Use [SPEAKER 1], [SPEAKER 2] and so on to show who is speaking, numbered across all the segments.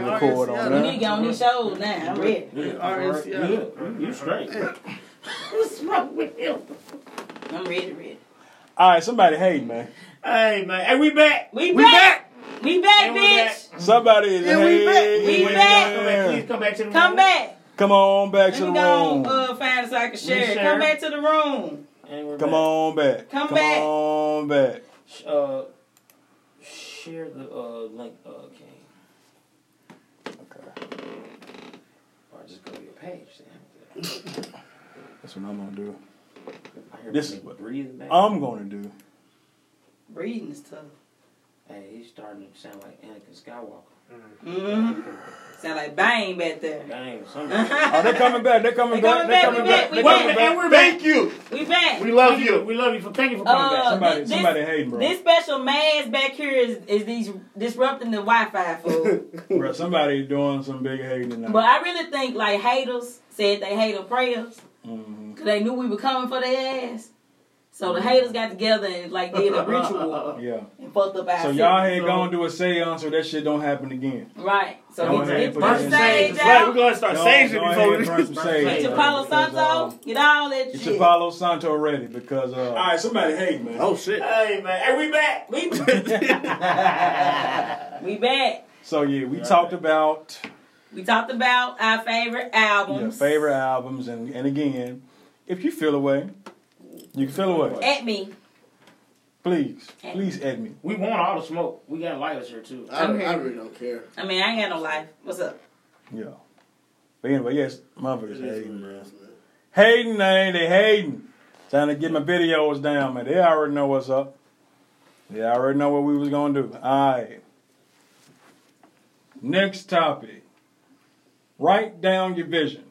[SPEAKER 1] record
[SPEAKER 2] yeah,
[SPEAKER 1] on
[SPEAKER 2] you
[SPEAKER 1] that.
[SPEAKER 3] We need to get on these shows now. I'm ready.
[SPEAKER 2] Yeah, RS, yeah.
[SPEAKER 4] You- You Mm-hmm. straight.
[SPEAKER 3] What's wrong with him? I'm ready, ready.
[SPEAKER 1] All right, somebody hate, man.
[SPEAKER 4] Hey, man. Hey, we back.
[SPEAKER 3] We,
[SPEAKER 4] We
[SPEAKER 3] back. We back,
[SPEAKER 4] And we
[SPEAKER 3] bitch.
[SPEAKER 1] Somebody is
[SPEAKER 2] Yeah, we back.
[SPEAKER 1] hating,
[SPEAKER 3] We back.
[SPEAKER 4] Come back. Please
[SPEAKER 1] man.
[SPEAKER 4] come back to the
[SPEAKER 3] Come
[SPEAKER 4] room.
[SPEAKER 3] back.
[SPEAKER 1] Come on back
[SPEAKER 3] Let
[SPEAKER 1] to the
[SPEAKER 3] me go
[SPEAKER 1] room.
[SPEAKER 3] uh, find so I can share it.
[SPEAKER 4] share.
[SPEAKER 3] Come back to the room.
[SPEAKER 4] And we're
[SPEAKER 1] Come
[SPEAKER 4] back.
[SPEAKER 1] on back.
[SPEAKER 3] Come back.
[SPEAKER 1] on back.
[SPEAKER 4] Sh- Uh, share the uh, link. Uh, okay.
[SPEAKER 1] Okay,
[SPEAKER 4] Or just go to your page. then.
[SPEAKER 1] that's what I'm gonna do.
[SPEAKER 4] I hear
[SPEAKER 1] This is
[SPEAKER 4] people
[SPEAKER 1] what- Um.
[SPEAKER 4] breathing back.
[SPEAKER 1] I'm gonna do.
[SPEAKER 3] Breathing is tough.
[SPEAKER 4] Hey, he's starting to sound like Anakin Skywalker.
[SPEAKER 3] Mm-hmm. Sound like bang back there.
[SPEAKER 4] Dang,
[SPEAKER 1] Oh, they're coming back. They're coming
[SPEAKER 3] They
[SPEAKER 1] back.
[SPEAKER 3] coming
[SPEAKER 1] They're
[SPEAKER 3] back,
[SPEAKER 1] coming back.
[SPEAKER 3] we back,
[SPEAKER 1] They're
[SPEAKER 3] we
[SPEAKER 1] coming
[SPEAKER 3] back.
[SPEAKER 1] back.
[SPEAKER 4] we're back. Thank you.
[SPEAKER 3] We back.
[SPEAKER 4] We love you. We love you. For, thank you for coming
[SPEAKER 3] Uh,
[SPEAKER 4] back.
[SPEAKER 1] Somebody,
[SPEAKER 3] this-
[SPEAKER 1] somebody hating, bro.
[SPEAKER 3] This special mask back here is, is these disrupting the Wi-Fi fool.
[SPEAKER 1] bro. Somebody doing some big hating tonight.
[SPEAKER 3] But I really think like haters said they hate our prayers
[SPEAKER 1] Mhm.
[SPEAKER 3] because they knew we were coming for their ass. So the haters got together and like did a ritual
[SPEAKER 1] Yeah.
[SPEAKER 3] and fucked up our
[SPEAKER 1] So y'all
[SPEAKER 3] city.
[SPEAKER 1] had gone to a seance so that shit don't happen again.
[SPEAKER 3] right. So
[SPEAKER 1] Go
[SPEAKER 3] get,
[SPEAKER 1] ahead
[SPEAKER 3] get,
[SPEAKER 1] and put
[SPEAKER 3] your
[SPEAKER 1] that in.
[SPEAKER 3] sage
[SPEAKER 4] Right, we're
[SPEAKER 3] out.
[SPEAKER 4] going to start
[SPEAKER 1] Y'all-
[SPEAKER 4] saving
[SPEAKER 1] y'all
[SPEAKER 4] before
[SPEAKER 1] ahead
[SPEAKER 4] we
[SPEAKER 1] and burn some sage.
[SPEAKER 3] Get your
[SPEAKER 1] Yeah,
[SPEAKER 3] Palo
[SPEAKER 1] because,
[SPEAKER 3] Santo.
[SPEAKER 1] um,
[SPEAKER 3] Get all that
[SPEAKER 1] Get your
[SPEAKER 3] shit.
[SPEAKER 1] Palo Santo ready because uh. All right, somebody hate, man.
[SPEAKER 2] Oh shit.
[SPEAKER 4] Hey, man. Hey, we back.
[SPEAKER 3] we, we back.
[SPEAKER 1] So yeah, we talked about
[SPEAKER 3] We talked about our favorite albums.
[SPEAKER 1] your favorite albums, and and again, if you feel away, you can feel away.
[SPEAKER 3] At me.
[SPEAKER 1] Please, please add me.
[SPEAKER 4] We want all the smoke. We got lighters here, too.
[SPEAKER 2] I, don't- I really don't care.
[SPEAKER 3] I mean, I ain't got no life. What's up?
[SPEAKER 1] Yeah. But anyway, yes, motherfuckers
[SPEAKER 2] It is
[SPEAKER 1] hating,
[SPEAKER 2] what
[SPEAKER 1] bro.
[SPEAKER 2] it is, man.
[SPEAKER 1] Hating, they ain't they hating? Trying to get my videos down, man. They already know what's up. They already know what we was gonna do. All right. Next topic. Write down your vision.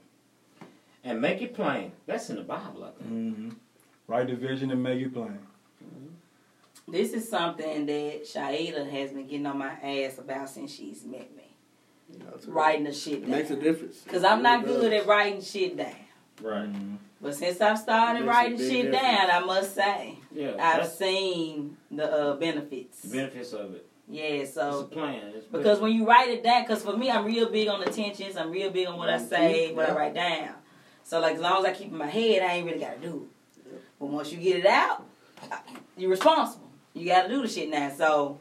[SPEAKER 4] And make it plain. That's in the Bible, I think.
[SPEAKER 1] Mm-hmm. Write the vision and make it plain.
[SPEAKER 3] This is something that Shaida has been getting on my ass about since she's met me.
[SPEAKER 2] That's what-
[SPEAKER 3] Writing the shit
[SPEAKER 2] It makes a
[SPEAKER 3] down.
[SPEAKER 2] difference.
[SPEAKER 3] Because I'm not
[SPEAKER 2] It really
[SPEAKER 3] good
[SPEAKER 2] does.
[SPEAKER 3] at writing shit down.
[SPEAKER 4] Right.
[SPEAKER 3] But since I've
[SPEAKER 2] It
[SPEAKER 3] started
[SPEAKER 2] makes a
[SPEAKER 3] writing
[SPEAKER 2] big
[SPEAKER 3] shit
[SPEAKER 2] difference.
[SPEAKER 3] down, I must say,
[SPEAKER 1] Mm-hmm.
[SPEAKER 4] Yeah.
[SPEAKER 3] I've
[SPEAKER 4] That's
[SPEAKER 3] seen the uh, benefits.
[SPEAKER 4] the benefits of it.
[SPEAKER 3] Yeah,
[SPEAKER 4] It's a
[SPEAKER 3] so.
[SPEAKER 4] plan. It's
[SPEAKER 3] Oh. Because when you write it down, because for me, I'm real big on intentions. I'm real big on what I say, what I write down. So, like, as long as I keep it in my head, I ain't really got to do it. But once you get it out, you're responsible. You got to do the shit now. So,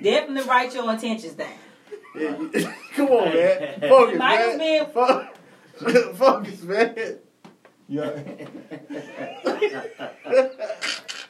[SPEAKER 3] definitely write your intentions down.
[SPEAKER 2] Yeah, you- Come on, man. Focus,
[SPEAKER 3] Michael's
[SPEAKER 2] man.
[SPEAKER 3] being-
[SPEAKER 2] Fo- Focus, man.
[SPEAKER 1] Yeah.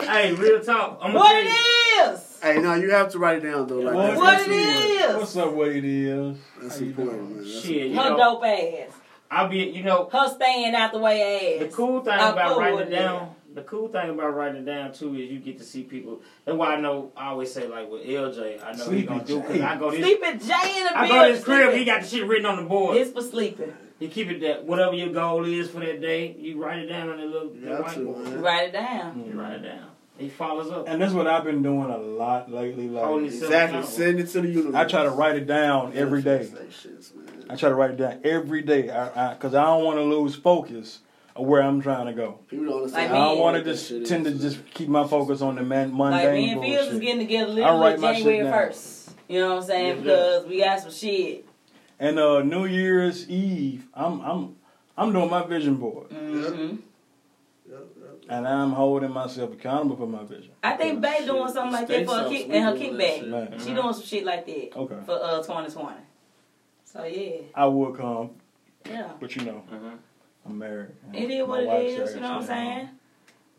[SPEAKER 4] hey, real talk. I'm
[SPEAKER 3] What
[SPEAKER 4] gonna tell
[SPEAKER 3] it is!
[SPEAKER 2] Hey, no, you have to write it down though. Like
[SPEAKER 1] What
[SPEAKER 2] that's-
[SPEAKER 3] What
[SPEAKER 2] that's,
[SPEAKER 3] it
[SPEAKER 2] important.
[SPEAKER 3] is!
[SPEAKER 1] What's up, what it is?
[SPEAKER 2] That's
[SPEAKER 1] How you
[SPEAKER 2] important,
[SPEAKER 1] doing?
[SPEAKER 2] man.
[SPEAKER 4] you,
[SPEAKER 2] That's
[SPEAKER 4] shit, you
[SPEAKER 3] Her
[SPEAKER 4] know,
[SPEAKER 3] dope ass.
[SPEAKER 4] I'll be, you know,
[SPEAKER 3] Her staying out the way
[SPEAKER 4] The
[SPEAKER 3] ass.
[SPEAKER 4] cool thing
[SPEAKER 3] I'm
[SPEAKER 4] about
[SPEAKER 3] cool
[SPEAKER 4] writing
[SPEAKER 3] with
[SPEAKER 4] it down, the cool thing about writing it down too is you get to see people. That's why I know I always say like with LJ, I know he
[SPEAKER 1] Sleepy
[SPEAKER 4] gonna do
[SPEAKER 1] J.
[SPEAKER 4] because I go to his,
[SPEAKER 3] Sleeping Jay in the
[SPEAKER 4] I go to
[SPEAKER 3] building.
[SPEAKER 4] his crib, he
[SPEAKER 3] sleeping.
[SPEAKER 4] got the shit written on the board.
[SPEAKER 3] It's for sleeping.
[SPEAKER 4] you keep it that whatever your goal is for that day, you write it down on that little
[SPEAKER 2] You
[SPEAKER 4] that
[SPEAKER 2] got to,
[SPEAKER 4] whiteboard.
[SPEAKER 2] man.
[SPEAKER 3] Write it down.
[SPEAKER 4] You write it down. He follows up.
[SPEAKER 1] And that's what I've been doing a lot lately.
[SPEAKER 4] Holy
[SPEAKER 1] Like
[SPEAKER 4] shit.
[SPEAKER 2] Exactly. Send it to the universe.
[SPEAKER 1] I try to write it down every day.
[SPEAKER 2] Say shits, man.
[SPEAKER 1] I try to write it down every day. I, I, cause I don't want to lose focus of where I'm trying to go.
[SPEAKER 2] People don't
[SPEAKER 3] Like
[SPEAKER 1] I
[SPEAKER 2] understand.
[SPEAKER 3] me.
[SPEAKER 1] don't
[SPEAKER 2] how
[SPEAKER 1] want to
[SPEAKER 2] that
[SPEAKER 1] just
[SPEAKER 2] shit is.
[SPEAKER 1] tend to just keep my focus on the man,
[SPEAKER 3] Like me
[SPEAKER 1] mundane
[SPEAKER 3] and Fields is
[SPEAKER 1] bullshit.
[SPEAKER 3] getting together
[SPEAKER 1] I write
[SPEAKER 3] literally
[SPEAKER 1] my shit
[SPEAKER 3] January
[SPEAKER 1] down.
[SPEAKER 3] first. You know what I'm saying?
[SPEAKER 4] Yeah.
[SPEAKER 3] Because we got some shit.
[SPEAKER 1] and uh, New Year's Eve, I'm I'm I'm doing my vision board,
[SPEAKER 3] hmm
[SPEAKER 2] Yep, yep.
[SPEAKER 1] and I'm holding myself accountable for my vision.
[SPEAKER 3] I think Bay doing something like that
[SPEAKER 2] State
[SPEAKER 3] for her
[SPEAKER 2] South,
[SPEAKER 3] kick
[SPEAKER 2] we
[SPEAKER 3] and her
[SPEAKER 2] doing that
[SPEAKER 3] kickback.
[SPEAKER 2] shit.
[SPEAKER 1] Man,
[SPEAKER 3] She doing some shit like that
[SPEAKER 1] Okay,
[SPEAKER 3] for uh 2020. So yeah,
[SPEAKER 1] I would come,
[SPEAKER 3] yeah.
[SPEAKER 1] but you know
[SPEAKER 2] Mm-hmm.
[SPEAKER 4] Mhm.
[SPEAKER 1] I'm married.
[SPEAKER 3] It is
[SPEAKER 1] My
[SPEAKER 3] what it
[SPEAKER 1] wife's
[SPEAKER 3] is, you
[SPEAKER 1] actually
[SPEAKER 3] know what I'm
[SPEAKER 1] at
[SPEAKER 3] saying?
[SPEAKER 1] home.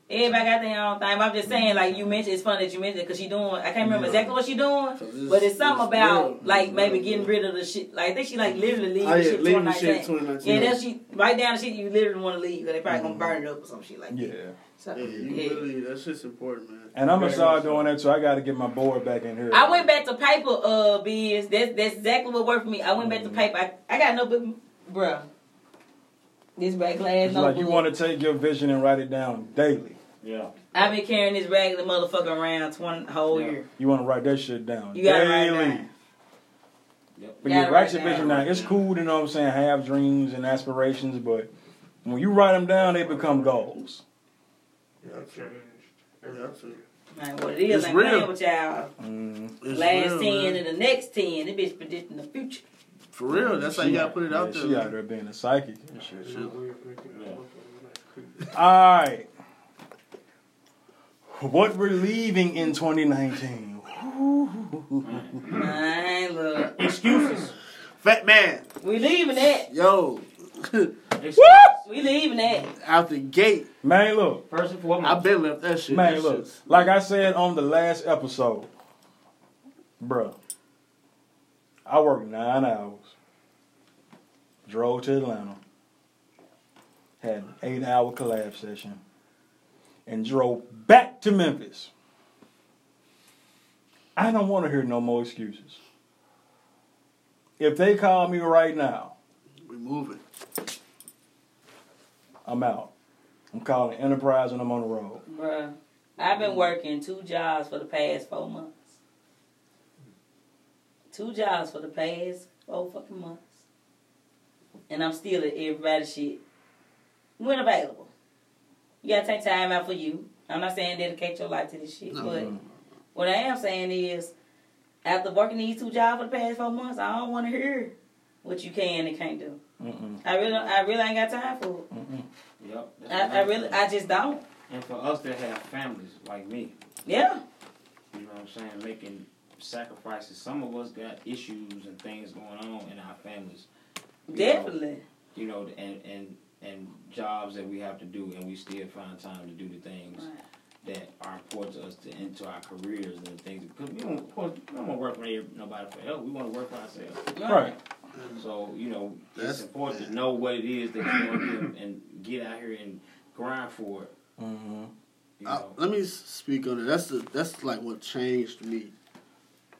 [SPEAKER 3] Everybody got their own thing. But I'm just saying, like you mentioned, it's funny that you mentioned it because she doing. I can't remember
[SPEAKER 1] Yeah.
[SPEAKER 3] exactly what she doing,
[SPEAKER 2] So this-
[SPEAKER 3] but it's something
[SPEAKER 2] this
[SPEAKER 3] about
[SPEAKER 2] real,
[SPEAKER 3] like
[SPEAKER 2] man.
[SPEAKER 3] maybe getting rid of the shit. Like I think she like literally leaving
[SPEAKER 2] Oh, yeah,
[SPEAKER 3] shit
[SPEAKER 2] leaving the shit
[SPEAKER 3] 2019.
[SPEAKER 2] 2019.
[SPEAKER 3] Yeah, that's she write down the shit you literally want to leave, but they probably gonna burn it up or some shit like that.
[SPEAKER 1] Yeah.
[SPEAKER 3] So,
[SPEAKER 2] Yeah, you
[SPEAKER 3] yeah.
[SPEAKER 2] really, that shit's important, man.
[SPEAKER 1] And I'm gonna
[SPEAKER 4] Very
[SPEAKER 1] start
[SPEAKER 4] much so.
[SPEAKER 1] doing that, so I got to get my board back in here.
[SPEAKER 3] I went back to paper, uh, biz. That's that's exactly what worked for me. I went back to paper. I, I got no book, bruh. This red glass
[SPEAKER 1] It's
[SPEAKER 3] notebook.
[SPEAKER 1] like you want to take your vision and write it down daily.
[SPEAKER 4] Yeah.
[SPEAKER 3] I've been carrying this raggedy motherfucker around twenty whole
[SPEAKER 4] Yeah.
[SPEAKER 3] year.
[SPEAKER 1] You want to write that shit down
[SPEAKER 3] You gotta write it
[SPEAKER 1] daily.
[SPEAKER 3] down.
[SPEAKER 4] Yep.
[SPEAKER 1] But
[SPEAKER 3] You
[SPEAKER 1] yeah,
[SPEAKER 3] gotta
[SPEAKER 1] write
[SPEAKER 3] write
[SPEAKER 1] your
[SPEAKER 3] it
[SPEAKER 1] vision
[SPEAKER 3] down.
[SPEAKER 1] down. It's cool, you know what I'm saying, have dreams and aspirations, but when you write them down, they become goals.
[SPEAKER 2] Yeah,
[SPEAKER 5] It
[SPEAKER 2] that's it.
[SPEAKER 5] changed.
[SPEAKER 2] Yeah, that's it.
[SPEAKER 3] Like what it is,
[SPEAKER 2] It's
[SPEAKER 3] ain't
[SPEAKER 2] real.
[SPEAKER 3] playing with y'all.
[SPEAKER 1] Mm.
[SPEAKER 2] It's
[SPEAKER 3] Last
[SPEAKER 2] real,
[SPEAKER 3] ten
[SPEAKER 2] man.
[SPEAKER 3] and the next ten, this bitch predicting the future.
[SPEAKER 2] For real, that's how you gotta put it out
[SPEAKER 1] yeah,
[SPEAKER 2] there.
[SPEAKER 1] She
[SPEAKER 2] man.
[SPEAKER 1] out there being a psychic and shit.
[SPEAKER 2] Shit.
[SPEAKER 1] All right. What we're leaving in 2019.
[SPEAKER 3] Man, look.
[SPEAKER 4] Excuses.
[SPEAKER 2] Fat man,
[SPEAKER 3] We leaving that.
[SPEAKER 2] yo,
[SPEAKER 4] Excuses.
[SPEAKER 3] We leaving that.
[SPEAKER 2] out the gate.
[SPEAKER 1] Man, look.
[SPEAKER 4] First and foremost.
[SPEAKER 2] I been left that shit.
[SPEAKER 1] Man,
[SPEAKER 2] that
[SPEAKER 1] look.
[SPEAKER 2] shit's-
[SPEAKER 1] Like I said on the last episode, bruh, I worked nine hours, drove to Atlanta, had an eight hour collab session, and drove back to Memphis. I don't want to hear no more excuses. If they call me right now,
[SPEAKER 2] We moving.
[SPEAKER 1] I'm out. I'm calling Enterprise and I'm on the road.
[SPEAKER 3] Bruh. I've been working two jobs for the past four months. Two jobs for the past four fucking months. And I'm still at everybody's shit. When available. You gotta take time out for you. I'm not saying dedicate your life to this shit,
[SPEAKER 2] No.
[SPEAKER 3] but what I am saying is after working these two jobs for the past four months, I don't wanna hear what you can and can't do.
[SPEAKER 1] Mm-mm,
[SPEAKER 3] I really I really ain't got time for it.
[SPEAKER 1] mm-mm.
[SPEAKER 4] Yep. that's
[SPEAKER 3] I, I
[SPEAKER 4] another
[SPEAKER 3] really
[SPEAKER 4] thing.
[SPEAKER 3] I just don't.
[SPEAKER 4] And for us that have families like me,
[SPEAKER 3] Yeah.
[SPEAKER 4] you know what I'm saying, making sacrifices. Some of us got issues and things going on in our families,
[SPEAKER 3] Definitely.
[SPEAKER 4] you know, and and and jobs that we have to do, and we still find time to do the things
[SPEAKER 3] Right.
[SPEAKER 4] that are important to us to into our careers and the things because we don't, of course, we don't want to work for any- nobody for help. We want to work for ourselves.
[SPEAKER 1] Right.
[SPEAKER 4] So you know,
[SPEAKER 2] That's-
[SPEAKER 4] it's important to know what it is that you want to do and get out here and grind for it.
[SPEAKER 1] Mm-hmm.
[SPEAKER 4] You
[SPEAKER 2] I,
[SPEAKER 4] know,
[SPEAKER 2] let me s- speak on it. That's the that's like what changed me.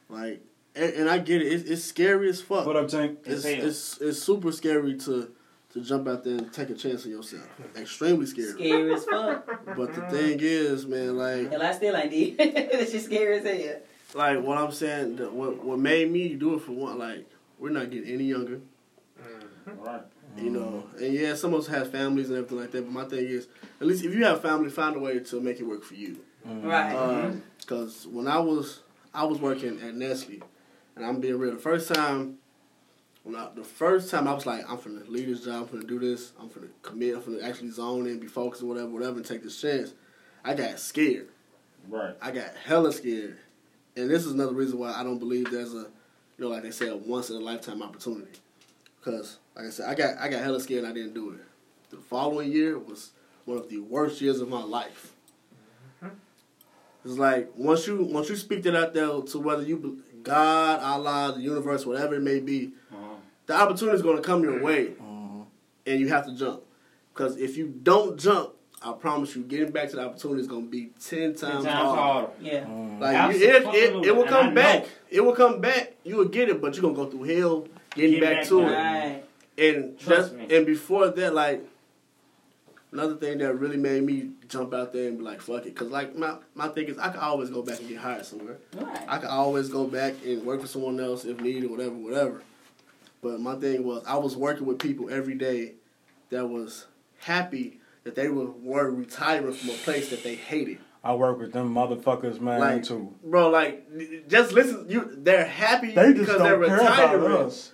[SPEAKER 2] Like, and, and I get it. It's, it's scary as fuck.
[SPEAKER 1] What up, Tank?
[SPEAKER 2] it's,
[SPEAKER 4] As hell.
[SPEAKER 2] it's it's super scary to to jump out there and take a chance on yourself. Extremely scary.
[SPEAKER 3] Scary as fuck.
[SPEAKER 2] But the thing is, man, like
[SPEAKER 3] Hell, I still ain't did. it's just scary as hell.
[SPEAKER 2] like what I'm saying, that what what made me do it for one, like we're not getting any younger.
[SPEAKER 4] right?
[SPEAKER 2] You know, and yeah, some of us have families and everything like that. But my thing is, at least if you have family, find a way to make it work for you.
[SPEAKER 3] Right.
[SPEAKER 2] Because Uh, when I was I was working at Nestle, and I'm being real. The first time, when I, the first time I was like, I'm finna leave this job. I'm finna do this. I'm finna commit. I'm finna actually zone in, be focused, whatever, whatever, and take this chance. I got scared.
[SPEAKER 4] Right.
[SPEAKER 2] I got hella scared, and this is another reason why I don't believe there's a, you know, like they say, a once in a lifetime opportunity. Because like I said, I got I got hella scared and I didn't do it. The following year was one of the worst years of my life. It's like once you once you speak that out there to whether you be- God, Allah, the universe, whatever it may be,
[SPEAKER 4] Uh-huh.
[SPEAKER 2] the opportunity is going to come your way, and you have to jump. Because if you don't jump, I promise you, getting back to the opportunity is going to be ten times,
[SPEAKER 4] Ten times
[SPEAKER 2] harder.
[SPEAKER 4] harder.
[SPEAKER 3] Yeah.
[SPEAKER 2] Like you, it, it,
[SPEAKER 4] Absolutely.
[SPEAKER 2] it will
[SPEAKER 4] And I
[SPEAKER 2] come
[SPEAKER 4] know.
[SPEAKER 2] back. It will come back. You will get it, but you're gonna go through hell getting
[SPEAKER 4] Get
[SPEAKER 2] back,
[SPEAKER 4] back
[SPEAKER 2] to
[SPEAKER 4] to
[SPEAKER 2] it.
[SPEAKER 3] Right.
[SPEAKER 2] And
[SPEAKER 4] Trust
[SPEAKER 2] just
[SPEAKER 4] me.
[SPEAKER 2] and before that, like another thing that really made me jump out there and be like, "Fuck it," because like my my thing is, I can always go back and get hired somewhere.
[SPEAKER 3] Right.
[SPEAKER 2] I can always go back and work for someone else if needed, whatever, whatever. But my thing was, I was working with people every day that was happy that they were, were retiring from a place that they hated.
[SPEAKER 1] I work with them motherfuckers, man,
[SPEAKER 2] Like-
[SPEAKER 1] too.
[SPEAKER 2] Bro, like, just listen. You, they're happy
[SPEAKER 1] They just
[SPEAKER 2] because they're
[SPEAKER 1] don't care about
[SPEAKER 2] retiring.
[SPEAKER 1] us.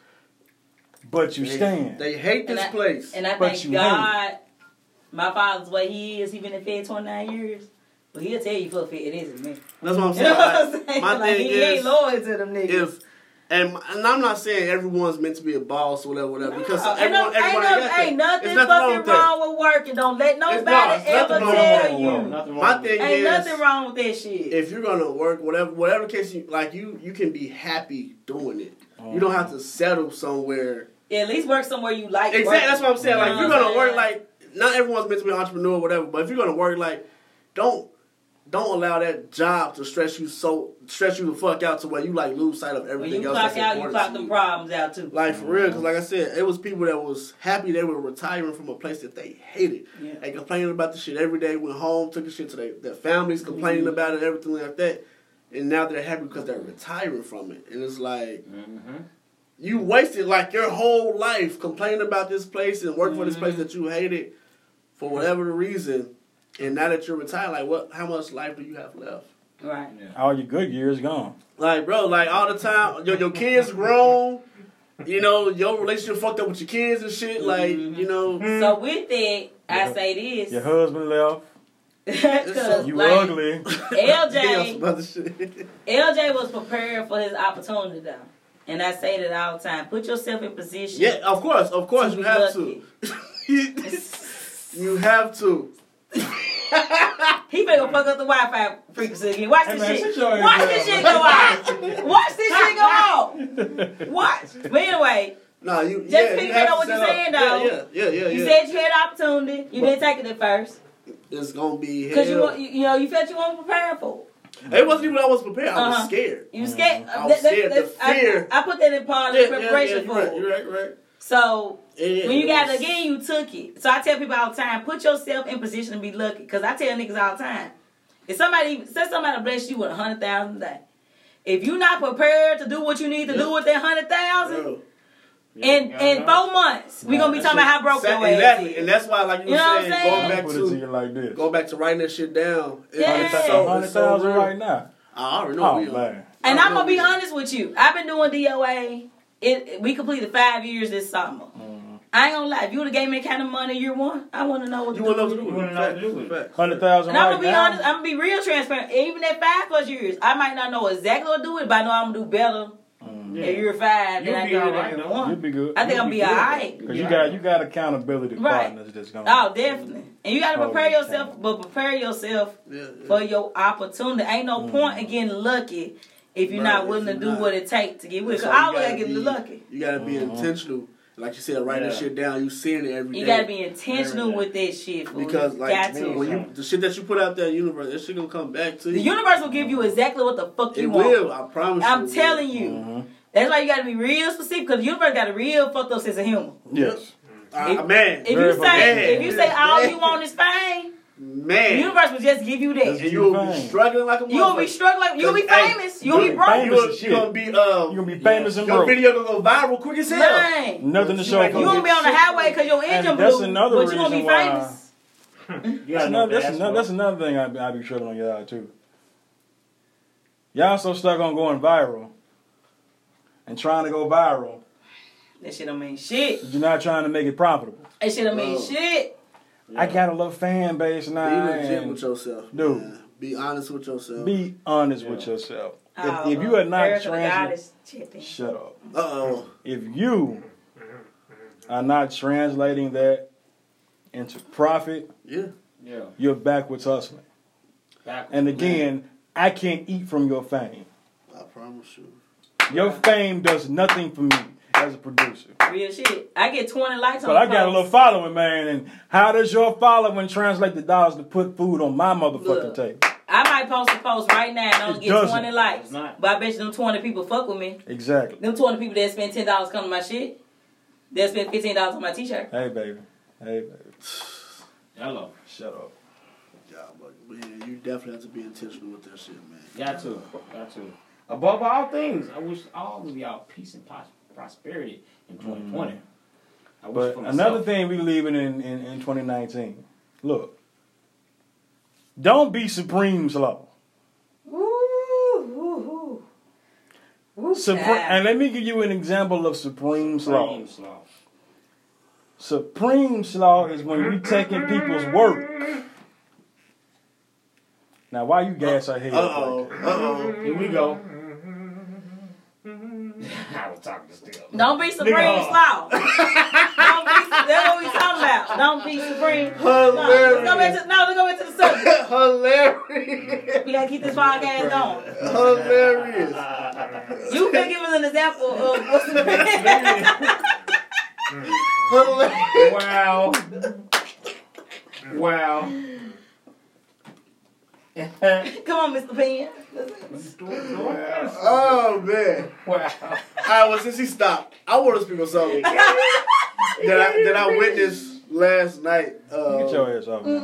[SPEAKER 1] But you
[SPEAKER 2] They,
[SPEAKER 1] stand.
[SPEAKER 2] they hate
[SPEAKER 3] And
[SPEAKER 2] this
[SPEAKER 3] I-
[SPEAKER 2] place.
[SPEAKER 3] And I
[SPEAKER 1] But
[SPEAKER 3] thank
[SPEAKER 1] you
[SPEAKER 3] God, my father's what he is. He been in Fed 29 years. But he'll tell you for a fact it isn't me.
[SPEAKER 2] That's what I'm
[SPEAKER 3] You know
[SPEAKER 2] saying.
[SPEAKER 3] what I'm
[SPEAKER 2] Like,
[SPEAKER 3] saying?
[SPEAKER 2] my
[SPEAKER 3] like,
[SPEAKER 2] thing
[SPEAKER 3] he ain't
[SPEAKER 2] is,
[SPEAKER 3] loyal to them niggas.
[SPEAKER 2] if and and I'm not saying everyone's meant to be a boss or whatever, whatever. uh, Because
[SPEAKER 3] No, Oh, ain't,
[SPEAKER 2] everyone,
[SPEAKER 3] no, ain't,
[SPEAKER 2] everybody
[SPEAKER 3] no-
[SPEAKER 2] got that.
[SPEAKER 3] ain't
[SPEAKER 2] It's
[SPEAKER 3] nothing
[SPEAKER 2] wrong with
[SPEAKER 3] fucking
[SPEAKER 2] that.
[SPEAKER 3] wrong with working. Don't let nobody
[SPEAKER 2] it's
[SPEAKER 3] ever
[SPEAKER 2] nothing wrong
[SPEAKER 3] tell
[SPEAKER 2] with
[SPEAKER 3] you.
[SPEAKER 1] working.
[SPEAKER 4] Nothing wrong.
[SPEAKER 2] My
[SPEAKER 4] with it.
[SPEAKER 2] thing
[SPEAKER 3] Ain't
[SPEAKER 2] is,
[SPEAKER 3] nothing wrong with that shit.
[SPEAKER 2] if you're gonna work, whatever, whatever case you like, you you can be happy doing it. You
[SPEAKER 1] Um,
[SPEAKER 2] don't have to settle somewhere.
[SPEAKER 3] at least work somewhere you like.
[SPEAKER 2] Exactly.
[SPEAKER 3] working.
[SPEAKER 2] That's what I'm saying. Like, if you're gonna
[SPEAKER 3] Yeah.
[SPEAKER 2] work like not everyone's meant to be an entrepreneur, or whatever. But if you're gonna work like, don't don't allow that job to stress you so stress you the fuck out to where you like lose sight of
[SPEAKER 3] When
[SPEAKER 2] everything
[SPEAKER 3] you
[SPEAKER 2] else.
[SPEAKER 3] clock
[SPEAKER 2] that's
[SPEAKER 3] out, you
[SPEAKER 2] important
[SPEAKER 3] clock
[SPEAKER 2] to
[SPEAKER 3] them
[SPEAKER 2] you.
[SPEAKER 3] problems out too.
[SPEAKER 2] Like for real, because like I said, it was people that was happy they were retiring from a place that they hated.
[SPEAKER 3] Yeah.
[SPEAKER 2] They complaining about the shit every day. Went home, took the shit to their, their families, complaining
[SPEAKER 3] Mm-hmm.
[SPEAKER 2] about it, everything like that. And now they're happy because they're retiring from it. And it's like
[SPEAKER 4] Mhm.
[SPEAKER 2] you wasted like your whole life complaining about this place and working for this
[SPEAKER 3] Mm-hmm.
[SPEAKER 2] place that you hated for whatever the reason. And now that you're retired, like what? How much life do you have left?
[SPEAKER 3] Right.
[SPEAKER 4] Yeah.
[SPEAKER 1] All your good years gone.
[SPEAKER 2] Like, bro, like all the time, your your kids grown. you know, your relationship fucked up with your kids and shit. Like,
[SPEAKER 3] Mm-hmm.
[SPEAKER 2] you know,
[SPEAKER 3] So with that, I
[SPEAKER 1] Yeah.
[SPEAKER 3] say
[SPEAKER 1] Mm. Your
[SPEAKER 3] this.
[SPEAKER 1] husband left.
[SPEAKER 3] Because
[SPEAKER 1] You
[SPEAKER 3] like,
[SPEAKER 1] ugly.
[SPEAKER 2] Yeah,
[SPEAKER 3] LJ,
[SPEAKER 2] some other shit.
[SPEAKER 3] LJ was prepared for his opportunity though. And I say that all the time. Put yourself in position.
[SPEAKER 2] Yeah, of course, of course, you
[SPEAKER 3] be
[SPEAKER 2] have
[SPEAKER 3] lucky.
[SPEAKER 2] to. you have to.
[SPEAKER 3] He better fuck up the Wi-Fi frequency again. Watch
[SPEAKER 1] Hey,
[SPEAKER 3] this
[SPEAKER 1] man, sit
[SPEAKER 3] shit.
[SPEAKER 1] your ass
[SPEAKER 3] Watch
[SPEAKER 1] down.
[SPEAKER 3] this shit go out. Watch this shit go out. Watch. But anyway,
[SPEAKER 2] Nah, you.
[SPEAKER 3] Just
[SPEAKER 2] yeah,
[SPEAKER 3] figure
[SPEAKER 2] you have
[SPEAKER 3] out
[SPEAKER 2] to
[SPEAKER 3] what
[SPEAKER 2] set
[SPEAKER 3] you're
[SPEAKER 2] up.
[SPEAKER 3] saying,
[SPEAKER 2] Yeah,
[SPEAKER 3] though.
[SPEAKER 2] yeah, yeah, yeah.
[SPEAKER 3] you
[SPEAKER 2] yeah.
[SPEAKER 3] said you had opportunity. You didn't take it at first
[SPEAKER 2] it's gonna be hell.
[SPEAKER 3] because you wa- you you know you felt you weren't prepared for. it.
[SPEAKER 2] it wasn't even I was prepared. I was
[SPEAKER 3] Uh-huh.
[SPEAKER 2] scared.
[SPEAKER 3] You
[SPEAKER 1] Mm.
[SPEAKER 3] scared.
[SPEAKER 2] I was scared, the
[SPEAKER 3] I-
[SPEAKER 2] fear.
[SPEAKER 3] I, put that in part of
[SPEAKER 2] Yeah,
[SPEAKER 3] the
[SPEAKER 2] yeah, yeah,
[SPEAKER 3] preparation
[SPEAKER 2] you're
[SPEAKER 3] for.
[SPEAKER 2] right,
[SPEAKER 3] it.
[SPEAKER 2] you're right, you're right.
[SPEAKER 3] So
[SPEAKER 2] Yeah,
[SPEAKER 3] when you
[SPEAKER 2] it
[SPEAKER 3] got
[SPEAKER 2] was-
[SPEAKER 3] it again, you took it. So I tell people all the time, put yourself in position to be lucky. Cause I tell niggas all the time, if somebody say somebody bless you with a hundred thousand a day, if you not prepared to do what you need to do with that hundred thousand,
[SPEAKER 2] Bro.
[SPEAKER 3] in
[SPEAKER 4] Yeah,
[SPEAKER 3] in
[SPEAKER 4] yeah.
[SPEAKER 3] four months, we gonna be talking about how broke
[SPEAKER 2] Sa-
[SPEAKER 3] your ass
[SPEAKER 2] exactly,
[SPEAKER 3] is.
[SPEAKER 2] and that's why, like you,
[SPEAKER 3] You know
[SPEAKER 2] were
[SPEAKER 3] what
[SPEAKER 2] saying,
[SPEAKER 3] I'm
[SPEAKER 2] going
[SPEAKER 3] saying?
[SPEAKER 1] I'm
[SPEAKER 2] back
[SPEAKER 1] put it to you
[SPEAKER 2] to
[SPEAKER 1] like this.
[SPEAKER 2] going back to writing that shit down. It's
[SPEAKER 3] Yeah.
[SPEAKER 2] it's
[SPEAKER 3] So-
[SPEAKER 1] hundred
[SPEAKER 2] it's so
[SPEAKER 1] thousand
[SPEAKER 2] real.
[SPEAKER 1] right now.
[SPEAKER 2] I already know.
[SPEAKER 1] Oh
[SPEAKER 2] we are.
[SPEAKER 1] man,
[SPEAKER 3] and
[SPEAKER 2] I
[SPEAKER 3] I'm gonna
[SPEAKER 2] know
[SPEAKER 3] be
[SPEAKER 2] we-
[SPEAKER 3] honest with you. I've been doing DOA. It, it- we completed five years this summer.
[SPEAKER 2] Mm-hmm.
[SPEAKER 3] I ain't gonna lie. If you would have gave me the kind of money you want, I want to know what
[SPEAKER 2] You
[SPEAKER 3] to
[SPEAKER 2] want
[SPEAKER 3] do
[SPEAKER 2] to
[SPEAKER 3] with
[SPEAKER 2] do
[SPEAKER 3] it.
[SPEAKER 2] it.
[SPEAKER 4] You wanna know what to do with it.
[SPEAKER 2] Fact, fact.
[SPEAKER 1] hundred thousand
[SPEAKER 3] And I'm
[SPEAKER 1] right
[SPEAKER 3] gonna be
[SPEAKER 1] now.
[SPEAKER 3] honest. I'm gonna be real transparent. Even at five plus years, I might not know exactly what to do with it, but I know I'm gonna do better
[SPEAKER 4] Yeah.
[SPEAKER 3] at year five
[SPEAKER 4] You'll
[SPEAKER 3] than I
[SPEAKER 4] be
[SPEAKER 3] did at
[SPEAKER 4] alright,
[SPEAKER 3] year
[SPEAKER 4] though.
[SPEAKER 1] Mm. You'll
[SPEAKER 3] one.
[SPEAKER 1] be good.
[SPEAKER 3] I think
[SPEAKER 4] You'll
[SPEAKER 3] I'm
[SPEAKER 4] be
[SPEAKER 3] be
[SPEAKER 4] good.
[SPEAKER 3] alright.
[SPEAKER 1] Cause you got you got accountability
[SPEAKER 3] Right.
[SPEAKER 1] partners that's gonna.
[SPEAKER 3] Oh, definitely. And you gotta
[SPEAKER 1] Oh,
[SPEAKER 3] prepare
[SPEAKER 1] yeah.
[SPEAKER 3] yourself, but prepare yourself
[SPEAKER 2] Yeah, yeah.
[SPEAKER 3] for your opportunity. Ain't no point in getting lucky if you're
[SPEAKER 2] Mm. Right,
[SPEAKER 3] not
[SPEAKER 2] if
[SPEAKER 3] willing to
[SPEAKER 2] you're
[SPEAKER 3] do
[SPEAKER 2] not.
[SPEAKER 3] what it takes to get with.
[SPEAKER 2] That's
[SPEAKER 3] Cause
[SPEAKER 2] why you
[SPEAKER 3] I always gotta
[SPEAKER 2] gotta
[SPEAKER 3] get
[SPEAKER 2] be-
[SPEAKER 3] lucky.
[SPEAKER 2] You gotta be
[SPEAKER 1] Uh-huh.
[SPEAKER 2] intentional. Like you said, writing that
[SPEAKER 4] Yeah.
[SPEAKER 2] shit down, you seeing it every day.
[SPEAKER 3] You gotta be intentional
[SPEAKER 4] Very
[SPEAKER 3] with that shit. fool.
[SPEAKER 2] because
[SPEAKER 3] You
[SPEAKER 2] like
[SPEAKER 3] got to.
[SPEAKER 2] when you the shit that you put out there, in the universe, that shit gonna come back to you.
[SPEAKER 3] the universe will give you exactly what the fuck
[SPEAKER 2] it
[SPEAKER 3] you want.
[SPEAKER 2] will. I promise. you.
[SPEAKER 3] I'm
[SPEAKER 2] it
[SPEAKER 3] telling
[SPEAKER 2] will.
[SPEAKER 3] you.
[SPEAKER 1] Mm-hmm.
[SPEAKER 3] That's why you gotta be real specific because the universe got a real fucked up sense of humor.
[SPEAKER 1] Yes.
[SPEAKER 2] Ah,
[SPEAKER 3] If-
[SPEAKER 2] man,
[SPEAKER 3] If
[SPEAKER 1] Very
[SPEAKER 3] you
[SPEAKER 1] fucked up.
[SPEAKER 3] say if you say all you
[SPEAKER 2] Man.
[SPEAKER 3] want is fame, the
[SPEAKER 2] man,
[SPEAKER 3] universe will just give you that.
[SPEAKER 2] and you'll be
[SPEAKER 1] Fine.
[SPEAKER 2] struggling like a
[SPEAKER 3] You will be
[SPEAKER 2] motherfucker.
[SPEAKER 3] struggling. You'll be
[SPEAKER 2] Hey,
[SPEAKER 3] famous. You'll be
[SPEAKER 1] you
[SPEAKER 3] broke.
[SPEAKER 1] famous
[SPEAKER 2] You'll,
[SPEAKER 1] as
[SPEAKER 2] you're gonna
[SPEAKER 1] shit.
[SPEAKER 2] be um,
[SPEAKER 1] You're gonna be famous and
[SPEAKER 2] your
[SPEAKER 1] broke.
[SPEAKER 2] video gonna go viral quick as hell.
[SPEAKER 3] Man,
[SPEAKER 1] Nothing to
[SPEAKER 2] You
[SPEAKER 1] show.
[SPEAKER 2] ain't
[SPEAKER 3] you
[SPEAKER 1] for
[SPEAKER 3] gonna
[SPEAKER 1] it.
[SPEAKER 3] be on the highway because your engine
[SPEAKER 1] that's
[SPEAKER 3] blew,
[SPEAKER 1] another
[SPEAKER 3] but you gonna be
[SPEAKER 1] reason why-
[SPEAKER 3] famous.
[SPEAKER 4] You
[SPEAKER 1] That's
[SPEAKER 4] gotta know
[SPEAKER 1] another, that's,
[SPEAKER 4] fast,
[SPEAKER 1] another,
[SPEAKER 4] bro.
[SPEAKER 1] that's another thing I be, I be tripping on y'all too. Y'all so stuck on going viral and trying to go viral.
[SPEAKER 3] That shit don't mean shit.
[SPEAKER 1] You're not trying to make it profitable.
[SPEAKER 3] That shit don't mean
[SPEAKER 2] Bro.
[SPEAKER 3] shit.
[SPEAKER 1] I got a little fan base
[SPEAKER 2] Be
[SPEAKER 1] now.
[SPEAKER 2] legit
[SPEAKER 1] and
[SPEAKER 2] with yourself,
[SPEAKER 1] Dude.
[SPEAKER 2] man. Be honest with yourself.
[SPEAKER 1] Be honest with
[SPEAKER 4] Yeah.
[SPEAKER 1] yourself.
[SPEAKER 3] Oh,
[SPEAKER 1] if, if you are not
[SPEAKER 3] Erica, the
[SPEAKER 1] translating,
[SPEAKER 3] goddess chipping.
[SPEAKER 1] shut up.
[SPEAKER 2] uh oh.
[SPEAKER 1] If you are not translating that into profit,
[SPEAKER 2] Yeah.
[SPEAKER 4] Yeah.
[SPEAKER 1] you're backwards hustling.
[SPEAKER 4] Back
[SPEAKER 1] And again, I can't eat from your fame.
[SPEAKER 2] I promise you.
[SPEAKER 1] Your fame does nothing for me as a producer.
[SPEAKER 3] Real shit. I get 20 likes
[SPEAKER 1] But
[SPEAKER 3] on
[SPEAKER 1] I got a little
[SPEAKER 3] post.
[SPEAKER 1] following, man. And how does your following translate the dollars to put food on my motherfucking
[SPEAKER 3] Look.
[SPEAKER 1] table?
[SPEAKER 3] I might post a post right now and
[SPEAKER 1] It
[SPEAKER 3] only get
[SPEAKER 1] doesn't.
[SPEAKER 3] 20 likes.
[SPEAKER 4] It's
[SPEAKER 3] But
[SPEAKER 4] not.
[SPEAKER 3] I bet you them 20 people fuck with me.
[SPEAKER 1] Exactly.
[SPEAKER 3] Them 20 people that spend $10 come to my shit, that spend $15 on my t shirt.
[SPEAKER 1] Hey, baby. Hey, baby.
[SPEAKER 4] Hello.
[SPEAKER 1] Shut up.
[SPEAKER 2] Yeah, but man, you definitely have to be intentional with that shit, man.
[SPEAKER 4] Got to. Got to. Above all things, I wish all of y'all peace and pos- prosperity in 2020. I wish
[SPEAKER 1] Mm-hmm. But
[SPEAKER 4] for
[SPEAKER 1] another
[SPEAKER 4] myself.
[SPEAKER 1] thing we leaving in, in, in 2019. Look, don't be Supreme's law.
[SPEAKER 3] Woo, woo, woo. Woo,
[SPEAKER 1] Supre-
[SPEAKER 3] child.
[SPEAKER 1] and let me give you an example of Supreme's law.
[SPEAKER 4] Supreme slow.
[SPEAKER 1] Supreme's law is when you taking people's work. Now, why you gas our head?
[SPEAKER 2] Uh oh. Uh oh.
[SPEAKER 4] Here we go. I was talking still.
[SPEAKER 3] Don't be supreme
[SPEAKER 4] Nigga, uh,
[SPEAKER 3] slow. Don't be, that's what we talking about. Don't be supreme. slow. Let's go back
[SPEAKER 2] Hilarious.
[SPEAKER 3] to, no, let's go back to the subject.
[SPEAKER 2] Hilarious.
[SPEAKER 3] We gotta keep this podcast on.
[SPEAKER 2] Hilarious.
[SPEAKER 3] You can give us an example of what's supreme.
[SPEAKER 2] Hilarious.
[SPEAKER 4] Wow. wow.
[SPEAKER 3] Come on, Mr. Penn.
[SPEAKER 4] wow.
[SPEAKER 2] Oh man. All right, well, since he stopped, I want to speak on something that I that I witnessed last night. Uh,
[SPEAKER 1] Get your ass off. man.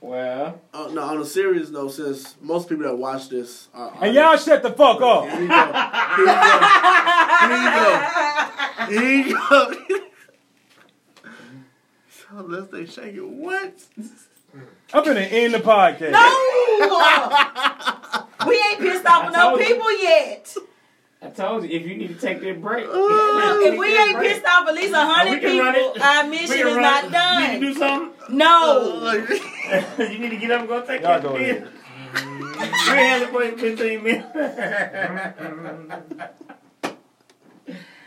[SPEAKER 4] Well,
[SPEAKER 2] uh, no, on a serious note, since most people that watch this uh, are, are
[SPEAKER 1] And y'all shut the fuck
[SPEAKER 2] Here
[SPEAKER 1] up.
[SPEAKER 2] you go. Here you go. Here you go. So Unless they shake it, what?
[SPEAKER 1] I'm gonna end the podcast.
[SPEAKER 3] No! We ain't pissed off
[SPEAKER 4] I
[SPEAKER 3] with no
[SPEAKER 4] told you.
[SPEAKER 3] people yet.
[SPEAKER 4] I told you, if you need to take that break,
[SPEAKER 2] Look,
[SPEAKER 4] take
[SPEAKER 3] If we
[SPEAKER 4] that
[SPEAKER 3] ain't
[SPEAKER 4] break.
[SPEAKER 3] pissed off at least a
[SPEAKER 4] We
[SPEAKER 3] hundred
[SPEAKER 4] can run
[SPEAKER 3] people,
[SPEAKER 4] it.
[SPEAKER 3] our
[SPEAKER 4] We
[SPEAKER 3] mission
[SPEAKER 4] can
[SPEAKER 3] is
[SPEAKER 4] run-
[SPEAKER 3] not
[SPEAKER 4] You need to do Uh,
[SPEAKER 3] done.
[SPEAKER 4] something.
[SPEAKER 3] No.
[SPEAKER 4] you need to get up and go take
[SPEAKER 1] Y'all
[SPEAKER 4] that
[SPEAKER 1] go
[SPEAKER 4] pill.
[SPEAKER 1] ahead.
[SPEAKER 4] We had it for you 15 minutes.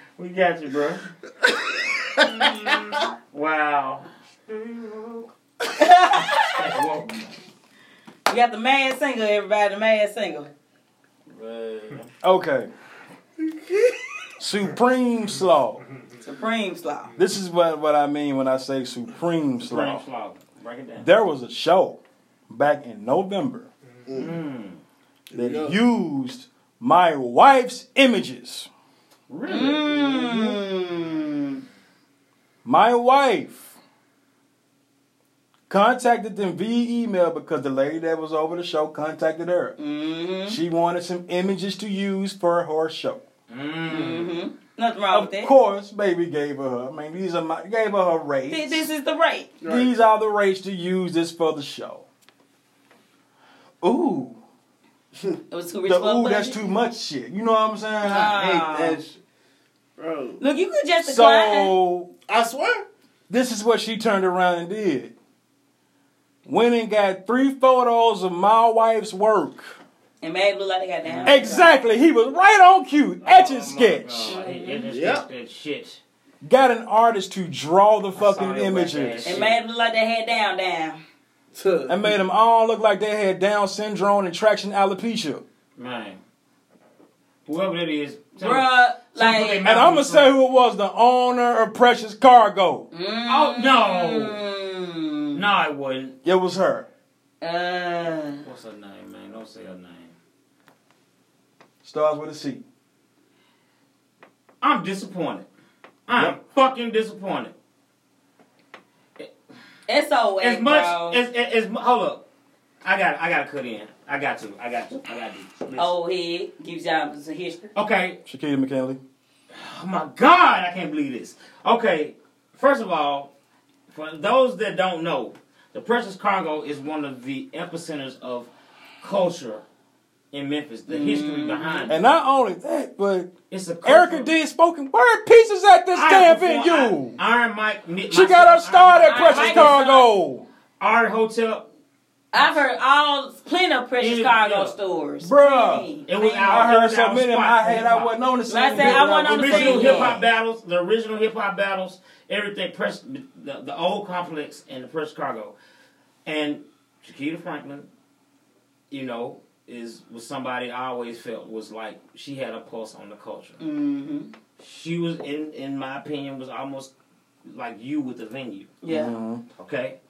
[SPEAKER 4] we got you, bro. wow. Whoa.
[SPEAKER 3] We got the mad singer, everybody, the mad singer.
[SPEAKER 1] Okay. Supreme slaw.
[SPEAKER 3] Supreme Slaw.
[SPEAKER 1] This is what, what I mean when I say supreme
[SPEAKER 4] Supreme
[SPEAKER 1] slaw.
[SPEAKER 4] slaw. Break it down.
[SPEAKER 1] There was a show back in November
[SPEAKER 4] Mm.
[SPEAKER 1] that
[SPEAKER 2] Yeah.
[SPEAKER 1] used my wife's images.
[SPEAKER 4] Really?
[SPEAKER 3] Mm.
[SPEAKER 1] My wife contacted them via email because the lady that was over the show contacted her.
[SPEAKER 3] Mm-hmm.
[SPEAKER 1] She wanted some images to use for her show.
[SPEAKER 4] Mm.
[SPEAKER 3] Mm-hmm. Nothing wrong
[SPEAKER 1] Of
[SPEAKER 3] with that.
[SPEAKER 1] course, baby gave her. her- I mean, these are my gave her her rates.
[SPEAKER 3] Th- This is the right.
[SPEAKER 1] These are the rates to use this for the show. Ooh,
[SPEAKER 3] It was too rich
[SPEAKER 1] the
[SPEAKER 3] for a
[SPEAKER 1] ooh, that's
[SPEAKER 3] budget.
[SPEAKER 1] too much shit. You know what I'm saying?
[SPEAKER 3] Ah.
[SPEAKER 2] I hate that shit. Bro.
[SPEAKER 3] Look, you could just decline.
[SPEAKER 1] so
[SPEAKER 2] I swear.
[SPEAKER 1] this is what she turned around and did. Went and got three photos of my wife's work.
[SPEAKER 3] and made it look like they got down.
[SPEAKER 1] Exactly, he was right on cue. Etch
[SPEAKER 4] Oh
[SPEAKER 1] and
[SPEAKER 4] my
[SPEAKER 1] sketch.
[SPEAKER 4] God, it- it just
[SPEAKER 2] Yep.
[SPEAKER 4] gets that shit.
[SPEAKER 1] Got an artist to draw the
[SPEAKER 4] saw
[SPEAKER 1] fucking
[SPEAKER 4] that whack
[SPEAKER 1] images.
[SPEAKER 4] ass
[SPEAKER 3] And made it look like they had down down.
[SPEAKER 1] I made them all look like they had Down syndrome and traction alopecia.
[SPEAKER 4] Man. Whoever that is. tell them-
[SPEAKER 3] Bruh,
[SPEAKER 4] Some put their
[SPEAKER 3] like.
[SPEAKER 4] mouth-
[SPEAKER 1] And I'm gonna say who it was, the owner of Precious Cargo.
[SPEAKER 3] mm-hmm.
[SPEAKER 4] Oh, no.
[SPEAKER 3] Mm.
[SPEAKER 4] No, I wouldn't.
[SPEAKER 1] It was her.
[SPEAKER 3] Uh,
[SPEAKER 4] What's her name, man? Don't say her name.
[SPEAKER 1] Starts with a C.
[SPEAKER 4] I'm disappointed. I'm
[SPEAKER 1] Yep.
[SPEAKER 4] fucking disappointed.
[SPEAKER 3] it's always
[SPEAKER 4] As much
[SPEAKER 3] bro.
[SPEAKER 4] as, as, as mu- hold up, I got I got to cut in. I got to. I got to. I got to. Listen.
[SPEAKER 3] old head Oh, gives y'all some history.
[SPEAKER 4] Okay.
[SPEAKER 1] Shakita McKinley.
[SPEAKER 4] Oh my God, I can't believe this. Okay. First of all, for those that don't know, the Precious Cargo is one of the epicenters of culture in Memphis. The history behind it.
[SPEAKER 1] And not only that, but
[SPEAKER 4] It's a cultural-
[SPEAKER 1] Erica did spoken word pieces at this
[SPEAKER 4] I
[SPEAKER 1] damn
[SPEAKER 4] perform-
[SPEAKER 1] venue.
[SPEAKER 4] I- Iron Mike. Mi-
[SPEAKER 1] she
[SPEAKER 4] myself,
[SPEAKER 1] got her start
[SPEAKER 4] Iron
[SPEAKER 1] at
[SPEAKER 4] Mike,
[SPEAKER 1] Precious
[SPEAKER 3] Mike-
[SPEAKER 1] Cargo.
[SPEAKER 4] Art Hotel.
[SPEAKER 3] I've heard all plenty of precious
[SPEAKER 4] Yeah,
[SPEAKER 3] cargo
[SPEAKER 4] yeah.
[SPEAKER 3] stories.
[SPEAKER 1] Bruh.
[SPEAKER 3] Plenty,
[SPEAKER 4] It was
[SPEAKER 3] plenty.
[SPEAKER 4] our-
[SPEAKER 1] I heard
[SPEAKER 4] It was
[SPEAKER 1] so
[SPEAKER 4] our
[SPEAKER 1] many in my
[SPEAKER 4] spot for
[SPEAKER 1] head I
[SPEAKER 4] hip-hop.
[SPEAKER 1] wasn't on the
[SPEAKER 3] When I
[SPEAKER 1] same.
[SPEAKER 3] say
[SPEAKER 1] bit
[SPEAKER 3] I
[SPEAKER 1] that
[SPEAKER 3] wasn't on the
[SPEAKER 1] was
[SPEAKER 3] same
[SPEAKER 4] original
[SPEAKER 1] on.
[SPEAKER 4] hip
[SPEAKER 3] yet.
[SPEAKER 4] hop battles, the original hip hop battles, everything press the, the old complex and the press cargo. And Shakita Franklin, you know, is was somebody I always felt was like she had a pulse on the culture.
[SPEAKER 3] Mm-hmm.
[SPEAKER 4] She was in in my opinion was almost like you with the venue.
[SPEAKER 3] Yeah.
[SPEAKER 1] Mhm.
[SPEAKER 4] Okay.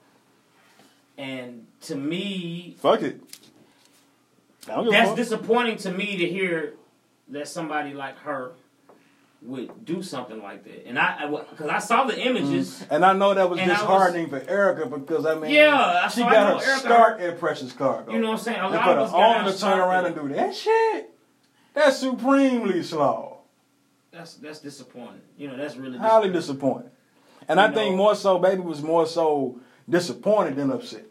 [SPEAKER 4] And to me,
[SPEAKER 1] Fuck it. I don't give a
[SPEAKER 4] that's
[SPEAKER 1] fuck.
[SPEAKER 4] disappointing to me to hear that somebody like her would do something like that. And I, because I, saw the images.
[SPEAKER 1] and I know that was
[SPEAKER 4] and I was-
[SPEAKER 1] disheartening for Erica because I mean,
[SPEAKER 4] Yeah, I-
[SPEAKER 1] she
[SPEAKER 4] so I
[SPEAKER 1] got
[SPEAKER 4] know
[SPEAKER 1] her
[SPEAKER 4] Erica-
[SPEAKER 1] start at Precious Cargo.
[SPEAKER 4] You know what I'm saying? A
[SPEAKER 1] and
[SPEAKER 4] lot
[SPEAKER 1] for
[SPEAKER 4] of
[SPEAKER 1] the
[SPEAKER 4] us got
[SPEAKER 1] owner
[SPEAKER 4] our
[SPEAKER 1] to turn
[SPEAKER 4] start
[SPEAKER 1] around
[SPEAKER 4] there.
[SPEAKER 1] and do that shit, that's supremely slow.
[SPEAKER 4] That's that's disappointing. You know, that's really
[SPEAKER 1] highly
[SPEAKER 4] disappointing.
[SPEAKER 1] disappointed. And
[SPEAKER 4] You
[SPEAKER 1] I think
[SPEAKER 4] know-
[SPEAKER 1] more so, baby was more so disappointed than upset.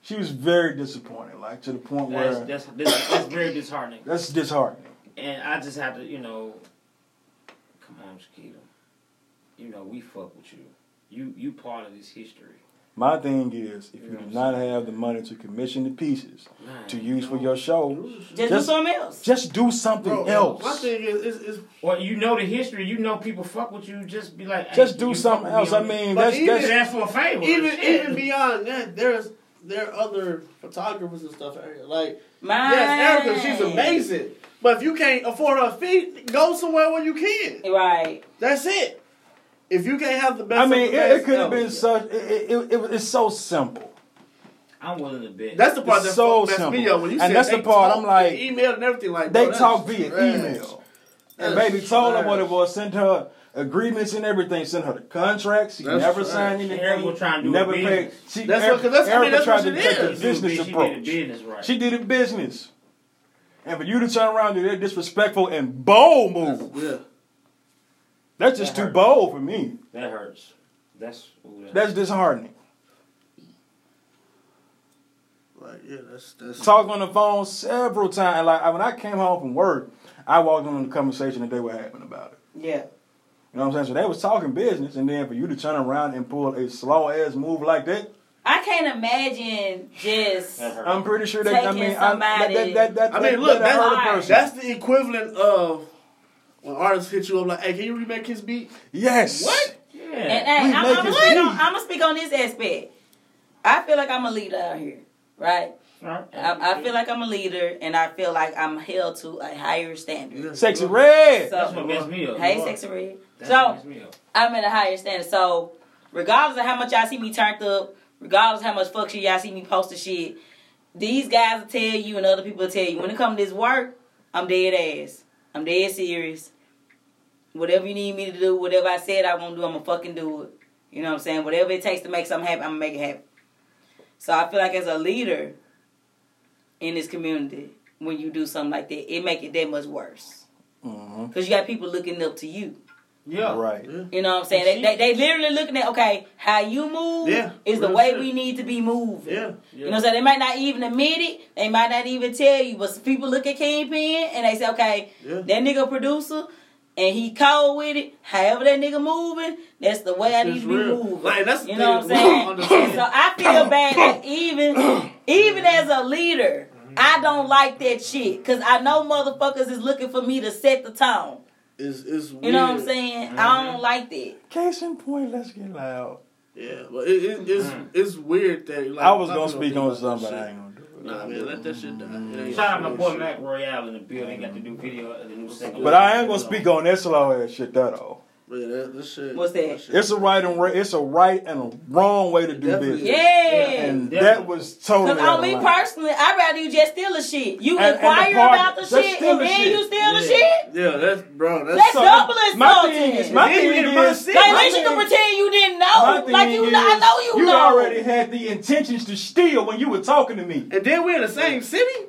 [SPEAKER 1] She was very disappointed, like to the point
[SPEAKER 4] That's,
[SPEAKER 1] where
[SPEAKER 4] that's, that's, that's very disheartening.
[SPEAKER 1] that's disheartening.
[SPEAKER 4] And I just have to, you know, come on, Shakita. You know, we fuck with you. You you part of this history.
[SPEAKER 1] My thing is, if you
[SPEAKER 4] Yeah.
[SPEAKER 1] do not have the money to commission the pieces
[SPEAKER 4] Man,
[SPEAKER 1] to use for
[SPEAKER 4] no.
[SPEAKER 1] your show,
[SPEAKER 3] Just, do
[SPEAKER 1] Just-
[SPEAKER 3] something else.
[SPEAKER 1] just do something
[SPEAKER 2] Bro, My
[SPEAKER 1] else.
[SPEAKER 2] thing is, is, is
[SPEAKER 4] Or you know the history. You know people fuck with you. Just be like, hey,
[SPEAKER 1] Just do
[SPEAKER 4] you
[SPEAKER 1] something
[SPEAKER 4] fuck
[SPEAKER 1] else.
[SPEAKER 4] with me
[SPEAKER 1] I
[SPEAKER 4] on this?
[SPEAKER 1] mean,
[SPEAKER 2] But
[SPEAKER 1] that's
[SPEAKER 2] even-
[SPEAKER 4] Just
[SPEAKER 1] that's
[SPEAKER 4] ask for a favor.
[SPEAKER 2] even
[SPEAKER 4] Shit.
[SPEAKER 2] even beyond that, there's there are other photographers and stuff. out here. Like
[SPEAKER 3] Mine.
[SPEAKER 2] yes, Erica, she's amazing. But if you can't afford her feet, go somewhere where you can.
[SPEAKER 3] Right.
[SPEAKER 2] That's it. If you can't have the best,
[SPEAKER 1] I
[SPEAKER 2] of
[SPEAKER 1] mean,
[SPEAKER 2] the
[SPEAKER 1] it,
[SPEAKER 2] best,
[SPEAKER 1] it could have
[SPEAKER 2] no.
[SPEAKER 1] been such. It, it, it, it was- it's so simple.
[SPEAKER 4] I'm willing to bet.
[SPEAKER 2] That's the part
[SPEAKER 1] It's
[SPEAKER 2] that
[SPEAKER 1] so
[SPEAKER 2] fucked- messed me
[SPEAKER 1] simple.
[SPEAKER 2] up when you
[SPEAKER 1] And
[SPEAKER 2] said
[SPEAKER 1] that's
[SPEAKER 2] they
[SPEAKER 1] the part
[SPEAKER 2] talk
[SPEAKER 1] I'm like-
[SPEAKER 2] via email and everything. Like
[SPEAKER 1] They
[SPEAKER 2] bro, that's
[SPEAKER 1] talk via
[SPEAKER 2] trash.
[SPEAKER 1] email.
[SPEAKER 2] That's
[SPEAKER 1] And baby told her what it
[SPEAKER 2] trash.
[SPEAKER 1] was, sent her agreements and everything, sent her the contracts. She
[SPEAKER 2] That's
[SPEAKER 1] never
[SPEAKER 2] right.
[SPEAKER 1] signed anything.
[SPEAKER 4] Erica was trying to do
[SPEAKER 1] never
[SPEAKER 4] a
[SPEAKER 1] paid.
[SPEAKER 4] business.
[SPEAKER 1] She,
[SPEAKER 2] That's
[SPEAKER 1] Erica,
[SPEAKER 2] what- 'cause that's- I mean,
[SPEAKER 1] Erica
[SPEAKER 2] that's
[SPEAKER 1] tried
[SPEAKER 2] what
[SPEAKER 1] to
[SPEAKER 2] it
[SPEAKER 1] take a
[SPEAKER 2] is.
[SPEAKER 4] She did-
[SPEAKER 1] business
[SPEAKER 4] she
[SPEAKER 1] approach.
[SPEAKER 4] Did the business right.
[SPEAKER 1] She did a business. And for you to turn around and do that disrespectful and bold move,
[SPEAKER 2] Yeah.
[SPEAKER 1] that's just
[SPEAKER 4] That
[SPEAKER 1] too
[SPEAKER 4] hurt.
[SPEAKER 1] bold for me.
[SPEAKER 4] that hurts. That's ooh, that
[SPEAKER 1] That's disheartening.
[SPEAKER 2] Like, yeah, that's that's.
[SPEAKER 1] Talked on the phone several times. Like I- when I came home from work, I walked on the conversation that they were having about it.
[SPEAKER 3] Yeah.
[SPEAKER 1] You know what I'm saying? So they was talking business, and then for you to turn around and pull a slow ass move like that,
[SPEAKER 3] I can't imagine just
[SPEAKER 4] That hurt.
[SPEAKER 1] I'm pretty sure that I
[SPEAKER 3] Taking
[SPEAKER 1] mean, I, that,
[SPEAKER 3] somebody-
[SPEAKER 1] that, that, that,
[SPEAKER 2] I
[SPEAKER 1] that-
[SPEAKER 2] mean,
[SPEAKER 1] that
[SPEAKER 2] look, that's,
[SPEAKER 1] hurt a
[SPEAKER 3] hard.
[SPEAKER 1] person.
[SPEAKER 2] that's the equivalent of when artists hit you up like, "Hey, can you remake his beat?"
[SPEAKER 1] yes.
[SPEAKER 2] What?
[SPEAKER 3] And
[SPEAKER 4] Yeah.
[SPEAKER 3] hey,
[SPEAKER 1] We
[SPEAKER 3] I'm,
[SPEAKER 1] make
[SPEAKER 3] I'm,
[SPEAKER 1] it
[SPEAKER 3] speak
[SPEAKER 1] big.
[SPEAKER 3] on, I'm gonna speak on this aspect. I feel like I'm a leader out here, right?
[SPEAKER 4] Right.
[SPEAKER 3] I, I feel like I'm a leader, and I feel like I'm held to a higher standard.
[SPEAKER 1] Sexy red.
[SPEAKER 3] So-
[SPEAKER 4] That's what messed me up.
[SPEAKER 3] Hey, sexy red.
[SPEAKER 4] That's
[SPEAKER 3] So
[SPEAKER 4] what messed me up.
[SPEAKER 3] I'm at a higher standard. So regardless of how much y'all see me turned up, regardless of how much fuck shit y'all see me posting shit, these guys will tell you and other people will tell you when it comes to this work, I'm dead ass. I'm dead serious. Whatever you need me to do, whatever I said I won't do, I'm gonna fucking do it. You know what I'm saying? Whatever it takes to make something happen, I'm gonna make it happen. So I feel like as a leader in this community, when you do something like that, it make it that much worse.
[SPEAKER 1] Mhm.
[SPEAKER 3] Cause you got people looking up to you.
[SPEAKER 4] Yeah.
[SPEAKER 1] Right.
[SPEAKER 3] You know what I'm saying? They, they, they literally looking at, okay, how you move
[SPEAKER 2] Yeah,
[SPEAKER 3] is the
[SPEAKER 2] real
[SPEAKER 3] way
[SPEAKER 2] shit.
[SPEAKER 3] we need to be moving.
[SPEAKER 2] Yeah,
[SPEAKER 3] You know what I'm saying? They might not even admit it. They might not even tell you. But people look at Kingpin and they say, okay,
[SPEAKER 2] yeah.
[SPEAKER 3] that nigga producer and he cold with it. However that nigga moving, that's the way I
[SPEAKER 2] That's
[SPEAKER 3] need to be
[SPEAKER 2] real.
[SPEAKER 3] moving.
[SPEAKER 2] Like, that's the
[SPEAKER 3] you know what I'm
[SPEAKER 2] thing that we
[SPEAKER 3] saying?
[SPEAKER 2] don't
[SPEAKER 3] And so I feel bad that even even as a leader,
[SPEAKER 2] Mm-hmm.
[SPEAKER 3] I don't like that shit. Cause I know motherfuckers is looking for me to set the tone.
[SPEAKER 2] It's it's weird.
[SPEAKER 3] You know what I'm saying?
[SPEAKER 2] Mm-hmm.
[SPEAKER 3] I don't like that.
[SPEAKER 1] Case in point, let's get loud.
[SPEAKER 2] Yeah, but it, it, it's it's weird that like
[SPEAKER 1] I was
[SPEAKER 2] my
[SPEAKER 1] gonna
[SPEAKER 2] people
[SPEAKER 1] speak
[SPEAKER 2] don't
[SPEAKER 1] on
[SPEAKER 2] think about
[SPEAKER 1] something, but
[SPEAKER 2] that
[SPEAKER 1] I
[SPEAKER 2] shit.
[SPEAKER 1] ain't gonna do it.
[SPEAKER 2] Nah, man, let that shit die. It ain't
[SPEAKER 4] Shout out my
[SPEAKER 2] shit.
[SPEAKER 4] boy Mac Royale in the building. Got the new video of the new single.
[SPEAKER 1] But I am gonna speak on that slow ass shit though. though.
[SPEAKER 2] But yeah, that, that shit.
[SPEAKER 3] What's that?
[SPEAKER 2] shit-
[SPEAKER 1] It's a right and ra- it's a right and a wrong way to do
[SPEAKER 2] Definitely.
[SPEAKER 1] business.
[SPEAKER 3] Yeah.
[SPEAKER 1] And
[SPEAKER 4] Yeah.
[SPEAKER 1] that was totally.
[SPEAKER 3] Cause on me
[SPEAKER 1] out of line.
[SPEAKER 3] personally, I'd rather you just steal the shit. You
[SPEAKER 1] And- and the
[SPEAKER 3] inquire
[SPEAKER 1] part-
[SPEAKER 3] about the
[SPEAKER 1] that's
[SPEAKER 3] shit
[SPEAKER 1] stealing
[SPEAKER 3] and then
[SPEAKER 1] shit.
[SPEAKER 3] you steal the
[SPEAKER 4] Yeah.
[SPEAKER 3] shit.
[SPEAKER 2] Yeah, that's bro. That's
[SPEAKER 3] That's
[SPEAKER 1] So,
[SPEAKER 3] double insulting.
[SPEAKER 1] my thing is, my
[SPEAKER 2] Then you
[SPEAKER 1] thing
[SPEAKER 2] get my
[SPEAKER 1] is,
[SPEAKER 2] seat.
[SPEAKER 3] Like,
[SPEAKER 1] my
[SPEAKER 3] at least you
[SPEAKER 1] thing-
[SPEAKER 3] can pretend you didn't
[SPEAKER 1] my
[SPEAKER 3] know.
[SPEAKER 1] thing
[SPEAKER 3] Like you,
[SPEAKER 1] is,
[SPEAKER 3] know, I know you,
[SPEAKER 1] You
[SPEAKER 3] know.
[SPEAKER 1] already had the intentions to steal when you were talking to me.
[SPEAKER 2] and then we're in the same city.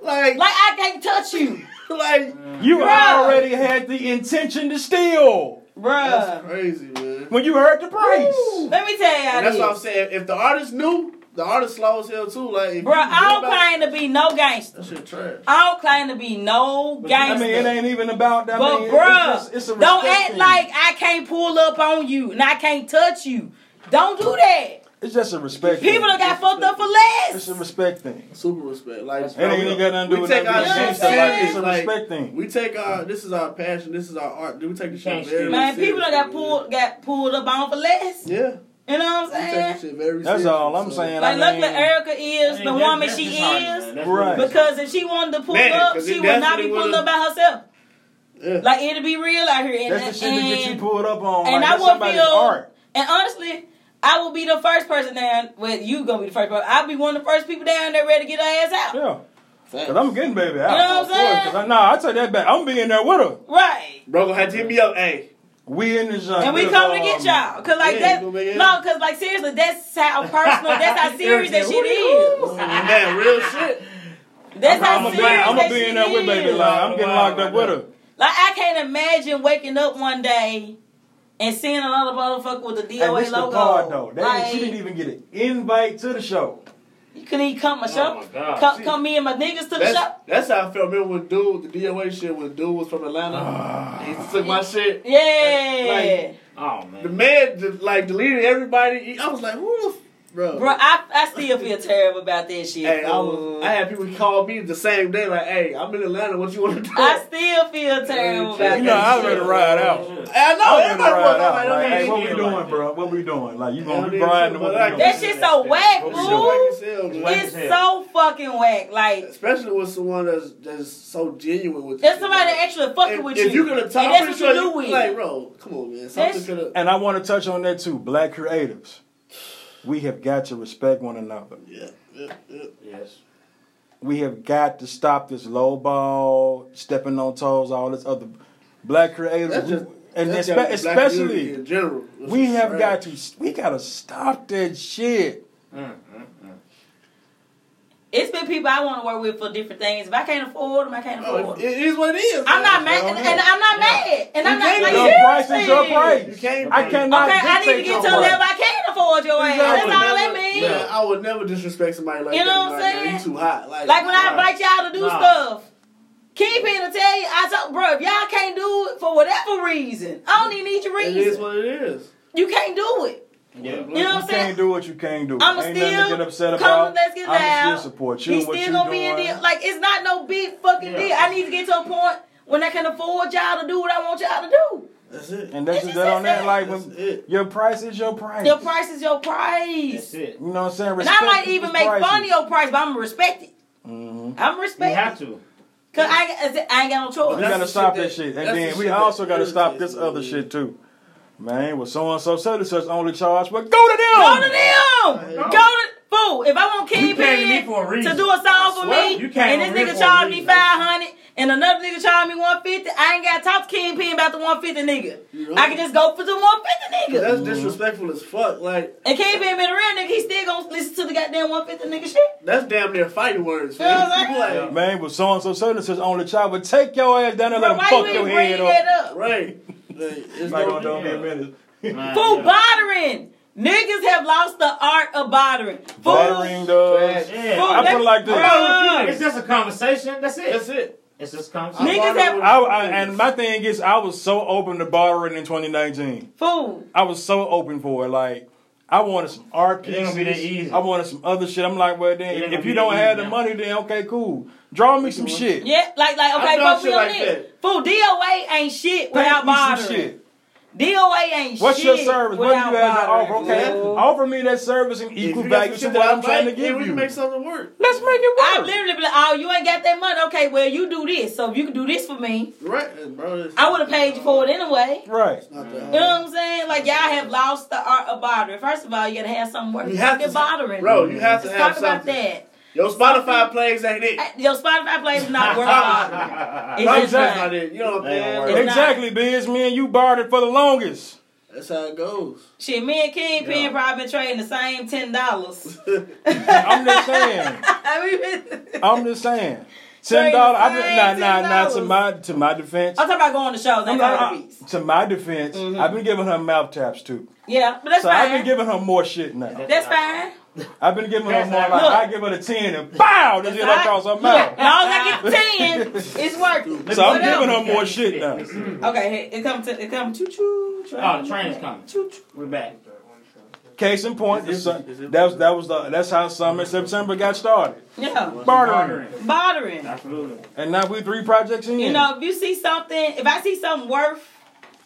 [SPEAKER 2] Like
[SPEAKER 3] Like I can't touch you,
[SPEAKER 2] like
[SPEAKER 1] You
[SPEAKER 3] Bruh.
[SPEAKER 1] already had the intention to steal
[SPEAKER 2] that's
[SPEAKER 3] bruh.
[SPEAKER 2] crazy, man.
[SPEAKER 1] when you heard the price.
[SPEAKER 3] Let me tell y'all
[SPEAKER 2] And that's
[SPEAKER 3] this,
[SPEAKER 2] what I'm saying. If the artist knew, the artist slow as hell too. Like, if you
[SPEAKER 3] bruh. I
[SPEAKER 2] know
[SPEAKER 3] don't
[SPEAKER 2] about-
[SPEAKER 3] claim to be no gangster.
[SPEAKER 2] That shit trash.
[SPEAKER 3] I don't claim to be no
[SPEAKER 1] I
[SPEAKER 3] gangster.
[SPEAKER 1] mean, it ain't even about that.
[SPEAKER 3] but
[SPEAKER 1] I mean, it's
[SPEAKER 3] bruh,
[SPEAKER 1] just- it's a
[SPEAKER 3] don't
[SPEAKER 1] respect
[SPEAKER 3] act
[SPEAKER 1] thing.
[SPEAKER 3] like I can't pull up on you and I can't touch you. Don't do that.
[SPEAKER 1] it's just a respect.
[SPEAKER 3] People
[SPEAKER 1] thing.
[SPEAKER 3] that got fucked up for less.
[SPEAKER 1] It's a respect thing.
[SPEAKER 2] Super respect. Like,
[SPEAKER 1] It ain't even got nothing to do
[SPEAKER 2] we
[SPEAKER 1] with
[SPEAKER 2] take
[SPEAKER 1] nothing
[SPEAKER 2] our
[SPEAKER 1] to do with
[SPEAKER 2] shit
[SPEAKER 1] gangster. Like,
[SPEAKER 2] serious.
[SPEAKER 1] it's a
[SPEAKER 2] Like,
[SPEAKER 1] respect thing.
[SPEAKER 2] we take our this is our passion. This is our art. Do we take the shit
[SPEAKER 4] Can't
[SPEAKER 2] very
[SPEAKER 4] shoot.
[SPEAKER 3] Man, people
[SPEAKER 2] seriously,
[SPEAKER 3] that
[SPEAKER 2] man.
[SPEAKER 3] got pulled got pulled up on for less.
[SPEAKER 2] Yeah, we
[SPEAKER 3] You know what I'm
[SPEAKER 2] take the
[SPEAKER 3] saying?
[SPEAKER 2] shit very.
[SPEAKER 1] That's
[SPEAKER 2] seriously,
[SPEAKER 1] all I'm
[SPEAKER 2] so.
[SPEAKER 1] saying.
[SPEAKER 3] Like,
[SPEAKER 1] I mean,
[SPEAKER 3] luckily Erica is the woman she is. Because if she wanted to pull
[SPEAKER 2] Man,
[SPEAKER 3] up,
[SPEAKER 2] 'cause
[SPEAKER 3] she
[SPEAKER 2] it
[SPEAKER 3] would not be
[SPEAKER 2] definitely
[SPEAKER 3] pulling
[SPEAKER 2] would've-
[SPEAKER 3] up by herself.
[SPEAKER 2] Yeah.
[SPEAKER 3] Like it'd be real out here. And,
[SPEAKER 1] that's the shit that get you
[SPEAKER 3] and-
[SPEAKER 1] pulled up on.
[SPEAKER 3] and
[SPEAKER 1] like,
[SPEAKER 3] I
[SPEAKER 1] that's
[SPEAKER 3] would
[SPEAKER 1] somebody's
[SPEAKER 3] feel-
[SPEAKER 1] art.
[SPEAKER 3] and honestly, I will be the first person down. Well, you gonna be the first person. I'll be one of the first people down there ready to get her ass out.
[SPEAKER 1] Yeah, because I'm getting baby out.
[SPEAKER 3] You know what I'm saying?
[SPEAKER 1] Because I, nah, I take that back. I'm being there with her.
[SPEAKER 3] Right.
[SPEAKER 2] Bro, gonna have to hit me up. Hey,
[SPEAKER 1] We in the zone.
[SPEAKER 3] And we
[SPEAKER 1] Because,
[SPEAKER 3] come to
[SPEAKER 1] um,
[SPEAKER 3] get y'all. Cause like
[SPEAKER 2] yeah,
[SPEAKER 3] that
[SPEAKER 2] you gonna be-
[SPEAKER 3] no, cause like seriously, that's how personal, that's how serious that shit is.
[SPEAKER 2] man, real shit.
[SPEAKER 3] That's how
[SPEAKER 1] I'm a be,
[SPEAKER 3] serious
[SPEAKER 1] I'm
[SPEAKER 3] that
[SPEAKER 1] a be
[SPEAKER 3] shit
[SPEAKER 1] in there with baby.
[SPEAKER 3] is.
[SPEAKER 1] Like I'm getting
[SPEAKER 4] Wow,
[SPEAKER 1] locked up
[SPEAKER 4] wow.
[SPEAKER 1] with her.
[SPEAKER 3] Like I can't imagine waking up one day and seeing another motherfucker with the
[SPEAKER 1] And
[SPEAKER 3] DOA
[SPEAKER 1] this the
[SPEAKER 3] logo.
[SPEAKER 1] part though. They
[SPEAKER 3] like,
[SPEAKER 1] she didn't even get an invite to the show.
[SPEAKER 3] you couldn't even come my
[SPEAKER 4] Oh
[SPEAKER 3] show.
[SPEAKER 4] my God.
[SPEAKER 3] come, come me and my niggas to the
[SPEAKER 2] That's,
[SPEAKER 3] shop.
[SPEAKER 2] that's how I felt. Remember when dude, the DOA shit, when dude was from Atlanta,
[SPEAKER 1] Ah.
[SPEAKER 2] he took my shit.
[SPEAKER 3] Yeah,
[SPEAKER 4] Oh
[SPEAKER 2] The
[SPEAKER 4] man.
[SPEAKER 2] man, just, like deleted everybody. I was like, who the, f-? bro?
[SPEAKER 3] bro. I, I still feel terrible about that shit.
[SPEAKER 2] Hey, I
[SPEAKER 3] fool.
[SPEAKER 2] was. I had people call me the same day, like, "Hey, I'm in Atlanta. What you want to do?"
[SPEAKER 3] I still feel terrible about
[SPEAKER 1] You know,
[SPEAKER 3] that
[SPEAKER 1] I
[SPEAKER 3] shit.
[SPEAKER 1] ready to ride out.
[SPEAKER 2] I know
[SPEAKER 1] I'm ready to
[SPEAKER 2] everybody
[SPEAKER 1] ride
[SPEAKER 2] was.
[SPEAKER 1] out. Like,
[SPEAKER 2] I'm like,
[SPEAKER 1] hey,
[SPEAKER 2] okay,
[SPEAKER 1] what we
[SPEAKER 4] yeah,
[SPEAKER 1] doing,
[SPEAKER 4] like-
[SPEAKER 1] bro? What we doing? Like you
[SPEAKER 2] Yeah,
[SPEAKER 1] gonna be
[SPEAKER 2] dude,
[SPEAKER 1] grinding? What
[SPEAKER 2] but
[SPEAKER 1] we
[SPEAKER 2] like-
[SPEAKER 3] that
[SPEAKER 1] doing?
[SPEAKER 3] shit's so whack,
[SPEAKER 1] What
[SPEAKER 2] it's
[SPEAKER 1] you
[SPEAKER 3] fool.
[SPEAKER 2] whack as hell, man.
[SPEAKER 4] Whack
[SPEAKER 3] It's
[SPEAKER 4] as hell.
[SPEAKER 3] so fucking whack. Like
[SPEAKER 2] Especially with someone that's that's so genuine with.
[SPEAKER 3] there's
[SPEAKER 2] you,
[SPEAKER 3] somebody
[SPEAKER 2] like,
[SPEAKER 3] actually fucking
[SPEAKER 2] if,
[SPEAKER 3] with
[SPEAKER 2] if you
[SPEAKER 3] you.
[SPEAKER 2] could have
[SPEAKER 3] and
[SPEAKER 2] talked,
[SPEAKER 3] that's what you do with.
[SPEAKER 2] like,
[SPEAKER 3] it.
[SPEAKER 2] bro, come on, man.
[SPEAKER 3] That's-
[SPEAKER 2] Something could have.
[SPEAKER 1] And I want to touch on that too. Black creatives, we have got to respect one another.
[SPEAKER 2] Yeah, yeah, yeah.
[SPEAKER 4] Yes.
[SPEAKER 1] we have got to stop this low ball, stepping on toes, all this other black creators,
[SPEAKER 2] That's just-
[SPEAKER 1] and
[SPEAKER 2] That's
[SPEAKER 1] espe-
[SPEAKER 2] just the black community
[SPEAKER 1] especially
[SPEAKER 2] in general. That's
[SPEAKER 1] we
[SPEAKER 2] just
[SPEAKER 1] have
[SPEAKER 2] trash.
[SPEAKER 1] got to we gotta stop that shit.
[SPEAKER 4] Mm, mm, mm.
[SPEAKER 3] It's been people I want to work with for different things. If I can't afford them, I can't afford
[SPEAKER 2] Oh,
[SPEAKER 3] them.
[SPEAKER 2] it- it is what it is.
[SPEAKER 3] I'm not
[SPEAKER 2] man.
[SPEAKER 3] mad, and, and I'm not mad, and
[SPEAKER 2] You
[SPEAKER 3] I'm not
[SPEAKER 2] can't
[SPEAKER 3] like
[SPEAKER 1] Your price is your
[SPEAKER 3] seriously.
[SPEAKER 1] price.
[SPEAKER 2] You can't.
[SPEAKER 1] I cannot
[SPEAKER 3] Okay, I need to
[SPEAKER 1] dictate
[SPEAKER 3] get
[SPEAKER 1] your
[SPEAKER 3] to a
[SPEAKER 1] price.
[SPEAKER 3] level I can towards your ass. That's all that means.
[SPEAKER 4] Yeah.
[SPEAKER 2] Man, I would never disrespect somebody like
[SPEAKER 3] You
[SPEAKER 2] that.
[SPEAKER 3] know what I'm
[SPEAKER 2] like, man, You
[SPEAKER 3] saying?
[SPEAKER 2] too hot. Like,
[SPEAKER 3] Like when I invite y'all to do
[SPEAKER 4] Nah.
[SPEAKER 3] stuff. Keep here to tell you, I told, bro, if y'all can't do it for whatever reason, I don't even need your
[SPEAKER 2] It is
[SPEAKER 3] reason.
[SPEAKER 2] what it is.
[SPEAKER 3] You can't do it.
[SPEAKER 4] Yeah.
[SPEAKER 3] You know what
[SPEAKER 1] You
[SPEAKER 3] I'm saying?
[SPEAKER 1] can't do what you can't do.
[SPEAKER 3] I'ma
[SPEAKER 1] Ain't nothing to
[SPEAKER 3] still
[SPEAKER 1] get upset
[SPEAKER 3] come
[SPEAKER 1] about.
[SPEAKER 3] and let's get
[SPEAKER 1] I'ma
[SPEAKER 3] loud.
[SPEAKER 1] still support you.
[SPEAKER 3] He's
[SPEAKER 1] what
[SPEAKER 3] still
[SPEAKER 1] you
[SPEAKER 3] gonna be
[SPEAKER 1] doing.
[SPEAKER 3] in there. Like it's not no big fucking
[SPEAKER 4] Yeah.
[SPEAKER 3] deal. I need to get to a point when I can afford y'all to do what I want y'all to do.
[SPEAKER 2] That's it.
[SPEAKER 1] and that's
[SPEAKER 3] It's
[SPEAKER 1] just
[SPEAKER 3] just
[SPEAKER 1] that on that.
[SPEAKER 3] that
[SPEAKER 1] Like
[SPEAKER 2] That's
[SPEAKER 1] when
[SPEAKER 2] it.
[SPEAKER 1] your price is your price.
[SPEAKER 3] Your price is your price.
[SPEAKER 4] That's it.
[SPEAKER 1] You know what I'm saying?
[SPEAKER 3] And I
[SPEAKER 1] Respect
[SPEAKER 3] might even make fun of your price, but I'm gonna respect it.
[SPEAKER 1] Mm-hmm.
[SPEAKER 3] I'm
[SPEAKER 4] You have
[SPEAKER 3] respect it.
[SPEAKER 4] to.
[SPEAKER 3] Cause I, I ain't got no
[SPEAKER 1] We
[SPEAKER 3] choice.
[SPEAKER 2] That's
[SPEAKER 1] gotta
[SPEAKER 2] the
[SPEAKER 1] stop
[SPEAKER 2] shit
[SPEAKER 1] that
[SPEAKER 2] that-
[SPEAKER 1] shit, and
[SPEAKER 2] that's the
[SPEAKER 1] then we
[SPEAKER 2] shit that
[SPEAKER 1] also gotta stop
[SPEAKER 2] irritates
[SPEAKER 1] this
[SPEAKER 2] me,
[SPEAKER 1] other
[SPEAKER 2] man.
[SPEAKER 1] shit too. Man, well, so and so, such and such only charge, but go to them.
[SPEAKER 3] Go to them.
[SPEAKER 4] No.
[SPEAKER 3] Go to fool. If I want
[SPEAKER 4] You came to me
[SPEAKER 3] Kingpin
[SPEAKER 4] for a reason.
[SPEAKER 3] to do a song for
[SPEAKER 4] Well,
[SPEAKER 3] me,
[SPEAKER 4] you came
[SPEAKER 3] and this
[SPEAKER 4] over here
[SPEAKER 3] nigga
[SPEAKER 4] for a
[SPEAKER 3] charged me
[SPEAKER 4] reason.
[SPEAKER 3] five hundred, and another nigga charged me one fifty, I ain't got to talk to Kingpin about the one fifty nigga.
[SPEAKER 2] Yeah.
[SPEAKER 3] I can just go for the one fifty nigga.
[SPEAKER 2] That's disrespectful as fuck. Like
[SPEAKER 3] And Kingpin been a real nigga, he still gonna listen to the goddamn one fifty nigga shit.
[SPEAKER 2] that's damn near fighting words.
[SPEAKER 3] You know what I'm
[SPEAKER 2] man.
[SPEAKER 4] saying?
[SPEAKER 2] Like,
[SPEAKER 1] Man, but so and so, such and such only child, but take your ass down there
[SPEAKER 3] Bro,
[SPEAKER 1] and let
[SPEAKER 3] why
[SPEAKER 1] them
[SPEAKER 3] you
[SPEAKER 1] fuck your
[SPEAKER 3] ain't
[SPEAKER 1] head
[SPEAKER 3] bringing
[SPEAKER 1] up.
[SPEAKER 3] that up?
[SPEAKER 2] Right. Like, it's
[SPEAKER 1] Like
[SPEAKER 2] no-
[SPEAKER 1] on Don't Be a Menace.
[SPEAKER 4] Man,
[SPEAKER 3] Fool
[SPEAKER 4] yeah.
[SPEAKER 3] bothering. Niggas have lost the art of bothering. Fool.
[SPEAKER 1] Bothering does.
[SPEAKER 4] Yeah.
[SPEAKER 3] Fool,
[SPEAKER 1] I put it
[SPEAKER 3] that's-
[SPEAKER 1] like this.
[SPEAKER 3] Bruh.
[SPEAKER 4] It's just a conversation. That's it.
[SPEAKER 2] That's it.
[SPEAKER 4] It's just a conversation.
[SPEAKER 3] Niggas have
[SPEAKER 1] I, I, and my thing is, I was so open to borrowing in 2019.
[SPEAKER 3] fool.
[SPEAKER 1] I was so open for it. Like, I wanted some art
[SPEAKER 4] It ain't
[SPEAKER 1] pieces.
[SPEAKER 4] gonna be that easy.
[SPEAKER 1] I wanted some other shit. I'm like, well,
[SPEAKER 4] It ain't
[SPEAKER 1] then,
[SPEAKER 4] gonna
[SPEAKER 1] if
[SPEAKER 4] be
[SPEAKER 1] you
[SPEAKER 4] that
[SPEAKER 1] don't
[SPEAKER 4] easy
[SPEAKER 1] have the
[SPEAKER 4] now.
[SPEAKER 1] money, then okay, cool. Draw me some shit.
[SPEAKER 3] Yeah, like like okay,
[SPEAKER 2] I've done
[SPEAKER 3] fuck we
[SPEAKER 2] shit
[SPEAKER 3] on
[SPEAKER 2] like
[SPEAKER 3] this.
[SPEAKER 2] that.
[SPEAKER 3] Fool, DOA ain't shit
[SPEAKER 1] Paint
[SPEAKER 3] without
[SPEAKER 1] me some
[SPEAKER 3] bothering.
[SPEAKER 1] shit.
[SPEAKER 3] DOA ain't
[SPEAKER 1] What's
[SPEAKER 3] shit.
[SPEAKER 1] your service? What do you
[SPEAKER 3] without
[SPEAKER 1] have to offer?
[SPEAKER 3] bothering.
[SPEAKER 1] Okay,
[SPEAKER 2] Yeah.
[SPEAKER 1] offer me that service in
[SPEAKER 2] If
[SPEAKER 1] equal
[SPEAKER 2] you got
[SPEAKER 1] value
[SPEAKER 2] some
[SPEAKER 1] to
[SPEAKER 2] shit
[SPEAKER 1] what
[SPEAKER 2] I
[SPEAKER 1] I'm trying to
[SPEAKER 2] like, then
[SPEAKER 1] give
[SPEAKER 2] we
[SPEAKER 1] you.
[SPEAKER 2] can make something work.
[SPEAKER 1] Let's make
[SPEAKER 3] I
[SPEAKER 1] it work.
[SPEAKER 3] literally be like, oh, you ain't got that money. Okay, well, you do this. So if you can do this for me,
[SPEAKER 2] Right, bro. it's-
[SPEAKER 3] I would have paid you for it anyway.
[SPEAKER 1] right.
[SPEAKER 2] Not
[SPEAKER 3] You
[SPEAKER 2] that
[SPEAKER 3] know
[SPEAKER 2] hard.
[SPEAKER 3] what I'm saying? Like, y'all have lost the art of bothering. First of all, you gotta have something worth
[SPEAKER 2] You have
[SPEAKER 3] fucking
[SPEAKER 2] to-
[SPEAKER 3] bothering.
[SPEAKER 2] Bro, you have to
[SPEAKER 3] Let's
[SPEAKER 2] have
[SPEAKER 3] talk about
[SPEAKER 2] something.
[SPEAKER 3] that.
[SPEAKER 2] Your Spotify plays ain't it.
[SPEAKER 3] Uh, Your Spotify play is not worth bothering. It's
[SPEAKER 2] Not
[SPEAKER 3] just
[SPEAKER 2] just
[SPEAKER 3] not.
[SPEAKER 2] not it. You know what I'm
[SPEAKER 4] Ain't gonna
[SPEAKER 2] saying?
[SPEAKER 4] work.
[SPEAKER 3] not.
[SPEAKER 1] Exactly, biz. Me and you borrowed it for the longest.
[SPEAKER 2] That's how it goes.
[SPEAKER 3] Shit, me and Kingpin
[SPEAKER 4] Yeah.
[SPEAKER 3] probably been trading the same ten dollars.
[SPEAKER 1] I'm just saying.
[SPEAKER 3] I mean,
[SPEAKER 1] I'm just saying.
[SPEAKER 3] Straight
[SPEAKER 1] Ten dollars. I
[SPEAKER 3] fine,
[SPEAKER 1] just nah nah nah. To
[SPEAKER 3] $10.
[SPEAKER 1] my to my defense.
[SPEAKER 3] I'm talking about going to shows.
[SPEAKER 1] I'm
[SPEAKER 3] Ain't
[SPEAKER 1] not-
[SPEAKER 3] going to beats.
[SPEAKER 1] to my defense, I've been giving her mouth taps too.
[SPEAKER 3] Yeah, but that's
[SPEAKER 1] so I've been
[SPEAKER 3] fine.
[SPEAKER 1] giving her more shit now.
[SPEAKER 3] That's fine.
[SPEAKER 1] I've been giving her
[SPEAKER 4] That's
[SPEAKER 1] more. Like,
[SPEAKER 4] not-
[SPEAKER 1] I give her the ten and pow, this shit
[SPEAKER 3] That's
[SPEAKER 1] across her
[SPEAKER 3] right.
[SPEAKER 1] mouth.
[SPEAKER 3] As long as I get the 10, it's worth it.
[SPEAKER 1] So I'm
[SPEAKER 3] What
[SPEAKER 1] giving
[SPEAKER 3] else?
[SPEAKER 1] her more shit now.
[SPEAKER 3] Okay, it comes to, it comes choo choo.
[SPEAKER 4] Oh, the train's coming.
[SPEAKER 3] Choo choo.
[SPEAKER 4] We're back.
[SPEAKER 1] Case in point,
[SPEAKER 2] Is it-
[SPEAKER 1] the sun-
[SPEAKER 2] is it-
[SPEAKER 1] that was that was the, that's how summer in September got started.
[SPEAKER 3] Yeah.
[SPEAKER 1] Bartering,
[SPEAKER 3] Bothering.
[SPEAKER 4] Absolutely.
[SPEAKER 1] and now we three projects in.
[SPEAKER 3] You know, if you see something, if I see something worth,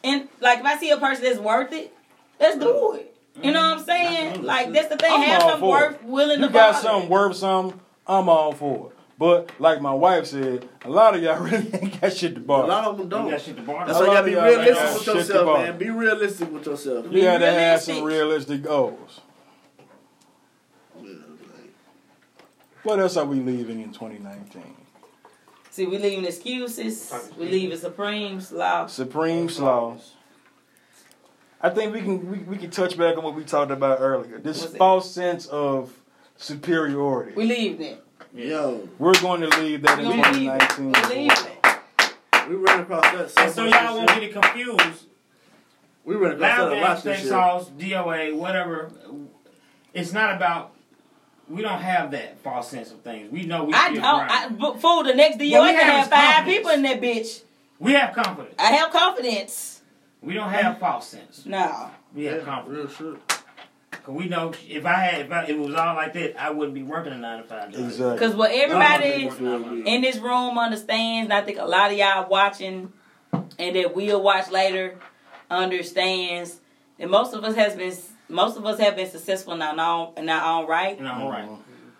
[SPEAKER 3] and like if I see a person that's worth it, let's do it. You know what I'm saying? Like that's the thing.
[SPEAKER 1] Mm-hmm. I'm
[SPEAKER 3] Have
[SPEAKER 1] all
[SPEAKER 3] something
[SPEAKER 1] for it.
[SPEAKER 3] worth, willing
[SPEAKER 1] you
[SPEAKER 3] to
[SPEAKER 1] got
[SPEAKER 3] bother.
[SPEAKER 1] something worth something, I'm all for it. But like my wife said, a lot of y'all really ain't got shit to
[SPEAKER 2] A
[SPEAKER 1] borrow.
[SPEAKER 2] lot of them
[SPEAKER 4] You
[SPEAKER 2] don't.
[SPEAKER 4] got shit to barter.
[SPEAKER 2] That's why you gotta be
[SPEAKER 1] Y'all ain't
[SPEAKER 2] realistic
[SPEAKER 1] got
[SPEAKER 2] with
[SPEAKER 1] shit to
[SPEAKER 2] yourself,
[SPEAKER 1] borrow.
[SPEAKER 2] man. Be realistic with yourself.
[SPEAKER 1] You gotta have
[SPEAKER 3] realistic.
[SPEAKER 1] some realistic goals. What else are we leaving in 2019?
[SPEAKER 3] See, we leaving excuses. We leaving supreme slaw.
[SPEAKER 1] Supreme Sloth. I think we can we, we can touch back on what we talked about earlier. This
[SPEAKER 3] What's it?
[SPEAKER 1] false sense of superiority.
[SPEAKER 3] We leaving it.
[SPEAKER 2] Yo,
[SPEAKER 1] We're going to leave that
[SPEAKER 3] We
[SPEAKER 1] in
[SPEAKER 3] leaving it. We
[SPEAKER 1] 2019.
[SPEAKER 3] leaving it.
[SPEAKER 2] we ran across that. So,
[SPEAKER 4] And so y'all won't get it confused.
[SPEAKER 2] We ran across
[SPEAKER 4] Loud
[SPEAKER 2] that a lot
[SPEAKER 4] dance,
[SPEAKER 2] this
[SPEAKER 4] steak
[SPEAKER 2] year.
[SPEAKER 4] sauce, DOA, whatever. It's not about. We don't have that false sense of things. We know we.
[SPEAKER 3] I
[SPEAKER 4] feel
[SPEAKER 3] don't.
[SPEAKER 4] right.
[SPEAKER 3] I, but fool, the next DOA
[SPEAKER 4] What we
[SPEAKER 3] can
[SPEAKER 4] have
[SPEAKER 3] have
[SPEAKER 4] is
[SPEAKER 3] five
[SPEAKER 4] confidence.
[SPEAKER 3] people in that bitch.
[SPEAKER 4] we have confidence.
[SPEAKER 3] I have confidence.
[SPEAKER 4] We don't have false sense.
[SPEAKER 3] No.
[SPEAKER 4] We
[SPEAKER 2] Yeah,
[SPEAKER 4] have confidence.
[SPEAKER 2] real shit.
[SPEAKER 4] Cause we know if I had, if, I, if it was all like that, I wouldn't be working a nine to five job.
[SPEAKER 1] Exactly.
[SPEAKER 3] Because what everybody
[SPEAKER 2] Oh,
[SPEAKER 4] Nobody
[SPEAKER 3] in this room understands, and I think a lot of y'all watching and that we'll watch later understands that most of us has been most of us have been successful in our own in our own right
[SPEAKER 4] And I'm all right.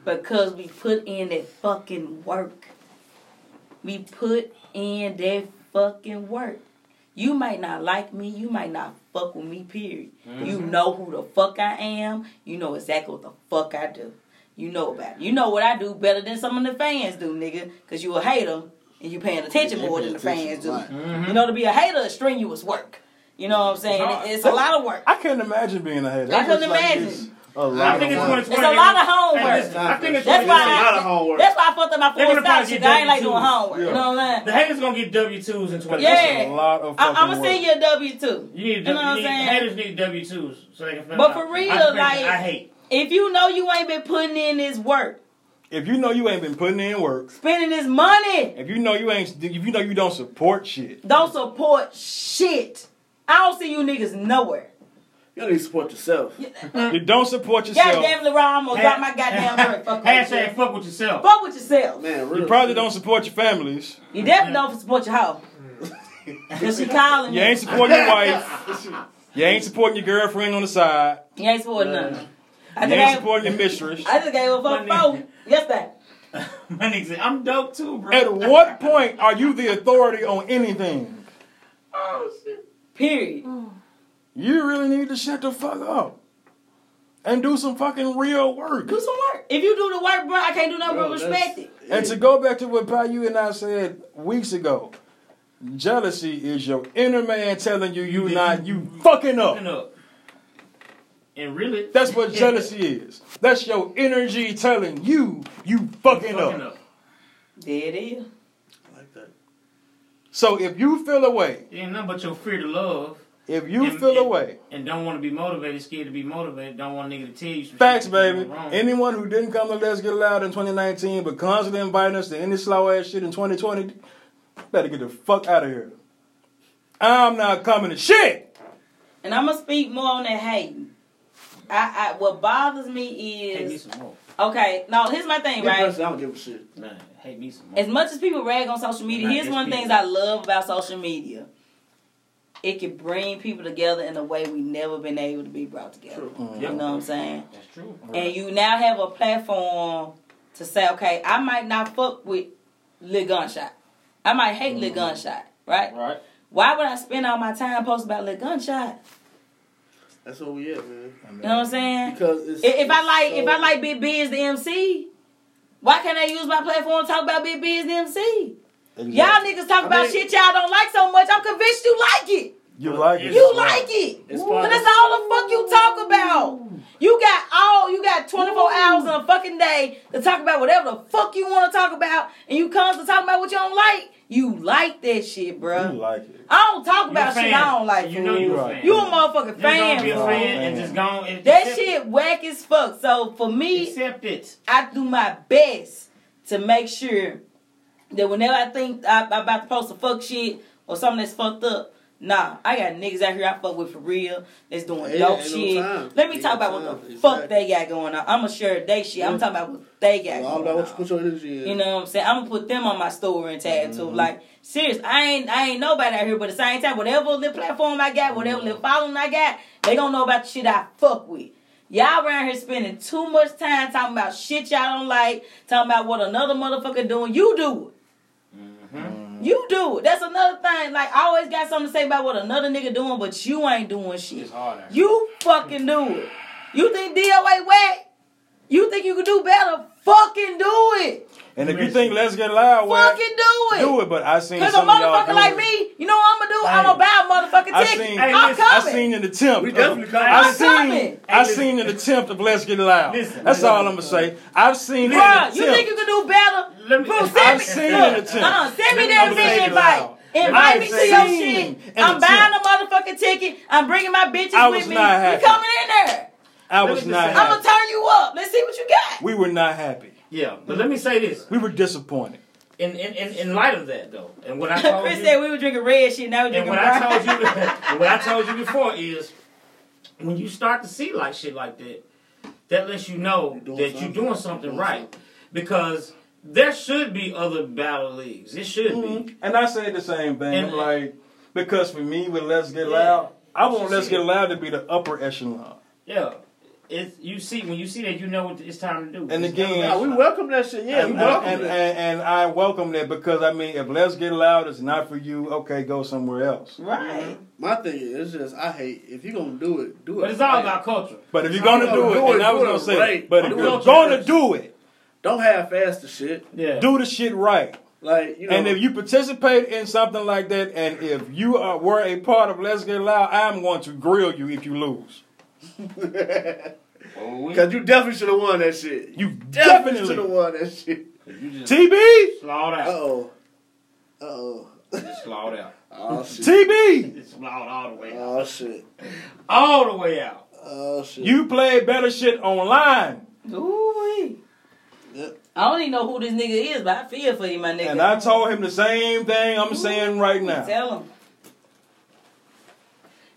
[SPEAKER 3] because we put in that fucking work. We put in that fucking work. You might not like me, you might not fuck with me, period.
[SPEAKER 4] Mm-hmm.
[SPEAKER 3] You know who the fuck I am, you know exactly what the fuck I do. You know about it. You know what I do better than some of the fans do, nigga, because you a hater and you paying attention more than the fans do. You know, to be a hater is strenuous work. You know what I'm saying?
[SPEAKER 4] It's hard.
[SPEAKER 3] It's a lot of work.
[SPEAKER 1] I couldn't imagine being a hater.
[SPEAKER 3] I couldn't
[SPEAKER 1] It's like
[SPEAKER 3] imagine.
[SPEAKER 1] it's A lot
[SPEAKER 4] I think in
[SPEAKER 1] of
[SPEAKER 2] work.
[SPEAKER 1] money.
[SPEAKER 2] It's
[SPEAKER 4] 2020.
[SPEAKER 3] a lot of homework.
[SPEAKER 4] Hey, listen, I think in
[SPEAKER 2] It's
[SPEAKER 3] That's
[SPEAKER 2] a
[SPEAKER 3] why-
[SPEAKER 4] 2020.
[SPEAKER 2] lot of homework.
[SPEAKER 3] That's why I fucked up my
[SPEAKER 4] They're
[SPEAKER 3] full
[SPEAKER 4] gonna probably
[SPEAKER 3] stop shit.
[SPEAKER 4] get
[SPEAKER 3] I ain't like doing
[SPEAKER 4] W2s.
[SPEAKER 3] homework.
[SPEAKER 2] Yeah.
[SPEAKER 3] You know what I'm
[SPEAKER 4] The
[SPEAKER 3] saying?
[SPEAKER 4] haters gonna get W twos in 2020.
[SPEAKER 1] That's A
[SPEAKER 3] Yeah.
[SPEAKER 1] lot of fucking
[SPEAKER 3] I, I'm gonna
[SPEAKER 1] work.
[SPEAKER 3] send you a W two.
[SPEAKER 4] You need,
[SPEAKER 3] You know what I'm
[SPEAKER 4] you need
[SPEAKER 3] saying?
[SPEAKER 4] haters need W twos so they can. fill
[SPEAKER 3] But
[SPEAKER 4] out.
[SPEAKER 3] for
[SPEAKER 4] I
[SPEAKER 3] real,
[SPEAKER 4] think
[SPEAKER 3] like-
[SPEAKER 4] I hate.
[SPEAKER 3] If you know you ain't been putting in this work,
[SPEAKER 1] If you know you ain't been putting in work,
[SPEAKER 3] spending this money,
[SPEAKER 1] if you know you ain't, if you know you don't support shit,
[SPEAKER 3] don't support shit. I don't see you niggas nowhere.
[SPEAKER 2] You need to support yourself.
[SPEAKER 1] you don't support yourself.
[SPEAKER 3] Goddamn, LeRon, I'm gonna drop my goddamn work. Fuck with
[SPEAKER 4] Hashtag
[SPEAKER 3] you.
[SPEAKER 4] fuck with yourself.
[SPEAKER 3] Fuck with yourself.
[SPEAKER 2] Man,
[SPEAKER 1] You
[SPEAKER 2] really.
[SPEAKER 1] probably don't support your families.
[SPEAKER 3] You definitely don't support your hoe. Cause she calling
[SPEAKER 1] You
[SPEAKER 3] you.
[SPEAKER 1] ain't supporting your wife. You ain't supporting your girlfriend on the side.
[SPEAKER 3] You ain't supporting nothing. I
[SPEAKER 1] You
[SPEAKER 3] just
[SPEAKER 1] ain't
[SPEAKER 3] gave,
[SPEAKER 1] supporting your mistress.
[SPEAKER 3] I just gave a fuck
[SPEAKER 4] My nigga.
[SPEAKER 3] four yesterday.
[SPEAKER 4] My nigga said, I'm dope too, bro.
[SPEAKER 1] At what point are you the authority on anything?
[SPEAKER 4] Oh shit.
[SPEAKER 3] Period.
[SPEAKER 1] You really need to shut the fuck up and do some fucking real work.
[SPEAKER 3] Do some work. If you do the work, bro, I can't do nothing but respect it.
[SPEAKER 1] And to go back to what Pa you and I said weeks ago, jealousy is your inner man telling you you not you fucking up.
[SPEAKER 4] Fucking up. And really,
[SPEAKER 1] That's what jealousy is. That's your energy telling you you fucking
[SPEAKER 4] fucking
[SPEAKER 1] up.
[SPEAKER 4] up.
[SPEAKER 3] There it is.
[SPEAKER 2] like that.
[SPEAKER 1] So if you feel a way,
[SPEAKER 4] It ain't nothing but your fear to love.
[SPEAKER 1] if you
[SPEAKER 4] And-
[SPEAKER 1] feel a
[SPEAKER 4] and-
[SPEAKER 1] way,
[SPEAKER 4] and don't want to be motivated, scared to be motivated, don't want a nigga to tell you some
[SPEAKER 1] Facts,
[SPEAKER 4] shit that you
[SPEAKER 1] baby.
[SPEAKER 4] doing wrong.
[SPEAKER 1] Anyone who didn't come to Let's Get Loud in 2019 but constantly inviting us to any slow ass shit in 2020, better get the fuck out of here. I'm not coming to shit.
[SPEAKER 3] And I'm gonna speak more on that hating. I, I what bothers me
[SPEAKER 4] hate me
[SPEAKER 3] is
[SPEAKER 4] some more.
[SPEAKER 3] okay. No, here's my thing,
[SPEAKER 2] Me
[SPEAKER 3] right?
[SPEAKER 2] personally, I don't give a shit.
[SPEAKER 4] Nah, hate me some more.
[SPEAKER 3] As much as people rag on social media,
[SPEAKER 4] Nah,
[SPEAKER 3] here's
[SPEAKER 4] it's
[SPEAKER 3] one of the things
[SPEAKER 4] people.
[SPEAKER 3] I love about social media. It can bring people together in a way we never been able to be brought together.
[SPEAKER 2] True.
[SPEAKER 3] You
[SPEAKER 4] Yep.
[SPEAKER 3] know what I'm saying?
[SPEAKER 4] That's true.
[SPEAKER 3] And you now have a platform to say, okay, I might not fuck with Lil Gunshot. I might hate Lil Gunshot, right?
[SPEAKER 4] Mm-hmm. Right.
[SPEAKER 3] Why would I spend all my time posting about Lil Gunshot?
[SPEAKER 2] That's what we at, man.
[SPEAKER 3] You know what I'm saying?
[SPEAKER 2] Because it's,
[SPEAKER 3] If, if I
[SPEAKER 2] it's
[SPEAKER 3] like,
[SPEAKER 2] so-
[SPEAKER 3] if I like Big Biz the MC, why can't I use my platform to talk about Big Biz the MC? Y'all niggas talk
[SPEAKER 2] I
[SPEAKER 3] about
[SPEAKER 2] mean-
[SPEAKER 3] shit y'all don't like so much. I'm convinced you like it.
[SPEAKER 1] You like it.
[SPEAKER 3] You
[SPEAKER 2] It's
[SPEAKER 3] like
[SPEAKER 2] fine.
[SPEAKER 3] it.
[SPEAKER 2] It's
[SPEAKER 3] And
[SPEAKER 2] fine.
[SPEAKER 3] that's all the fuck you talk about. You got all you got 24 hours in a fucking day to talk about whatever the fuck you want to talk about, and you come to talk about what you don't like. You like that shit,
[SPEAKER 1] You
[SPEAKER 3] bruh.
[SPEAKER 1] like it.
[SPEAKER 3] I don't talk
[SPEAKER 4] You
[SPEAKER 3] about
[SPEAKER 4] a
[SPEAKER 3] shit
[SPEAKER 4] fan.
[SPEAKER 3] I don't like.
[SPEAKER 4] You know
[SPEAKER 3] fool.
[SPEAKER 4] you a
[SPEAKER 1] Right.
[SPEAKER 4] fan.
[SPEAKER 3] You a motherfucking
[SPEAKER 4] Just gonna
[SPEAKER 3] fan,
[SPEAKER 4] be a
[SPEAKER 1] bro.
[SPEAKER 4] fan and just gone. And
[SPEAKER 3] That
[SPEAKER 4] accept
[SPEAKER 3] shit whack as fuck. So for
[SPEAKER 4] It.
[SPEAKER 3] me,
[SPEAKER 4] Accept it.
[SPEAKER 3] I do my best to make sure that whenever I think I, I'm about to post some fuck shit or something that's fucked up, nah, I got niggas out here I fuck with for real that's doing
[SPEAKER 2] Yeah,
[SPEAKER 3] dope
[SPEAKER 2] ain't no
[SPEAKER 3] shit.
[SPEAKER 2] time.
[SPEAKER 3] Let me
[SPEAKER 2] Ain't
[SPEAKER 3] talk
[SPEAKER 2] no
[SPEAKER 3] about what the
[SPEAKER 2] time.
[SPEAKER 3] fuck
[SPEAKER 2] Exactly.
[SPEAKER 3] they got going on. I'ma share they shit.
[SPEAKER 2] Yeah.
[SPEAKER 3] I'm talking about what they got
[SPEAKER 2] It's all
[SPEAKER 3] going
[SPEAKER 2] about what you
[SPEAKER 3] on.
[SPEAKER 2] put your energy in.
[SPEAKER 3] You know what I'm saying? I'm gonna put them on my story and tag
[SPEAKER 4] Mm-hmm.
[SPEAKER 3] too. Like, serious, I ain't I ain't nobody out here, but at the same time, whatever little platform I got, whatever
[SPEAKER 4] Mm-hmm.
[SPEAKER 3] little following I got, they gonna know about the shit I fuck with. Y'all around here spending too much time talking about shit y'all don't like, talking about what another motherfucker doing. You do
[SPEAKER 4] Mm-hmm.
[SPEAKER 3] it. You do it. That's another thing. Like, I always got something to say about what another nigga doing, but you ain't doing shit.
[SPEAKER 4] It's hard. out here.
[SPEAKER 3] You fucking do it. You think DOA whack? You think you can do better? Fucking do it.
[SPEAKER 1] And if you think Let's Get Loud, well,
[SPEAKER 3] Fucking do it.
[SPEAKER 1] do it. But I seen
[SPEAKER 3] Cause a
[SPEAKER 1] some of y'all do
[SPEAKER 3] motherfucker like
[SPEAKER 1] it.
[SPEAKER 3] me, you know what I'm gonna do? I'm
[SPEAKER 4] Hey.
[SPEAKER 3] gonna buy a motherfucking
[SPEAKER 1] I
[SPEAKER 3] ticket.
[SPEAKER 1] seen-
[SPEAKER 4] Hey,
[SPEAKER 3] I'm
[SPEAKER 4] listen,
[SPEAKER 1] I
[SPEAKER 3] coming.
[SPEAKER 1] seen an attempt.
[SPEAKER 2] We definitely
[SPEAKER 1] of,
[SPEAKER 2] coming.
[SPEAKER 1] I
[SPEAKER 4] I'm
[SPEAKER 1] seen
[SPEAKER 3] coming.
[SPEAKER 1] I seen an attempt of Let's Get Loud.
[SPEAKER 4] Listen.
[SPEAKER 1] That's all I'm gonna say. I've seen an
[SPEAKER 3] Bruh, you
[SPEAKER 1] attempt.
[SPEAKER 3] think you can do better?
[SPEAKER 4] Let me.
[SPEAKER 3] Bro,
[SPEAKER 1] I've
[SPEAKER 3] send me,
[SPEAKER 1] seen
[SPEAKER 3] look,
[SPEAKER 1] an attempt.
[SPEAKER 3] uh-uh, send me
[SPEAKER 4] Let me
[SPEAKER 3] that
[SPEAKER 4] make
[SPEAKER 3] bitch
[SPEAKER 1] it
[SPEAKER 3] invite.
[SPEAKER 1] loud.
[SPEAKER 3] Invite
[SPEAKER 4] I've
[SPEAKER 3] me to your
[SPEAKER 1] seen
[SPEAKER 3] shit.
[SPEAKER 1] an
[SPEAKER 3] I'm buying a
[SPEAKER 1] attempt.
[SPEAKER 3] motherfucking ticket. I'm bringing my bitches
[SPEAKER 1] I
[SPEAKER 3] with
[SPEAKER 1] was
[SPEAKER 3] me.
[SPEAKER 1] not
[SPEAKER 3] You
[SPEAKER 1] happy.
[SPEAKER 3] coming in there?
[SPEAKER 1] I
[SPEAKER 4] Let
[SPEAKER 1] was
[SPEAKER 4] me just
[SPEAKER 1] not
[SPEAKER 4] say-
[SPEAKER 3] I'm gonna
[SPEAKER 1] happy.
[SPEAKER 3] turn you up. Let's see what you got.
[SPEAKER 1] We were not happy.
[SPEAKER 4] yeah, but let me say this.
[SPEAKER 1] We were disappointed.
[SPEAKER 4] In in, in, in light of that though, and what I told
[SPEAKER 3] Chris
[SPEAKER 4] you,
[SPEAKER 3] said we were drinking red shit. Now we
[SPEAKER 4] Oh, And
[SPEAKER 3] drinking
[SPEAKER 4] what I
[SPEAKER 3] brown.
[SPEAKER 4] told you, and what I told you before is, when you start to see like shit like that, that lets you know
[SPEAKER 2] You're doing
[SPEAKER 4] that you're
[SPEAKER 2] something.
[SPEAKER 4] doing something
[SPEAKER 2] Doing
[SPEAKER 4] right,
[SPEAKER 2] something.
[SPEAKER 4] because there should be other battle leagues. It should
[SPEAKER 3] Mm-hmm.
[SPEAKER 4] be.
[SPEAKER 1] Mm-hmm. And I said the same thing,
[SPEAKER 4] And-
[SPEAKER 1] like because for me with Let's Get
[SPEAKER 4] Yeah.
[SPEAKER 1] Loud, I want
[SPEAKER 4] Shit.
[SPEAKER 1] Let's Get Loud to be the upper echelon.
[SPEAKER 4] Yeah, it's you see when you see that you know what it's time to do.
[SPEAKER 1] And
[SPEAKER 4] It's
[SPEAKER 1] again-
[SPEAKER 4] never-
[SPEAKER 2] Nah, we welcome that shit. Yeah, we
[SPEAKER 1] and,
[SPEAKER 2] welcome
[SPEAKER 1] and,
[SPEAKER 2] that.
[SPEAKER 1] and, and I welcome that because I mean, if Let's Get Loud is not for you, okay, go somewhere else.
[SPEAKER 3] Right.
[SPEAKER 2] My thing is, it's just I hate if you gonna do it, do it.
[SPEAKER 4] but it's all
[SPEAKER 2] right.
[SPEAKER 4] about culture.
[SPEAKER 1] But if you're
[SPEAKER 4] I'm
[SPEAKER 1] gonna
[SPEAKER 4] gonna
[SPEAKER 1] do
[SPEAKER 2] do
[SPEAKER 1] it, and
[SPEAKER 2] it,
[SPEAKER 1] I was
[SPEAKER 2] do
[SPEAKER 1] gonna
[SPEAKER 2] it
[SPEAKER 1] say,
[SPEAKER 2] right.
[SPEAKER 1] but
[SPEAKER 2] Do
[SPEAKER 1] if
[SPEAKER 2] it
[SPEAKER 1] you're
[SPEAKER 2] on
[SPEAKER 1] gonna
[SPEAKER 2] purpose.
[SPEAKER 1] do it,
[SPEAKER 2] don't half ass the shit.
[SPEAKER 4] Yeah,
[SPEAKER 1] do the shit right.
[SPEAKER 2] Like you know,
[SPEAKER 1] And if you participate in something like that, and if you are, were a part of Let's Get Loud, I'm going to grill you if you lose.
[SPEAKER 4] Oh, we,
[SPEAKER 2] Cause you definitely should have won that shit. You
[SPEAKER 1] You
[SPEAKER 2] definitely should have
[SPEAKER 1] definitely.
[SPEAKER 2] won that shit.
[SPEAKER 4] you just
[SPEAKER 1] TB!
[SPEAKER 4] slawed
[SPEAKER 2] Uh
[SPEAKER 4] out.
[SPEAKER 2] oh. Uh oh.
[SPEAKER 4] Just slawed out.
[SPEAKER 2] Oh shit.
[SPEAKER 1] TB!
[SPEAKER 4] Just slawed all the way out.
[SPEAKER 2] Oh shit.
[SPEAKER 4] All the way out.
[SPEAKER 2] Oh shit.
[SPEAKER 1] You played better shit online.
[SPEAKER 3] Ooh-wee.
[SPEAKER 2] Yep.
[SPEAKER 3] I don't even know who this nigga is, but I feel for you, my nigga.
[SPEAKER 1] And I told him the same thing I'm saying right now.
[SPEAKER 3] Tell him.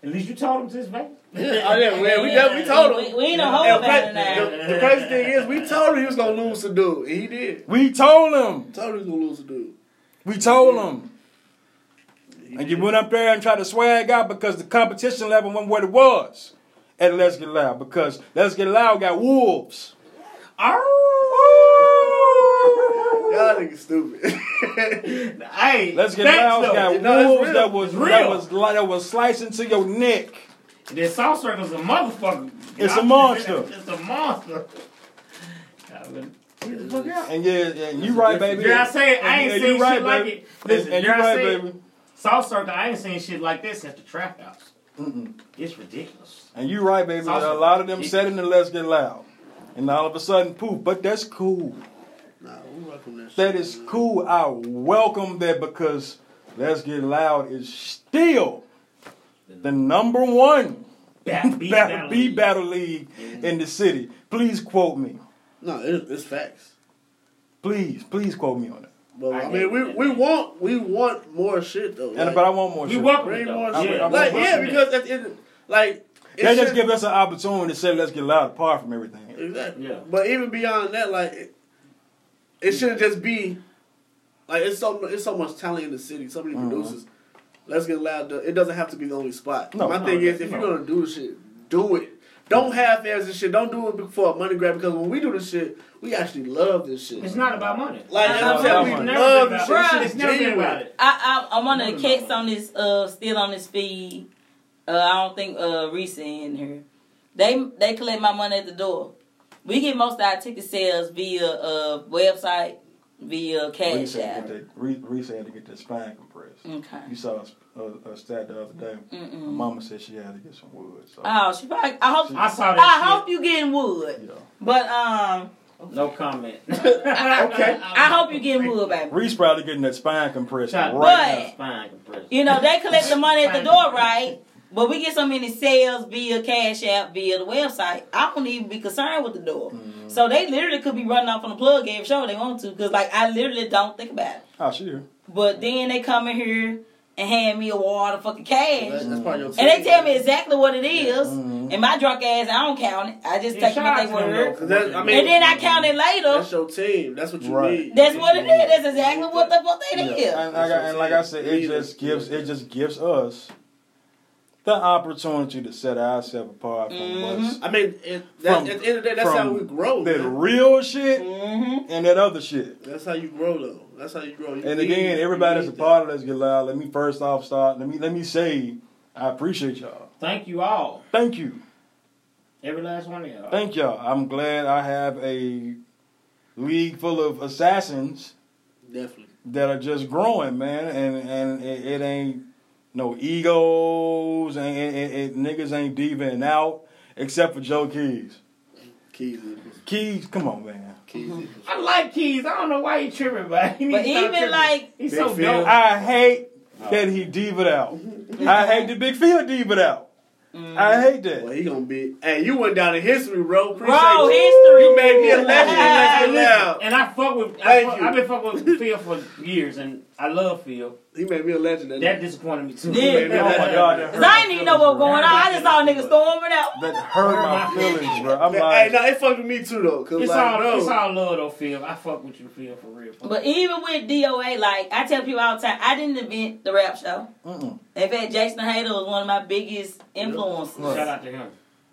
[SPEAKER 4] At least you told him this, man.
[SPEAKER 2] Oh yeah, man, we definitely told him.
[SPEAKER 3] We, we ain't no
[SPEAKER 2] And
[SPEAKER 3] hold
[SPEAKER 2] cra-
[SPEAKER 3] back now.
[SPEAKER 2] the, the crazy thing is, we told him he was gonna lose to dude. and He did.
[SPEAKER 1] We told him.
[SPEAKER 2] Told him he was gonna lose to dude.
[SPEAKER 1] We told him. And you went up there and tried to swag out because the competition level wasn't what it was at Let's Get Loud. Because Let's Get Loud got wolves.
[SPEAKER 2] Y'all niggas stupid.
[SPEAKER 4] Hey,
[SPEAKER 1] Let's Get
[SPEAKER 4] thanks,
[SPEAKER 1] Loud
[SPEAKER 4] though.
[SPEAKER 1] got
[SPEAKER 2] No, it's
[SPEAKER 1] wolves
[SPEAKER 2] real.
[SPEAKER 1] that was,
[SPEAKER 4] It's real.
[SPEAKER 1] that, was, li- that was slicing to your neck.
[SPEAKER 4] This South Circle's a motherfucker.
[SPEAKER 1] It's a
[SPEAKER 4] Y'all-
[SPEAKER 1] monster.
[SPEAKER 4] It's a monster. Y'all been- Get the fuck out.
[SPEAKER 1] And yeah, and you right, baby.
[SPEAKER 4] Dare I say it? I ain't
[SPEAKER 1] And you- and
[SPEAKER 4] seen
[SPEAKER 1] you right,
[SPEAKER 4] shit like
[SPEAKER 1] baby.
[SPEAKER 4] it. Listen,
[SPEAKER 1] and
[SPEAKER 4] dare
[SPEAKER 1] you
[SPEAKER 4] I
[SPEAKER 1] right,
[SPEAKER 4] say it?
[SPEAKER 1] baby.
[SPEAKER 4] South Circle, I ain't seen shit like this since the trap house. It's ridiculous.
[SPEAKER 1] And you right, baby.
[SPEAKER 4] It's awesome.
[SPEAKER 1] A lot of them
[SPEAKER 4] It-
[SPEAKER 1] said it and let's get loud. And all of a sudden, poof. But that's cool.
[SPEAKER 2] nah, we welcome that.
[SPEAKER 1] That is cool. I welcome that because Let's Get Loud is still the number one
[SPEAKER 4] Bat- beat
[SPEAKER 1] battle, B
[SPEAKER 4] league.
[SPEAKER 1] battle league in the city. Please quote me.
[SPEAKER 2] No, it, it's facts.
[SPEAKER 1] Please, please quote me on it.
[SPEAKER 2] But I,
[SPEAKER 4] I
[SPEAKER 2] mean,
[SPEAKER 4] get
[SPEAKER 2] we,
[SPEAKER 4] it.
[SPEAKER 2] we want we want more shit though.
[SPEAKER 1] And
[SPEAKER 2] like,
[SPEAKER 1] but I want more.
[SPEAKER 4] We
[SPEAKER 1] shit.
[SPEAKER 4] welcome
[SPEAKER 2] bring
[SPEAKER 4] it, though.
[SPEAKER 2] more
[SPEAKER 4] I'm-
[SPEAKER 2] shit.
[SPEAKER 1] I'm
[SPEAKER 2] like
[SPEAKER 1] with
[SPEAKER 2] yeah,
[SPEAKER 4] you.
[SPEAKER 2] because at the end, like it
[SPEAKER 1] They just
[SPEAKER 2] shouldn't-
[SPEAKER 1] give us an opportunity to say Let's Get Loud apart from everything.
[SPEAKER 2] Exactly.
[SPEAKER 4] Yeah.
[SPEAKER 2] But even beyond that, like it,
[SPEAKER 1] Mm.
[SPEAKER 2] it shouldn't just be like it's so it's so much talent in the city, so
[SPEAKER 1] Mm-hmm.
[SPEAKER 2] many producers. Let's get loud. though. It doesn't have to be the only spot.
[SPEAKER 1] No,
[SPEAKER 2] My
[SPEAKER 1] no, Mm.
[SPEAKER 2] thing is,
[SPEAKER 4] no,
[SPEAKER 2] if
[SPEAKER 4] no.
[SPEAKER 2] you're gonna do shit, do it. Don't half ass this shit. Don't do it for a money grab because when we do this shit, we actually love this shit.
[SPEAKER 4] It's not about money.
[SPEAKER 2] like that's
[SPEAKER 3] It's not
[SPEAKER 2] what I'm
[SPEAKER 1] about
[SPEAKER 2] saying,
[SPEAKER 1] money.
[SPEAKER 2] we
[SPEAKER 4] Never
[SPEAKER 2] love
[SPEAKER 4] been
[SPEAKER 2] this
[SPEAKER 4] about
[SPEAKER 2] shit. This
[SPEAKER 4] it.
[SPEAKER 2] shit's
[SPEAKER 4] It's never been
[SPEAKER 2] genuine.
[SPEAKER 4] about it.
[SPEAKER 3] I, I, I'm one of the cats on this, uh, still on this feed. Uh, I don't think uh, Reese in here. They they collect my money at the door. We get most of our ticket sales via uh, website, via cash
[SPEAKER 1] Reese had
[SPEAKER 3] app.
[SPEAKER 1] to get that- Reese- Reese had to get that spine compressed.
[SPEAKER 3] Okay.
[SPEAKER 1] You saw a s- a, a stat the other day. My
[SPEAKER 3] Mm-mm.
[SPEAKER 1] mama said she had to get some wood. So,
[SPEAKER 3] Oh, she probably. I hope.
[SPEAKER 4] I saw that
[SPEAKER 3] I
[SPEAKER 4] shit.
[SPEAKER 3] hope you getting wood.
[SPEAKER 1] you know.
[SPEAKER 3] But um,
[SPEAKER 4] No comment.
[SPEAKER 2] Okay.
[SPEAKER 3] I hope you getting wood, baby.
[SPEAKER 1] Reese probably getting that spine compressed
[SPEAKER 4] Shot
[SPEAKER 1] right
[SPEAKER 3] But-
[SPEAKER 1] now.
[SPEAKER 4] now. Spine compression.
[SPEAKER 3] You know they collect the money at the door, right? But we get so many sales via Cash App, via the website. I don't even be concerned with the door. So they literally could be running off on the plug every show they want to, because like I literally don't think about it.
[SPEAKER 1] Oh, she here.
[SPEAKER 3] But then they come in here and hand me a wad of fucking cash,
[SPEAKER 2] That's, that's part of your
[SPEAKER 3] and they
[SPEAKER 2] team.
[SPEAKER 3] tell me exactly what it is.
[SPEAKER 1] Mhm.
[SPEAKER 3] And my drunk ass, I don't count it. I just
[SPEAKER 4] Yeah,
[SPEAKER 3] take them
[SPEAKER 4] shout
[SPEAKER 3] at
[SPEAKER 4] out
[SPEAKER 3] their
[SPEAKER 4] to them,
[SPEAKER 3] word.
[SPEAKER 4] though, for
[SPEAKER 2] That-
[SPEAKER 4] what
[SPEAKER 2] I
[SPEAKER 4] they
[SPEAKER 2] mean-
[SPEAKER 4] do.
[SPEAKER 3] And then I count it later.
[SPEAKER 2] That's your team. That's what you
[SPEAKER 1] Right.
[SPEAKER 2] need.
[SPEAKER 3] That's what it is. That's exactly what the fuck they did.
[SPEAKER 1] Yeah, and, like I, and like I said, it just gives it just gives us the opportunity to set ourselves apart from
[SPEAKER 3] Mm-hmm.
[SPEAKER 1] what's
[SPEAKER 2] I mean, it, that,
[SPEAKER 1] From-
[SPEAKER 2] at the end of the day, that's
[SPEAKER 1] from
[SPEAKER 2] how we grow.
[SPEAKER 1] that
[SPEAKER 2] man.
[SPEAKER 1] real shit
[SPEAKER 3] Mm-hmm.
[SPEAKER 1] and that other shit.
[SPEAKER 2] That's how you grow, though. That's how you grow. You
[SPEAKER 1] And
[SPEAKER 2] need-
[SPEAKER 1] again,
[SPEAKER 2] you
[SPEAKER 1] everybody's a
[SPEAKER 2] need
[SPEAKER 1] part of Let's Get Loud. Let me first off start. Let me let me say I appreciate y'all.
[SPEAKER 4] Thank you all.
[SPEAKER 1] Thank you,
[SPEAKER 4] Every last one of y'all.
[SPEAKER 1] thank y'all. I'm glad I have a league full of assassins
[SPEAKER 2] that. Definitely.
[SPEAKER 1] that are just growing, man. And and it, it ain't no egos, and it, it, it, niggas ain't diving out except for Joe Keys.
[SPEAKER 2] Keys. is-
[SPEAKER 1] Keys, come on, man.
[SPEAKER 2] Keys. is-
[SPEAKER 4] I like Keys. I don't know why he tripping, but he needs to stop
[SPEAKER 3] even
[SPEAKER 4] tripping.
[SPEAKER 3] like-
[SPEAKER 4] he's
[SPEAKER 2] Big
[SPEAKER 4] so
[SPEAKER 2] Phil.
[SPEAKER 4] dope.
[SPEAKER 1] I hate that he divvied out. I hate the big field divvied out. I hate
[SPEAKER 2] Well,
[SPEAKER 1] that.
[SPEAKER 2] he gonna be. Hey, you went down in history, bro. Appreciate you.
[SPEAKER 3] Bro, history.
[SPEAKER 2] You made me a legend. Let's get
[SPEAKER 4] Listen,
[SPEAKER 2] loud.
[SPEAKER 4] And I fuck with. I
[SPEAKER 2] Thank
[SPEAKER 4] fuck,
[SPEAKER 2] you.
[SPEAKER 4] I've been fucking with Phil for years, and I love Phil.
[SPEAKER 2] He made me a legend.
[SPEAKER 4] That disappointed me too.
[SPEAKER 3] Yeah.
[SPEAKER 1] Oh my God, that
[SPEAKER 3] Cause I didn't even know what was going on. I just saw niggas storming out.
[SPEAKER 1] That hurt my feelings, bro. I'm
[SPEAKER 2] hey,
[SPEAKER 1] like,
[SPEAKER 2] no, it fucked with me too, though. Cause
[SPEAKER 4] It's
[SPEAKER 2] like,
[SPEAKER 4] all
[SPEAKER 2] bro,
[SPEAKER 4] it's all love though, Phil. I fuck with you, Phil, for real. Fuck.
[SPEAKER 3] But even with DOA, like I tell people all the time, I didn't invent the rap show.
[SPEAKER 1] mm-mm.
[SPEAKER 3] In fact, Jason Hader was one of my biggest influences
[SPEAKER 1] Right.
[SPEAKER 4] Shout out to him.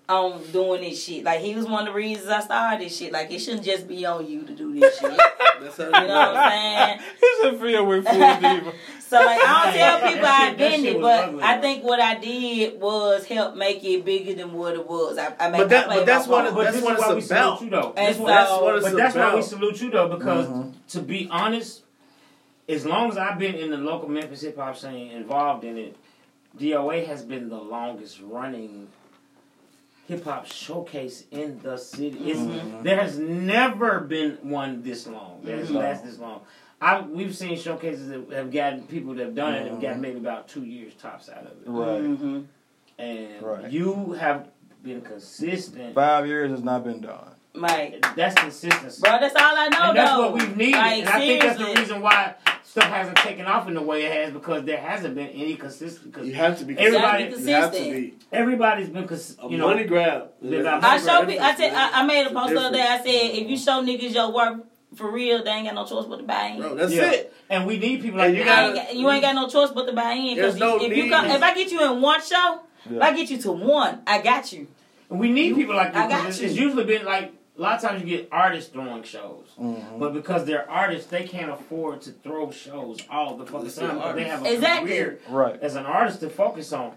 [SPEAKER 3] on doing this shit. Like he was one of the reasons I started this shit. Like it shouldn't just be on you to do this shit.
[SPEAKER 2] that's how
[SPEAKER 3] You know what I'm saying?
[SPEAKER 1] he's a field with full diva.
[SPEAKER 3] So like I don't
[SPEAKER 4] That
[SPEAKER 3] tell
[SPEAKER 4] shit-
[SPEAKER 3] people
[SPEAKER 4] that
[SPEAKER 3] I
[SPEAKER 4] shit
[SPEAKER 3] invented it,
[SPEAKER 4] was
[SPEAKER 3] but
[SPEAKER 4] ugly,
[SPEAKER 3] I
[SPEAKER 4] though.
[SPEAKER 3] think what I did was help make it bigger than what it was. I, I made
[SPEAKER 2] But that-
[SPEAKER 3] I played
[SPEAKER 2] but that's
[SPEAKER 3] my
[SPEAKER 2] what
[SPEAKER 3] part.
[SPEAKER 2] it-
[SPEAKER 4] But
[SPEAKER 2] That's
[SPEAKER 4] this
[SPEAKER 2] what
[SPEAKER 4] is why
[SPEAKER 2] it's
[SPEAKER 4] we
[SPEAKER 2] about.
[SPEAKER 4] salute you though.
[SPEAKER 3] And
[SPEAKER 4] This
[SPEAKER 3] so-
[SPEAKER 4] why-
[SPEAKER 2] That's what it's
[SPEAKER 4] but that's why we
[SPEAKER 2] about.
[SPEAKER 4] salute you though, because to be honest, as long as I've been in the local Memphis hip hop scene, involved in it, DOA has been the longest running hip hop showcase in the city. It's, There has never been one this long. That has
[SPEAKER 1] Mhm.
[SPEAKER 4] lasted this long. I we've seen showcases that have gotten people that have done it have gotten maybe about two years tops out of it.
[SPEAKER 1] Right.
[SPEAKER 3] Mm-hmm.
[SPEAKER 4] And
[SPEAKER 1] Right.
[SPEAKER 4] you have been consistent.
[SPEAKER 1] Five years has not been done.
[SPEAKER 3] Right.
[SPEAKER 4] That's consistency.
[SPEAKER 3] Bro, that's all I know,
[SPEAKER 4] and that's
[SPEAKER 3] though.
[SPEAKER 4] what we've needed.
[SPEAKER 3] Like,
[SPEAKER 4] and I think that's the
[SPEAKER 3] seriously.
[SPEAKER 4] reason why stuff hasn't taken off in the way it has because there hasn't been any consistent.
[SPEAKER 2] You
[SPEAKER 4] Cause
[SPEAKER 2] have to be.
[SPEAKER 4] Everybody-
[SPEAKER 2] consistent. you have to be.
[SPEAKER 4] everybody's been, cons-
[SPEAKER 2] A
[SPEAKER 4] you know,
[SPEAKER 2] money grab.
[SPEAKER 4] live out-
[SPEAKER 3] I
[SPEAKER 4] That's
[SPEAKER 3] show people. I, said, I I made a post the other day. I said, if you show niggas your work for real, they ain't got no choice but to buy in.
[SPEAKER 2] Bro, that's
[SPEAKER 4] Yeah.
[SPEAKER 2] it.
[SPEAKER 4] and we need people
[SPEAKER 2] And
[SPEAKER 4] like
[SPEAKER 2] you
[SPEAKER 4] that.
[SPEAKER 3] I
[SPEAKER 2] gotta-
[SPEAKER 3] ain't got- you ain't got no choice but to buy in. 'cause
[SPEAKER 2] There's no
[SPEAKER 3] if, if you
[SPEAKER 2] need.
[SPEAKER 3] come, if I get you in one show, if I get you to one, I got you.
[SPEAKER 4] We need people like
[SPEAKER 3] I
[SPEAKER 4] that. 'cause
[SPEAKER 3] got
[SPEAKER 4] It's,
[SPEAKER 3] you.
[SPEAKER 4] it's usually been like a lot of times you get artists throwing shows,
[SPEAKER 2] Mm-hmm.
[SPEAKER 1] Mhm.
[SPEAKER 4] but because they're artists, they can't afford to throw shows all the fucking
[SPEAKER 2] Unless they're
[SPEAKER 4] time. because They have a
[SPEAKER 3] Exactly.
[SPEAKER 4] career
[SPEAKER 1] Right.
[SPEAKER 4] as an artist to focus on,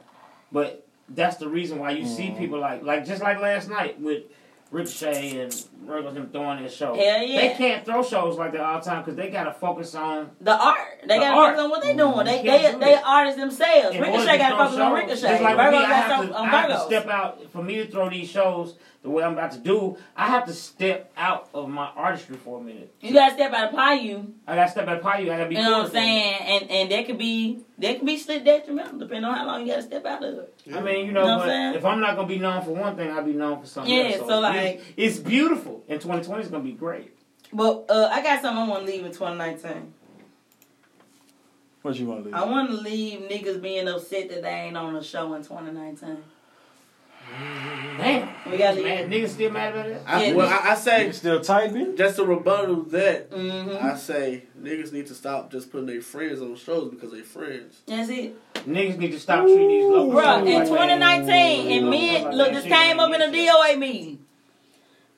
[SPEAKER 4] but that's the reason why you
[SPEAKER 2] Mm-hmm.
[SPEAKER 4] see people like like just like last night with. Ricochet and Virgil them throwing their shows.
[SPEAKER 3] Hell yeah.
[SPEAKER 4] They can't throw shows like that all the time because they gotta focus on
[SPEAKER 3] The art, they
[SPEAKER 4] The
[SPEAKER 3] gotta
[SPEAKER 4] art.
[SPEAKER 3] focus on what they doing. They
[SPEAKER 4] Mm-hmm. You
[SPEAKER 3] they
[SPEAKER 4] can't do
[SPEAKER 3] they
[SPEAKER 4] it.
[SPEAKER 3] artists themselves.
[SPEAKER 4] in order
[SPEAKER 3] Ricochet gotta
[SPEAKER 4] throw
[SPEAKER 3] focus on
[SPEAKER 4] shows,
[SPEAKER 3] Ricochet.
[SPEAKER 4] Just like
[SPEAKER 3] Virgo
[SPEAKER 4] me, I
[SPEAKER 3] gotta
[SPEAKER 4] have,
[SPEAKER 3] focus
[SPEAKER 4] to,
[SPEAKER 3] on
[SPEAKER 4] I have to
[SPEAKER 3] Virgos.
[SPEAKER 4] step out for me to throw these shows the way I'm about to do. I have to step out of my artistry for a minute.
[SPEAKER 3] You gotta step out of Payu.
[SPEAKER 4] I gotta step out of Payu. I gotta be.
[SPEAKER 3] You know
[SPEAKER 4] cool
[SPEAKER 3] what I'm
[SPEAKER 4] for a minute.
[SPEAKER 3] saying? And and that could be that could be slit detrimental depending on how long you gotta step out of it.
[SPEAKER 4] I mean, you know,
[SPEAKER 3] You know what
[SPEAKER 4] but
[SPEAKER 3] I'm saying?
[SPEAKER 4] if I'm not gonna be known for one thing, I'll be known for something.
[SPEAKER 3] Yeah,
[SPEAKER 4] else.
[SPEAKER 3] so,
[SPEAKER 4] it's
[SPEAKER 3] like-
[SPEAKER 4] beautiful. it's beautiful, and 2020 is gonna be great.
[SPEAKER 3] But uh, I got something I want to leave in 2019.
[SPEAKER 1] What you want to
[SPEAKER 3] I
[SPEAKER 1] leave?
[SPEAKER 3] want to leave niggas being upset that they ain't on a show in 2019.
[SPEAKER 4] Damn,
[SPEAKER 3] We gotta
[SPEAKER 4] mad, niggas still mad about that.
[SPEAKER 2] I,
[SPEAKER 3] Yeah.
[SPEAKER 2] well, I, I say
[SPEAKER 1] You still tight, bitch?
[SPEAKER 2] just to rebuttal that.
[SPEAKER 3] Mm-hmm.
[SPEAKER 2] I say niggas need to stop just putting their friends on shows because they friends.
[SPEAKER 3] That's it.
[SPEAKER 4] Niggas need to stop treating these local.
[SPEAKER 3] Bruh,
[SPEAKER 4] shows
[SPEAKER 3] in
[SPEAKER 4] like that.
[SPEAKER 3] 2019, and
[SPEAKER 4] Ooh.
[SPEAKER 3] men, look, this came up in a DOA meeting.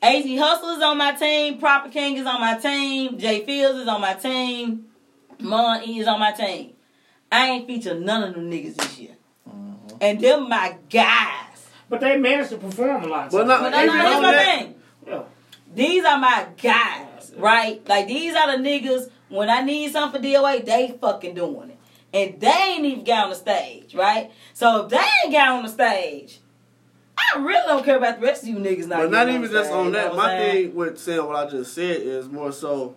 [SPEAKER 3] AZ Hustle is on my team. Proper King is on my team. Jay Fields is on my team. Mon E is on my team. I ain't featured none of them niggas this year. And them my guys.
[SPEAKER 4] But they managed to perform a lot.
[SPEAKER 2] But not-
[SPEAKER 3] But
[SPEAKER 2] Hey,
[SPEAKER 3] no, no,
[SPEAKER 2] you
[SPEAKER 3] that's
[SPEAKER 2] know
[SPEAKER 3] my
[SPEAKER 2] that-
[SPEAKER 3] thing.
[SPEAKER 4] yeah.
[SPEAKER 3] These are my guys, right? Like these are the niggas. When I need something for DOA, they fucking doing it, and they ain't even got on the stage, right? So if they ain't got on the stage. I really don't care about the rest of you niggas. Not
[SPEAKER 2] but not
[SPEAKER 3] getting
[SPEAKER 2] even
[SPEAKER 3] the
[SPEAKER 2] just
[SPEAKER 3] stage,
[SPEAKER 2] on
[SPEAKER 3] you know
[SPEAKER 2] that.
[SPEAKER 3] what
[SPEAKER 2] My
[SPEAKER 3] I'm saying?
[SPEAKER 2] thing with saying what I just said is more so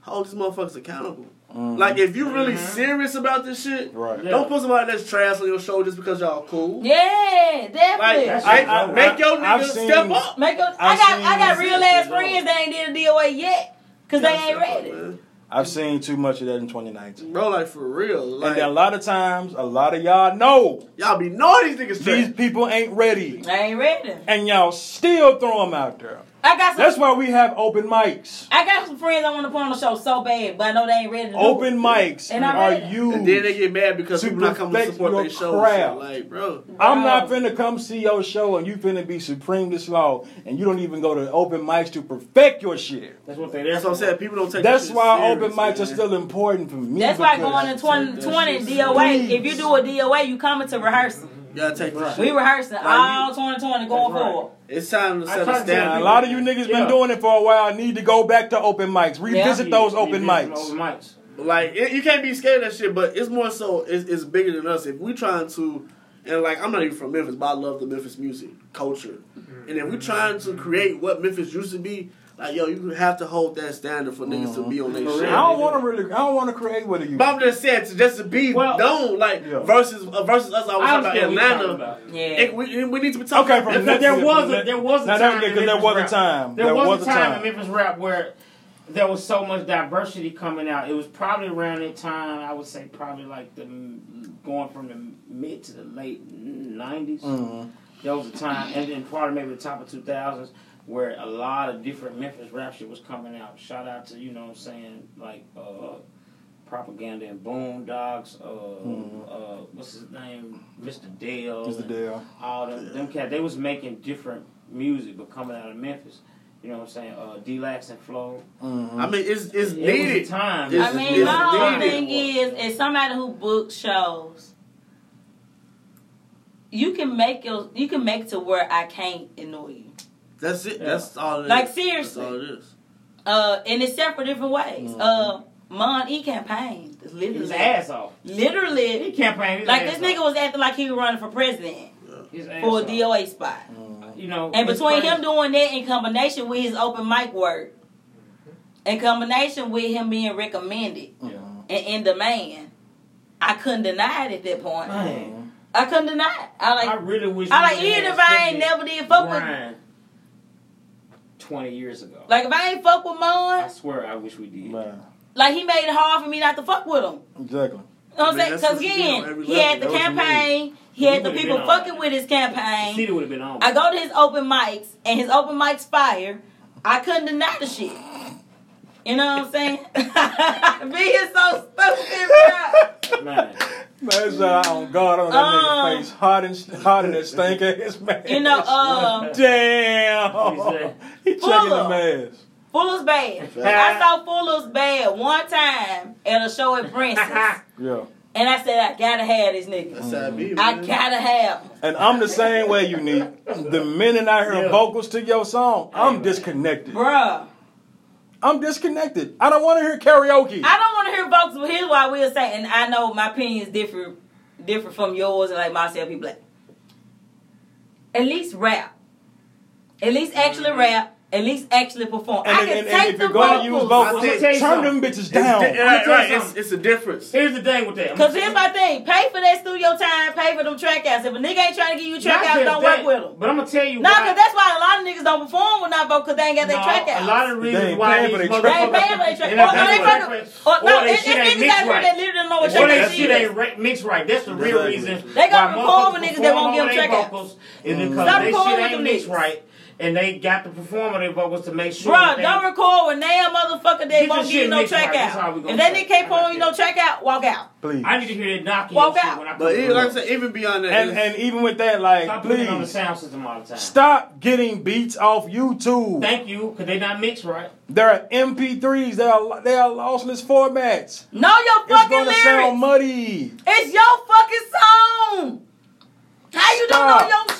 [SPEAKER 2] hold these motherfuckers accountable.
[SPEAKER 1] Mhm.
[SPEAKER 2] Like if you really
[SPEAKER 4] Mhm.
[SPEAKER 2] serious about this shit,
[SPEAKER 1] Right.
[SPEAKER 4] Yeah.
[SPEAKER 2] don't put somebody that's trash on your show just because y'all cool.
[SPEAKER 3] Yeah, definitely.
[SPEAKER 2] Like
[SPEAKER 4] That's
[SPEAKER 2] I,
[SPEAKER 4] just
[SPEAKER 2] I-
[SPEAKER 4] over.
[SPEAKER 2] make your
[SPEAKER 1] I've
[SPEAKER 2] niggas
[SPEAKER 1] seen-
[SPEAKER 2] step up.
[SPEAKER 3] Make a, I
[SPEAKER 1] I've
[SPEAKER 3] got I
[SPEAKER 1] seen
[SPEAKER 3] got real ass
[SPEAKER 4] this
[SPEAKER 3] friends that ain't did a DOA yet, cause they ain't ready.
[SPEAKER 1] I've seen too much of that in 2019.
[SPEAKER 2] Bro, like for real. Like
[SPEAKER 1] and a lot of times, a lot of y'all know
[SPEAKER 2] y'all be knowing these niggas
[SPEAKER 1] these
[SPEAKER 2] trash.
[SPEAKER 1] people ain't ready,
[SPEAKER 3] They ain't ready.
[SPEAKER 1] and y'all still throw them out there.
[SPEAKER 3] I got some.
[SPEAKER 1] That's why we have open mics.
[SPEAKER 3] I got some friends I want to put on the show so bad, but I know they ain't ready. To do it.
[SPEAKER 1] Open mics
[SPEAKER 3] And I
[SPEAKER 1] are
[SPEAKER 3] read it.
[SPEAKER 1] huge.
[SPEAKER 2] And then they get mad because
[SPEAKER 1] To
[SPEAKER 2] people not coming to
[SPEAKER 1] perfect
[SPEAKER 2] support
[SPEAKER 1] your
[SPEAKER 2] their show. and
[SPEAKER 1] craft.
[SPEAKER 2] shit. Like, bro.
[SPEAKER 1] I'm not
[SPEAKER 3] Bro.
[SPEAKER 1] finna come see your show and you finna be supremely slow and you don't even go to open mics to perfect your shit.
[SPEAKER 4] That's what they.
[SPEAKER 2] That's what I'm saying. People don't take
[SPEAKER 1] That's
[SPEAKER 2] this shit
[SPEAKER 1] why
[SPEAKER 2] serious,
[SPEAKER 1] open mics are
[SPEAKER 2] man.
[SPEAKER 1] still important for me.
[SPEAKER 3] That's why
[SPEAKER 1] because-
[SPEAKER 3] going to 2020 DOA, if you do a DOA, you coming to rehearsal.
[SPEAKER 2] You gotta take this
[SPEAKER 3] We
[SPEAKER 2] shit.
[SPEAKER 3] rehearsing all
[SPEAKER 2] Mm-hmm. you-
[SPEAKER 3] 2020
[SPEAKER 4] That's
[SPEAKER 3] going
[SPEAKER 4] right.
[SPEAKER 3] forward.
[SPEAKER 2] It's time to
[SPEAKER 4] I
[SPEAKER 2] set a
[SPEAKER 4] tried to-
[SPEAKER 1] Now,
[SPEAKER 2] standard.
[SPEAKER 1] a lot of you niggas
[SPEAKER 4] Yeah.
[SPEAKER 1] been doing it for a while. Need to go back to open mics. Revisit those open
[SPEAKER 4] Revisit
[SPEAKER 1] mics.
[SPEAKER 4] Open mics.
[SPEAKER 2] Like it, you can't be scared of that shit, but it's more so it's, it's bigger than us. If we trying to, and like I'm not even from Memphis, but I love the Memphis music culture,
[SPEAKER 4] Mm-hmm.
[SPEAKER 2] and if we trying to create what Memphis used to be, like yo, you have to hold that standard for niggas to be on their
[SPEAKER 4] Mm-hmm. For
[SPEAKER 1] I
[SPEAKER 2] shit.
[SPEAKER 4] real.
[SPEAKER 1] don't want to really. I don't want to create with you.
[SPEAKER 2] But I'm just saying, to just to be
[SPEAKER 4] Well-
[SPEAKER 2] known, like
[SPEAKER 1] Yeah.
[SPEAKER 2] versus uh, versus us. I was
[SPEAKER 4] I
[SPEAKER 2] talking about
[SPEAKER 4] understand what you're talking
[SPEAKER 2] Atlanta.
[SPEAKER 4] about.
[SPEAKER 3] Yeah.
[SPEAKER 2] It, we, we need to be talking.
[SPEAKER 1] Okay,
[SPEAKER 2] about
[SPEAKER 1] from
[SPEAKER 2] Memphis.
[SPEAKER 4] there
[SPEAKER 1] from
[SPEAKER 4] was a-
[SPEAKER 1] that-
[SPEAKER 4] there was a
[SPEAKER 1] Now,
[SPEAKER 4] time
[SPEAKER 1] that-
[SPEAKER 4] in
[SPEAKER 1] 'cause there
[SPEAKER 4] Memphis
[SPEAKER 1] was a
[SPEAKER 4] rap.
[SPEAKER 1] time.
[SPEAKER 4] There, was, a time, in Memphis rap where there was so much diversity coming out. It was probably around that time. I would say probably like the going from the mid to the late '90s.
[SPEAKER 1] Mhm.
[SPEAKER 4] There was a time, and then part of maybe the top of 2000s where a lot of different Memphis rap shit was coming out. Shout out to you know what I'm saying like. uh Propaganda and Boondocks, uh, uh, what's his name, Mr. Dale,
[SPEAKER 1] Is the
[SPEAKER 4] and-
[SPEAKER 1] deal?
[SPEAKER 4] all them, them cats, they was making different music, but coming out of Memphis. You know what I'm saying? Uh, D-Lax and Flow. Mm-hmm,
[SPEAKER 1] Mhm.
[SPEAKER 2] I mean, it's it's
[SPEAKER 4] It
[SPEAKER 2] needed.
[SPEAKER 4] was a time.
[SPEAKER 2] It's-
[SPEAKER 3] I mean,
[SPEAKER 2] it's
[SPEAKER 3] my whole
[SPEAKER 2] needed.
[SPEAKER 3] thing is, as somebody who books shows, you can make your, you can make to where I can't annoy you.
[SPEAKER 2] That's it.
[SPEAKER 4] Yeah.
[SPEAKER 2] That's all. It is.
[SPEAKER 3] Like,
[SPEAKER 2] That's all
[SPEAKER 3] seriously.
[SPEAKER 2] it is.
[SPEAKER 3] Uh, and it's separate different ways. Uh, Mon E campaigned
[SPEAKER 4] his
[SPEAKER 3] literally,
[SPEAKER 4] ass off.
[SPEAKER 3] literally,
[SPEAKER 4] He campaigned his
[SPEAKER 3] like
[SPEAKER 4] ass
[SPEAKER 3] this nigga
[SPEAKER 4] off.
[SPEAKER 3] was acting like he was running for president.
[SPEAKER 2] Yeah.
[SPEAKER 4] his ass
[SPEAKER 3] for a
[SPEAKER 4] off.
[SPEAKER 3] DOA spot.
[SPEAKER 4] You know,
[SPEAKER 3] And
[SPEAKER 4] it's
[SPEAKER 3] between
[SPEAKER 4] crazy.
[SPEAKER 3] him doing that in combination with his open mic work, in combination with him being recommended
[SPEAKER 4] Yeah.
[SPEAKER 3] and in demand, I couldn't deny it at that point.
[SPEAKER 4] man,
[SPEAKER 3] I couldn't deny it. I
[SPEAKER 4] I
[SPEAKER 3] like,
[SPEAKER 4] really wish.
[SPEAKER 3] I like,
[SPEAKER 4] we
[SPEAKER 3] even
[SPEAKER 4] had
[SPEAKER 3] if I
[SPEAKER 4] seen
[SPEAKER 3] ain't
[SPEAKER 4] that
[SPEAKER 3] never did fuck with,
[SPEAKER 4] grind Twenty years ago,
[SPEAKER 3] like if I ain't fuck with
[SPEAKER 4] I
[SPEAKER 3] Mon,
[SPEAKER 4] swear, I wish we did.
[SPEAKER 1] Man,
[SPEAKER 3] like he made it hard for me not to fuck with him.
[SPEAKER 1] exactly.
[SPEAKER 3] You know what I'm
[SPEAKER 2] Man,
[SPEAKER 3] saying?
[SPEAKER 2] that's
[SPEAKER 3] Because
[SPEAKER 2] what you do on
[SPEAKER 3] again,
[SPEAKER 2] every
[SPEAKER 3] he had the
[SPEAKER 1] level. That what you
[SPEAKER 3] campaign, he
[SPEAKER 4] We
[SPEAKER 3] had the
[SPEAKER 4] would've
[SPEAKER 3] people
[SPEAKER 4] been all
[SPEAKER 3] fucking
[SPEAKER 4] right.
[SPEAKER 3] with his
[SPEAKER 4] The
[SPEAKER 3] campaign.
[SPEAKER 4] city would have been on.
[SPEAKER 3] I go to his open mics and his open mics fire. I couldn't deny the shit. You know what I'm saying? Being so stupid, bro.
[SPEAKER 4] Man,
[SPEAKER 1] Man, it's uh, on God on that
[SPEAKER 3] Um,
[SPEAKER 1] nigga face, hot and hot and that stink ass man.
[SPEAKER 3] You know, um,
[SPEAKER 4] What he
[SPEAKER 1] damn,
[SPEAKER 4] say?
[SPEAKER 1] he checking the
[SPEAKER 3] Fuller.
[SPEAKER 1] mask.
[SPEAKER 3] Fuller's bad. I saw Fuller's bad one time at a show at Princess,
[SPEAKER 1] Yeah,
[SPEAKER 3] and I said I gotta have this nigga.
[SPEAKER 2] That's how it be,
[SPEAKER 3] I
[SPEAKER 2] man.
[SPEAKER 3] gotta have. him.
[SPEAKER 1] and I'm the same way. You need the minute I hear
[SPEAKER 4] Yeah.
[SPEAKER 1] vocals to your song, I'm
[SPEAKER 4] Anyway.
[SPEAKER 1] disconnected.
[SPEAKER 3] Bruh,
[SPEAKER 1] I'm disconnected. I don't want to hear karaoke.
[SPEAKER 3] I don't want to hear vocals, but here's why we'll say, and I know my opinions differ, different from yours, and like myself, people like, at least rap, at least actually
[SPEAKER 4] Mm-hmm.
[SPEAKER 3] rap, at least actually perform.
[SPEAKER 1] and,
[SPEAKER 3] I can
[SPEAKER 1] and,
[SPEAKER 3] take
[SPEAKER 1] and if
[SPEAKER 3] the
[SPEAKER 1] you're going to use vocals,
[SPEAKER 2] I'll tell
[SPEAKER 1] turn
[SPEAKER 4] you something.
[SPEAKER 1] them bitches
[SPEAKER 2] It's
[SPEAKER 1] down.
[SPEAKER 2] di-
[SPEAKER 4] I'ma tell you
[SPEAKER 2] right, it's,
[SPEAKER 4] something.
[SPEAKER 2] it's a difference.
[SPEAKER 4] here's the thing with that.
[SPEAKER 3] Cause here's my thing: pay for that studio time, pay for them track outs. If a nigga ain't trying to give you track
[SPEAKER 4] Not
[SPEAKER 3] outs,
[SPEAKER 4] just
[SPEAKER 3] don't
[SPEAKER 4] that,
[SPEAKER 3] work with them.
[SPEAKER 4] But I'm gonna tell you
[SPEAKER 3] No,
[SPEAKER 4] why.
[SPEAKER 3] cause that's why a lot of niggas don't perform when not vote because they ain't got their
[SPEAKER 4] No,
[SPEAKER 3] track outs.
[SPEAKER 4] A lot of
[SPEAKER 1] They
[SPEAKER 4] reasons
[SPEAKER 1] ain't
[SPEAKER 4] why
[SPEAKER 1] paying
[SPEAKER 4] these
[SPEAKER 1] for they
[SPEAKER 4] motherfuckers.
[SPEAKER 1] track.
[SPEAKER 3] They ain't paying for their track.
[SPEAKER 4] And that's
[SPEAKER 3] Or they
[SPEAKER 4] what-
[SPEAKER 3] fucking- or no,
[SPEAKER 4] or they
[SPEAKER 3] it's,
[SPEAKER 4] shit
[SPEAKER 3] it's niggas out
[SPEAKER 4] ain't mixed
[SPEAKER 3] here that
[SPEAKER 4] right.
[SPEAKER 3] literally don't know what
[SPEAKER 4] Or
[SPEAKER 3] track
[SPEAKER 4] that
[SPEAKER 3] outs
[SPEAKER 4] shit
[SPEAKER 3] is.
[SPEAKER 4] ain't ra- mixed right. That's the real
[SPEAKER 1] Exactly.
[SPEAKER 4] reason.
[SPEAKER 3] They gotta
[SPEAKER 4] why
[SPEAKER 3] perform with
[SPEAKER 4] motherfuckers
[SPEAKER 3] niggas that won't give them
[SPEAKER 4] perform on
[SPEAKER 3] check
[SPEAKER 4] their
[SPEAKER 3] out.
[SPEAKER 4] vocals Is
[SPEAKER 1] Mm.
[SPEAKER 4] because
[SPEAKER 3] Stop performing
[SPEAKER 4] they shit
[SPEAKER 3] with
[SPEAKER 4] ain't
[SPEAKER 3] them
[SPEAKER 4] mixed
[SPEAKER 3] niggas.
[SPEAKER 4] right, and they got to perform on their vocals to make sure.
[SPEAKER 3] Bruh,
[SPEAKER 4] that
[SPEAKER 3] don't record when they a motherfucker they
[SPEAKER 4] Get your
[SPEAKER 3] won't give you
[SPEAKER 4] shit
[SPEAKER 3] no
[SPEAKER 4] mixed
[SPEAKER 3] track
[SPEAKER 4] right. That's how
[SPEAKER 3] out.
[SPEAKER 4] we
[SPEAKER 3] If
[SPEAKER 4] gonna
[SPEAKER 3] that nigga
[SPEAKER 4] track.
[SPEAKER 3] can't
[SPEAKER 4] I
[SPEAKER 3] perform
[SPEAKER 4] got
[SPEAKER 3] you no
[SPEAKER 4] that.
[SPEAKER 3] track out, walk out.
[SPEAKER 1] Please.
[SPEAKER 4] I need to hear that knocking.
[SPEAKER 3] Walk
[SPEAKER 4] and shit
[SPEAKER 3] out.
[SPEAKER 4] When I come
[SPEAKER 2] But
[SPEAKER 4] to
[SPEAKER 2] even, like I
[SPEAKER 4] work.
[SPEAKER 2] said, even beyond that,
[SPEAKER 1] and,
[SPEAKER 2] it's-
[SPEAKER 1] and even with that, like,
[SPEAKER 4] stop putting it on the
[SPEAKER 1] please
[SPEAKER 4] sound system all the time.
[SPEAKER 1] stop getting beats off YouTube.
[SPEAKER 4] Thank you, because they not mixed right.
[SPEAKER 1] There are MP3s. They are they are lossless formats.
[SPEAKER 3] Know your
[SPEAKER 1] It's
[SPEAKER 3] fucking
[SPEAKER 1] gonna
[SPEAKER 3] lyrics.
[SPEAKER 1] sound muddy.
[SPEAKER 3] It's your fucking song. How you don't know
[SPEAKER 1] Stop.
[SPEAKER 3] your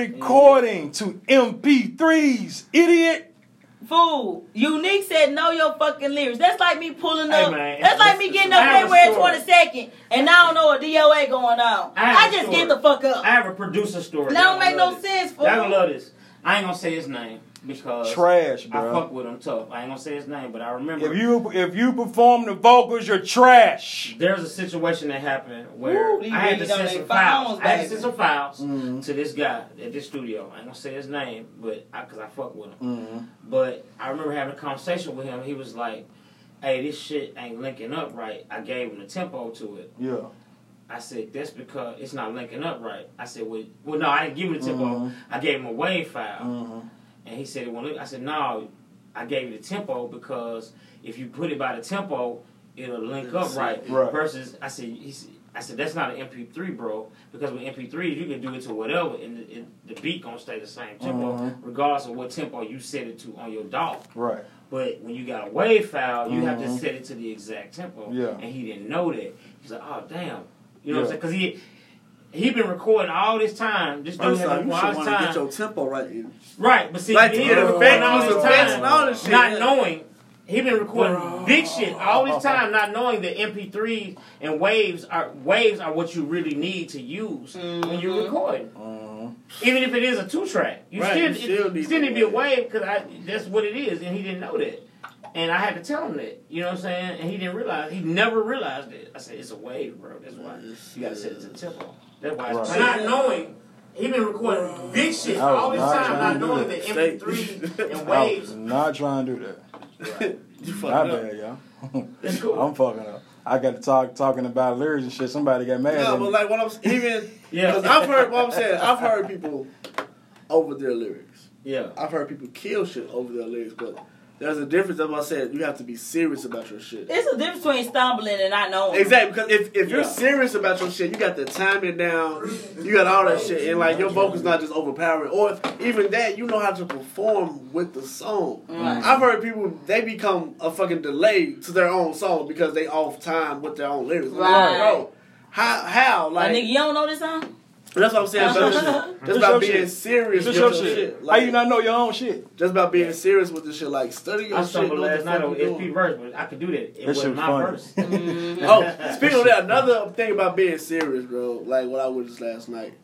[SPEAKER 3] shit?
[SPEAKER 1] Recording to MP3s, idiot.
[SPEAKER 3] Fool. Unique said, know your fucking lyrics. That's like me pulling
[SPEAKER 4] Hey,
[SPEAKER 3] up.
[SPEAKER 4] man,
[SPEAKER 3] that's like me
[SPEAKER 4] it's-
[SPEAKER 3] getting
[SPEAKER 4] it's-
[SPEAKER 3] up
[SPEAKER 4] I have a
[SPEAKER 3] February
[SPEAKER 4] story.
[SPEAKER 3] 22nd and I don't know what DOA going on.
[SPEAKER 4] I have
[SPEAKER 3] I,
[SPEAKER 4] a
[SPEAKER 3] just
[SPEAKER 4] story.
[SPEAKER 3] get the fuck up.
[SPEAKER 4] I have a producer story.
[SPEAKER 3] That don't
[SPEAKER 4] Y'all
[SPEAKER 3] make
[SPEAKER 4] love
[SPEAKER 3] no
[SPEAKER 4] this.
[SPEAKER 3] sense, fool.
[SPEAKER 4] Y'all gonna love this. I ain't gonna say his name because
[SPEAKER 1] Trash,
[SPEAKER 4] I
[SPEAKER 1] bro.
[SPEAKER 4] fuck with him tough. I ain't gonna say his name, but I remember.
[SPEAKER 1] If you if you perform the vocals, you're trash.
[SPEAKER 4] There's a situation that happened where
[SPEAKER 3] Ooh,
[SPEAKER 4] I
[SPEAKER 3] these
[SPEAKER 4] had
[SPEAKER 3] niggas
[SPEAKER 4] to
[SPEAKER 3] on
[SPEAKER 4] send
[SPEAKER 3] they
[SPEAKER 4] some files.
[SPEAKER 3] phones,
[SPEAKER 4] I had to
[SPEAKER 3] baby.
[SPEAKER 4] send some files
[SPEAKER 1] Mm-hmm.
[SPEAKER 4] to this guy at this studio. I ain't gonna say his name, but I, cause I fuck with him.
[SPEAKER 1] Mm-hmm.
[SPEAKER 4] But I remember having a conversation with him. He was like, "Hey, this shit ain't linking up right." I gave him the tempo to it.
[SPEAKER 1] Yeah.
[SPEAKER 4] I said, "That's because it's not linking up right." I said, "Well, well, no, I didn't give him the tempo.
[SPEAKER 1] Mhm.
[SPEAKER 4] I gave him a wave file."
[SPEAKER 1] Mhm.
[SPEAKER 4] And he said, "Well, look," I said, "No, I gave you the tempo because if you put it by the tempo, it'll link up right."
[SPEAKER 1] Right.
[SPEAKER 4] Versus, I said, he said, "I said that's not an MP3, bro, because with MP3 you can do it to whatever, and the, it, the beat gonna stay the same tempo,
[SPEAKER 1] Mhm.
[SPEAKER 4] regardless of what tempo you set it to on your DAW.
[SPEAKER 1] Right.
[SPEAKER 4] But when you got a wave file, you have to
[SPEAKER 1] Mhm.
[SPEAKER 4] set it to the exact tempo.
[SPEAKER 1] Yeah.
[SPEAKER 4] And he didn't know that. He's like, oh damn, you know
[SPEAKER 1] Yeah.
[SPEAKER 4] what I'm saying? Because he he been recording all this time. This dude
[SPEAKER 2] first
[SPEAKER 4] had
[SPEAKER 2] off, Oh,
[SPEAKER 4] been
[SPEAKER 2] you
[SPEAKER 4] recording all
[SPEAKER 2] should
[SPEAKER 4] this
[SPEAKER 2] want to get
[SPEAKER 4] time.
[SPEAKER 2] your tempo right. And,
[SPEAKER 4] Right, but see,
[SPEAKER 2] like,
[SPEAKER 4] he
[SPEAKER 2] to
[SPEAKER 4] been
[SPEAKER 2] get the
[SPEAKER 4] recording all
[SPEAKER 2] facts,
[SPEAKER 4] this
[SPEAKER 2] the facts, and
[SPEAKER 4] time,
[SPEAKER 2] all this shit.
[SPEAKER 4] not
[SPEAKER 2] yeah.
[SPEAKER 4] knowing. He been recording big shit all this time, not knowing that MP3 and waves are waves are what you really need to use when you're recording.
[SPEAKER 1] Mhm.
[SPEAKER 4] Even if it is a two track, you
[SPEAKER 2] Uh-huh. Right,
[SPEAKER 4] still,
[SPEAKER 2] you still
[SPEAKER 4] it,
[SPEAKER 2] need
[SPEAKER 4] still
[SPEAKER 2] to
[SPEAKER 4] need to be a
[SPEAKER 2] wave.
[SPEAKER 4] wave because that's what it is, and he didn't know that. And I had to tell him that, you know what I'm saying? And he didn't realize, he never realized it. I said, it's a wave, bro. That's why you got to set it to the tempo. That's why. It's
[SPEAKER 1] Right.
[SPEAKER 4] Not knowing, he been recording big shit
[SPEAKER 1] I was
[SPEAKER 4] all this
[SPEAKER 1] not
[SPEAKER 4] time,
[SPEAKER 1] trying
[SPEAKER 4] not
[SPEAKER 1] to do
[SPEAKER 4] knowing
[SPEAKER 1] that.
[SPEAKER 4] that
[SPEAKER 2] Stay-
[SPEAKER 4] MP3 and
[SPEAKER 1] I was
[SPEAKER 4] waves.
[SPEAKER 1] not trying to do that.
[SPEAKER 2] you
[SPEAKER 1] My
[SPEAKER 2] fucked up.
[SPEAKER 1] bad, y'all.
[SPEAKER 4] That's cool.
[SPEAKER 1] I'm fucking up. I got to talk talking about lyrics and shit. Somebody got mad.
[SPEAKER 2] No,
[SPEAKER 1] at me.
[SPEAKER 2] but like what I'm even
[SPEAKER 4] Yeah.
[SPEAKER 2] because I've heard what I'm saying. I've heard people over their lyrics.
[SPEAKER 4] yeah.
[SPEAKER 2] I've heard people kill shit over their lyrics, but there's a difference. That's what I said. You have to be serious about your shit.
[SPEAKER 3] It's a difference between stumbling and not knowing.
[SPEAKER 2] Exactly, because if, if you're
[SPEAKER 4] Yeah.
[SPEAKER 2] serious about your shit, you got the timing down, you got all that shit, and like your vocals not just overpowering, or if, even that you know how to perform with the song.
[SPEAKER 3] Right.
[SPEAKER 2] I've heard people they become a fucking delay to their own song because they off time with their own lyrics. I'm like,
[SPEAKER 3] Right.
[SPEAKER 2] bro, how how
[SPEAKER 3] Like,
[SPEAKER 2] like
[SPEAKER 3] nigga, you don't know this song?
[SPEAKER 2] that's what I'm saying. About this shit. Just
[SPEAKER 1] Just
[SPEAKER 2] about
[SPEAKER 1] your
[SPEAKER 2] being
[SPEAKER 1] shit.
[SPEAKER 2] serious
[SPEAKER 1] It's just
[SPEAKER 2] with
[SPEAKER 1] your
[SPEAKER 2] your
[SPEAKER 1] shit.
[SPEAKER 2] shit.
[SPEAKER 1] How you
[SPEAKER 2] Like,
[SPEAKER 1] not know your own shit?
[SPEAKER 2] just about being serious with this shit. Like study your
[SPEAKER 4] I
[SPEAKER 2] shit.
[SPEAKER 4] stumbled
[SPEAKER 2] know what the
[SPEAKER 4] last night
[SPEAKER 2] fuck
[SPEAKER 4] on
[SPEAKER 2] you doing.
[SPEAKER 4] SP verse, but I could do that. It
[SPEAKER 1] That shit
[SPEAKER 4] wasn't my
[SPEAKER 1] funny.
[SPEAKER 4] verse.
[SPEAKER 3] Mm.
[SPEAKER 2] Oh, speaking of that, another thing about being serious, bro. Like what I witnessed last night.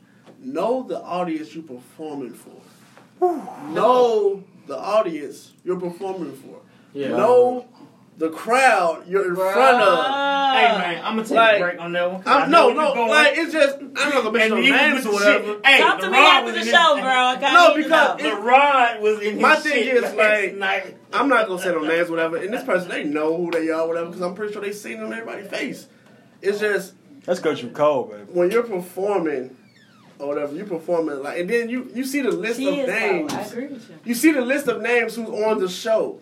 [SPEAKER 2] know the audience you're performing for. know the audience you're performing for.
[SPEAKER 4] Yeah.
[SPEAKER 2] Know the crowd you're in front of.
[SPEAKER 4] Hey man, I'm gonna take
[SPEAKER 2] Like,
[SPEAKER 4] a break on that one. 'cause I
[SPEAKER 2] I'm,
[SPEAKER 4] know
[SPEAKER 2] no,
[SPEAKER 4] where you're
[SPEAKER 2] no,
[SPEAKER 4] going.
[SPEAKER 2] like it's just I'm not gonna mention
[SPEAKER 4] And
[SPEAKER 2] no
[SPEAKER 4] even
[SPEAKER 2] names
[SPEAKER 4] with
[SPEAKER 2] or
[SPEAKER 4] the
[SPEAKER 2] whatever.
[SPEAKER 4] shit- hey,
[SPEAKER 3] Talk to
[SPEAKER 4] the
[SPEAKER 3] me
[SPEAKER 4] rod
[SPEAKER 3] after
[SPEAKER 4] was
[SPEAKER 3] the
[SPEAKER 4] in
[SPEAKER 3] show,
[SPEAKER 4] his-
[SPEAKER 3] bro. I kinda
[SPEAKER 2] No,
[SPEAKER 3] need to
[SPEAKER 2] because
[SPEAKER 3] know.
[SPEAKER 4] The rod was in his
[SPEAKER 2] My thing
[SPEAKER 4] shit
[SPEAKER 2] is,
[SPEAKER 4] last
[SPEAKER 2] like,
[SPEAKER 4] night.
[SPEAKER 2] I'm not gonna say no names, whatever. And this person, they know who they are, whatever, because I'm pretty sure they seen it on everybody's face. It's just
[SPEAKER 1] That's because you cold, baby.
[SPEAKER 2] when you're performing or whatever, you're performing like, and then you you see the list
[SPEAKER 3] She
[SPEAKER 2] of
[SPEAKER 3] is
[SPEAKER 2] names.
[SPEAKER 3] though. I agree with you.
[SPEAKER 2] You see the list of names who's on the show.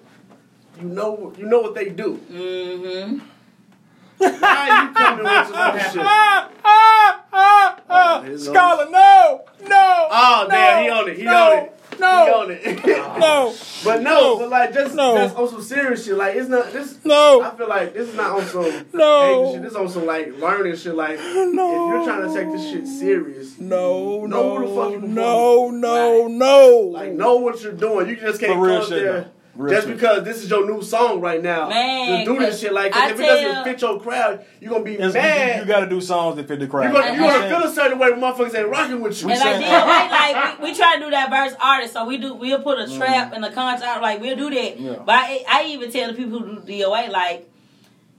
[SPEAKER 2] You know, you know what they do.
[SPEAKER 3] Mm-hmm.
[SPEAKER 2] Why you coming with this bullshit?
[SPEAKER 1] Ah, ah, ah, ah.
[SPEAKER 2] his
[SPEAKER 1] Scholar, no, no.
[SPEAKER 2] Oh,
[SPEAKER 1] no,
[SPEAKER 2] damn, he on it. He
[SPEAKER 1] no,
[SPEAKER 2] on it. He
[SPEAKER 1] No,
[SPEAKER 2] on it.
[SPEAKER 1] no,
[SPEAKER 2] but no,
[SPEAKER 1] No.
[SPEAKER 2] but like just
[SPEAKER 1] No.
[SPEAKER 2] just on some serious shit. Like it's not this. I
[SPEAKER 1] no,
[SPEAKER 2] feel like this is not on some
[SPEAKER 1] No.
[SPEAKER 2] hating shit. This is on some like learning shit. Like
[SPEAKER 1] No.
[SPEAKER 2] if you're trying to take this shit serious,
[SPEAKER 1] no, no,
[SPEAKER 2] Know who the fuck you
[SPEAKER 1] no, no,
[SPEAKER 3] Right.
[SPEAKER 1] no.
[SPEAKER 2] like know what you're doing. You just can't
[SPEAKER 1] For real
[SPEAKER 2] come up
[SPEAKER 1] shit,
[SPEAKER 2] there.
[SPEAKER 1] though. Real
[SPEAKER 2] just
[SPEAKER 1] shit.
[SPEAKER 2] because this is your new song right now,
[SPEAKER 3] Man,
[SPEAKER 2] to do this
[SPEAKER 3] cause
[SPEAKER 2] shit like
[SPEAKER 3] I
[SPEAKER 2] if it doesn't
[SPEAKER 3] tell-
[SPEAKER 2] fit your crowd, you're gonna be
[SPEAKER 1] It's-
[SPEAKER 2] mad.
[SPEAKER 1] you, you got to do songs that fit the crowd.
[SPEAKER 2] You're gonna,
[SPEAKER 3] And-
[SPEAKER 2] you gonna
[SPEAKER 3] and-
[SPEAKER 2] feel a certain way when motherfuckers ain't rocking with you.
[SPEAKER 1] We
[SPEAKER 3] And like
[SPEAKER 1] said-
[SPEAKER 3] then, right, like we, we try to do that verse artist, so we do we'll put a trap in the contract, like we'll do that.
[SPEAKER 1] Yeah.
[SPEAKER 3] But I, I even tell the people who do DOA, like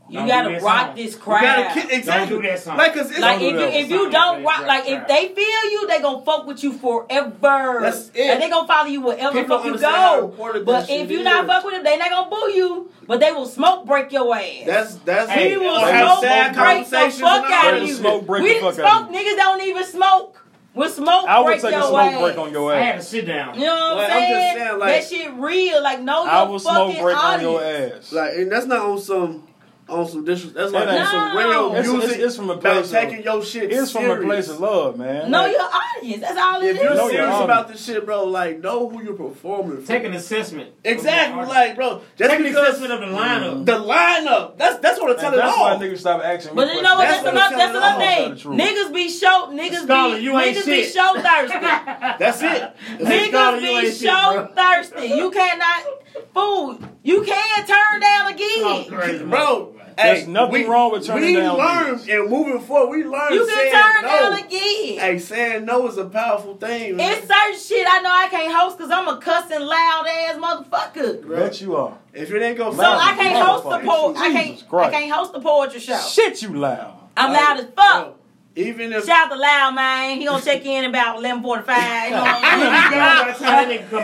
[SPEAKER 3] you
[SPEAKER 4] Don't do
[SPEAKER 3] gotta
[SPEAKER 4] that
[SPEAKER 3] rock
[SPEAKER 4] song.
[SPEAKER 3] this
[SPEAKER 2] You gotta
[SPEAKER 3] crowd.
[SPEAKER 2] ki- exactly.
[SPEAKER 4] do that song.
[SPEAKER 2] Like, cause it's,
[SPEAKER 3] like
[SPEAKER 1] Don't
[SPEAKER 3] if
[SPEAKER 1] do
[SPEAKER 3] you
[SPEAKER 1] that
[SPEAKER 3] if
[SPEAKER 4] song.
[SPEAKER 3] you don't
[SPEAKER 4] Don't
[SPEAKER 3] rock,
[SPEAKER 4] do
[SPEAKER 3] like
[SPEAKER 4] that
[SPEAKER 3] if they feel you, they gonna fuck with you forever.
[SPEAKER 2] That's it.
[SPEAKER 3] And they gonna follow you wherever the
[SPEAKER 2] People
[SPEAKER 3] fuck you
[SPEAKER 2] understand how
[SPEAKER 3] go.
[SPEAKER 2] important
[SPEAKER 3] But
[SPEAKER 2] that shit
[SPEAKER 3] if you not
[SPEAKER 2] is.
[SPEAKER 3] fuck with them, they not gonna boo you. But they will smoke break your ass.
[SPEAKER 2] that's that's
[SPEAKER 4] He
[SPEAKER 2] they
[SPEAKER 3] we will
[SPEAKER 1] Like,
[SPEAKER 2] have
[SPEAKER 3] smoke
[SPEAKER 2] sad
[SPEAKER 3] break the
[SPEAKER 2] conversations
[SPEAKER 3] fuck
[SPEAKER 2] and
[SPEAKER 3] out
[SPEAKER 2] all
[SPEAKER 3] of
[SPEAKER 1] We'll
[SPEAKER 3] you.
[SPEAKER 2] that
[SPEAKER 1] smoke
[SPEAKER 2] shit.
[SPEAKER 1] break
[SPEAKER 3] we
[SPEAKER 1] the
[SPEAKER 3] didn't
[SPEAKER 1] fuck out
[SPEAKER 3] smoke.
[SPEAKER 1] of
[SPEAKER 3] Niggas don't even smoke. We'll smoke
[SPEAKER 1] I would
[SPEAKER 3] break
[SPEAKER 1] take
[SPEAKER 3] your
[SPEAKER 1] a smoke
[SPEAKER 3] ass.
[SPEAKER 1] break on your
[SPEAKER 4] I had
[SPEAKER 1] ass.
[SPEAKER 4] to sit down.
[SPEAKER 3] You know what
[SPEAKER 2] Like,
[SPEAKER 3] I'm
[SPEAKER 2] I'm just
[SPEAKER 3] saying?
[SPEAKER 2] saying, like-
[SPEAKER 3] that shit real. Like, know your
[SPEAKER 1] I will
[SPEAKER 3] fucking
[SPEAKER 1] smoke break
[SPEAKER 3] audience.
[SPEAKER 1] on your ass.
[SPEAKER 2] Like, and that's not on some on some dishes. That's like
[SPEAKER 1] It
[SPEAKER 2] on
[SPEAKER 1] ain't.
[SPEAKER 2] some
[SPEAKER 3] No.
[SPEAKER 2] real
[SPEAKER 1] It's- it's-
[SPEAKER 2] music.
[SPEAKER 1] it's from a place
[SPEAKER 2] about
[SPEAKER 1] of-
[SPEAKER 2] taking your shit.
[SPEAKER 1] it's from a
[SPEAKER 2] serious.
[SPEAKER 1] place of love, man.
[SPEAKER 3] Know
[SPEAKER 1] Like,
[SPEAKER 3] your audience. That's all it
[SPEAKER 2] If
[SPEAKER 3] is.
[SPEAKER 2] you're
[SPEAKER 1] Know your
[SPEAKER 2] serious
[SPEAKER 1] audience.
[SPEAKER 2] about this shit, bro, like know who you're performing. For.
[SPEAKER 4] Take an assessment.
[SPEAKER 2] exactly, like bro, just
[SPEAKER 4] take an
[SPEAKER 2] because
[SPEAKER 4] assessment of the lineup.
[SPEAKER 2] the lineup. That's that's what I tell
[SPEAKER 1] and
[SPEAKER 2] it
[SPEAKER 1] that's
[SPEAKER 2] all.
[SPEAKER 1] why niggas stop asking me.
[SPEAKER 3] but you know what?
[SPEAKER 1] questions.
[SPEAKER 3] That's
[SPEAKER 2] That's
[SPEAKER 3] another.
[SPEAKER 2] what
[SPEAKER 3] That's
[SPEAKER 2] I'm telling
[SPEAKER 1] y'all.
[SPEAKER 3] another thing. Niggas be show. Niggas
[SPEAKER 4] Scholar,
[SPEAKER 3] be.
[SPEAKER 4] you ain't
[SPEAKER 3] niggas be
[SPEAKER 4] shit.
[SPEAKER 3] show thirsty.
[SPEAKER 2] That's it. It's
[SPEAKER 3] niggas
[SPEAKER 2] Scholar, you
[SPEAKER 3] be
[SPEAKER 2] ain't shit, bro.
[SPEAKER 3] show thirsty. You cannot. Fool. You can turn down
[SPEAKER 4] Oh,
[SPEAKER 3] again.
[SPEAKER 4] crazy,
[SPEAKER 2] Bro,
[SPEAKER 1] There's
[SPEAKER 2] hey,
[SPEAKER 1] nothing
[SPEAKER 2] we,
[SPEAKER 1] wrong with turning
[SPEAKER 2] we
[SPEAKER 1] down
[SPEAKER 2] learned
[SPEAKER 1] niggas.
[SPEAKER 2] and moving forward. We learned
[SPEAKER 3] You
[SPEAKER 2] saying
[SPEAKER 3] can turn
[SPEAKER 2] no.
[SPEAKER 3] down again.
[SPEAKER 2] Hey, saying no is a powerful thing. man.
[SPEAKER 3] It's certain shit I know I can't host because I'm a cussing loud ass motherfucker.
[SPEAKER 1] Bet you are.
[SPEAKER 2] if it ain't go,
[SPEAKER 3] So I can't host the po- I
[SPEAKER 1] Jesus
[SPEAKER 3] can't. I
[SPEAKER 1] Christ.
[SPEAKER 3] can't host the poetry show.
[SPEAKER 1] Shit, you loud.
[SPEAKER 3] I'm loud as fuck.
[SPEAKER 2] Even if
[SPEAKER 3] Shout out to Loud Man. He gonna check in about 11:45. You know what
[SPEAKER 4] I'm
[SPEAKER 3] I'm
[SPEAKER 4] gonna be gone by the time that nigga come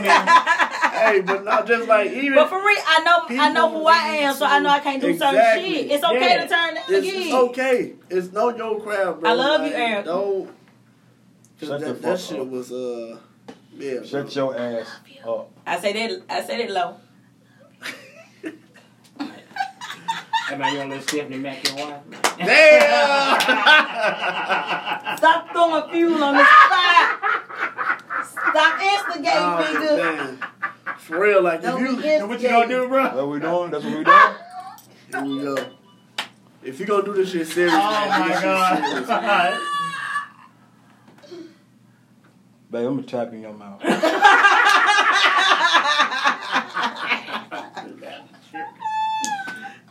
[SPEAKER 4] in.
[SPEAKER 2] hey, but not just like even.
[SPEAKER 3] But for real, I know I know who I am, so I know I can't do certain
[SPEAKER 2] Exactly.
[SPEAKER 3] shit. It's okay
[SPEAKER 4] Yeah.
[SPEAKER 3] to turn down
[SPEAKER 2] it's,
[SPEAKER 3] again.
[SPEAKER 2] it's okay. It's know your crowd, bro.
[SPEAKER 3] I love
[SPEAKER 2] Like,
[SPEAKER 3] you, Erica.
[SPEAKER 2] Don't. 'cause
[SPEAKER 1] Shut
[SPEAKER 2] that,
[SPEAKER 1] the
[SPEAKER 2] that
[SPEAKER 1] fuck
[SPEAKER 2] shit
[SPEAKER 1] up.
[SPEAKER 2] was uh, yeah. bro.
[SPEAKER 1] Shut your ass up.
[SPEAKER 3] I say that I said it low.
[SPEAKER 4] Am I your little Stephanie Mac and wife?
[SPEAKER 2] Damn.
[SPEAKER 3] Stop throwing fuel on this fire. Stop instigating,
[SPEAKER 2] Oh,
[SPEAKER 3] nigga.
[SPEAKER 2] man. For real, like if
[SPEAKER 3] Don't
[SPEAKER 2] you,
[SPEAKER 3] be
[SPEAKER 2] what you gonna do, bro?
[SPEAKER 1] What we doing? That's what we doing.
[SPEAKER 2] Here we go. If you gonna do this shit serious,
[SPEAKER 4] Oh
[SPEAKER 2] man, do
[SPEAKER 4] my
[SPEAKER 2] this shit serious.
[SPEAKER 4] god.
[SPEAKER 1] Babe, I'm gonna tap in your mouth.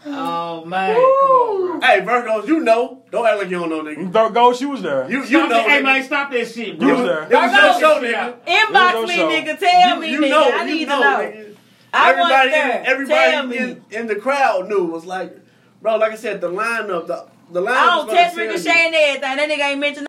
[SPEAKER 4] Oh man. Come on, bro.
[SPEAKER 2] Hey, Virgos, you know, don't act like you don't know, nigga.
[SPEAKER 1] Don't go. She was there.
[SPEAKER 2] You, you
[SPEAKER 4] Stop
[SPEAKER 2] know,
[SPEAKER 4] that- hey
[SPEAKER 2] nigga.
[SPEAKER 4] man, stop that shit,
[SPEAKER 1] You
[SPEAKER 4] bro.
[SPEAKER 1] was there.
[SPEAKER 2] It was your
[SPEAKER 3] Virgos,
[SPEAKER 2] show, nigga.
[SPEAKER 1] Here
[SPEAKER 3] Inbox me,
[SPEAKER 1] we go,
[SPEAKER 3] nigga. Tell me,
[SPEAKER 2] you
[SPEAKER 3] nigga.
[SPEAKER 2] know,
[SPEAKER 3] I
[SPEAKER 2] you
[SPEAKER 3] need to
[SPEAKER 2] know,
[SPEAKER 3] know.
[SPEAKER 2] nigga.
[SPEAKER 3] I was
[SPEAKER 2] everybody,
[SPEAKER 3] there.
[SPEAKER 2] in-
[SPEAKER 3] Tell
[SPEAKER 2] everybody
[SPEAKER 3] me.
[SPEAKER 2] in, in the crowd knew was like, bro. Like I said, the lineup, the the lineup.
[SPEAKER 3] I don't
[SPEAKER 2] was gonna
[SPEAKER 3] test
[SPEAKER 2] tell you.
[SPEAKER 3] Ricochet and everything. That nigga ain't mentioned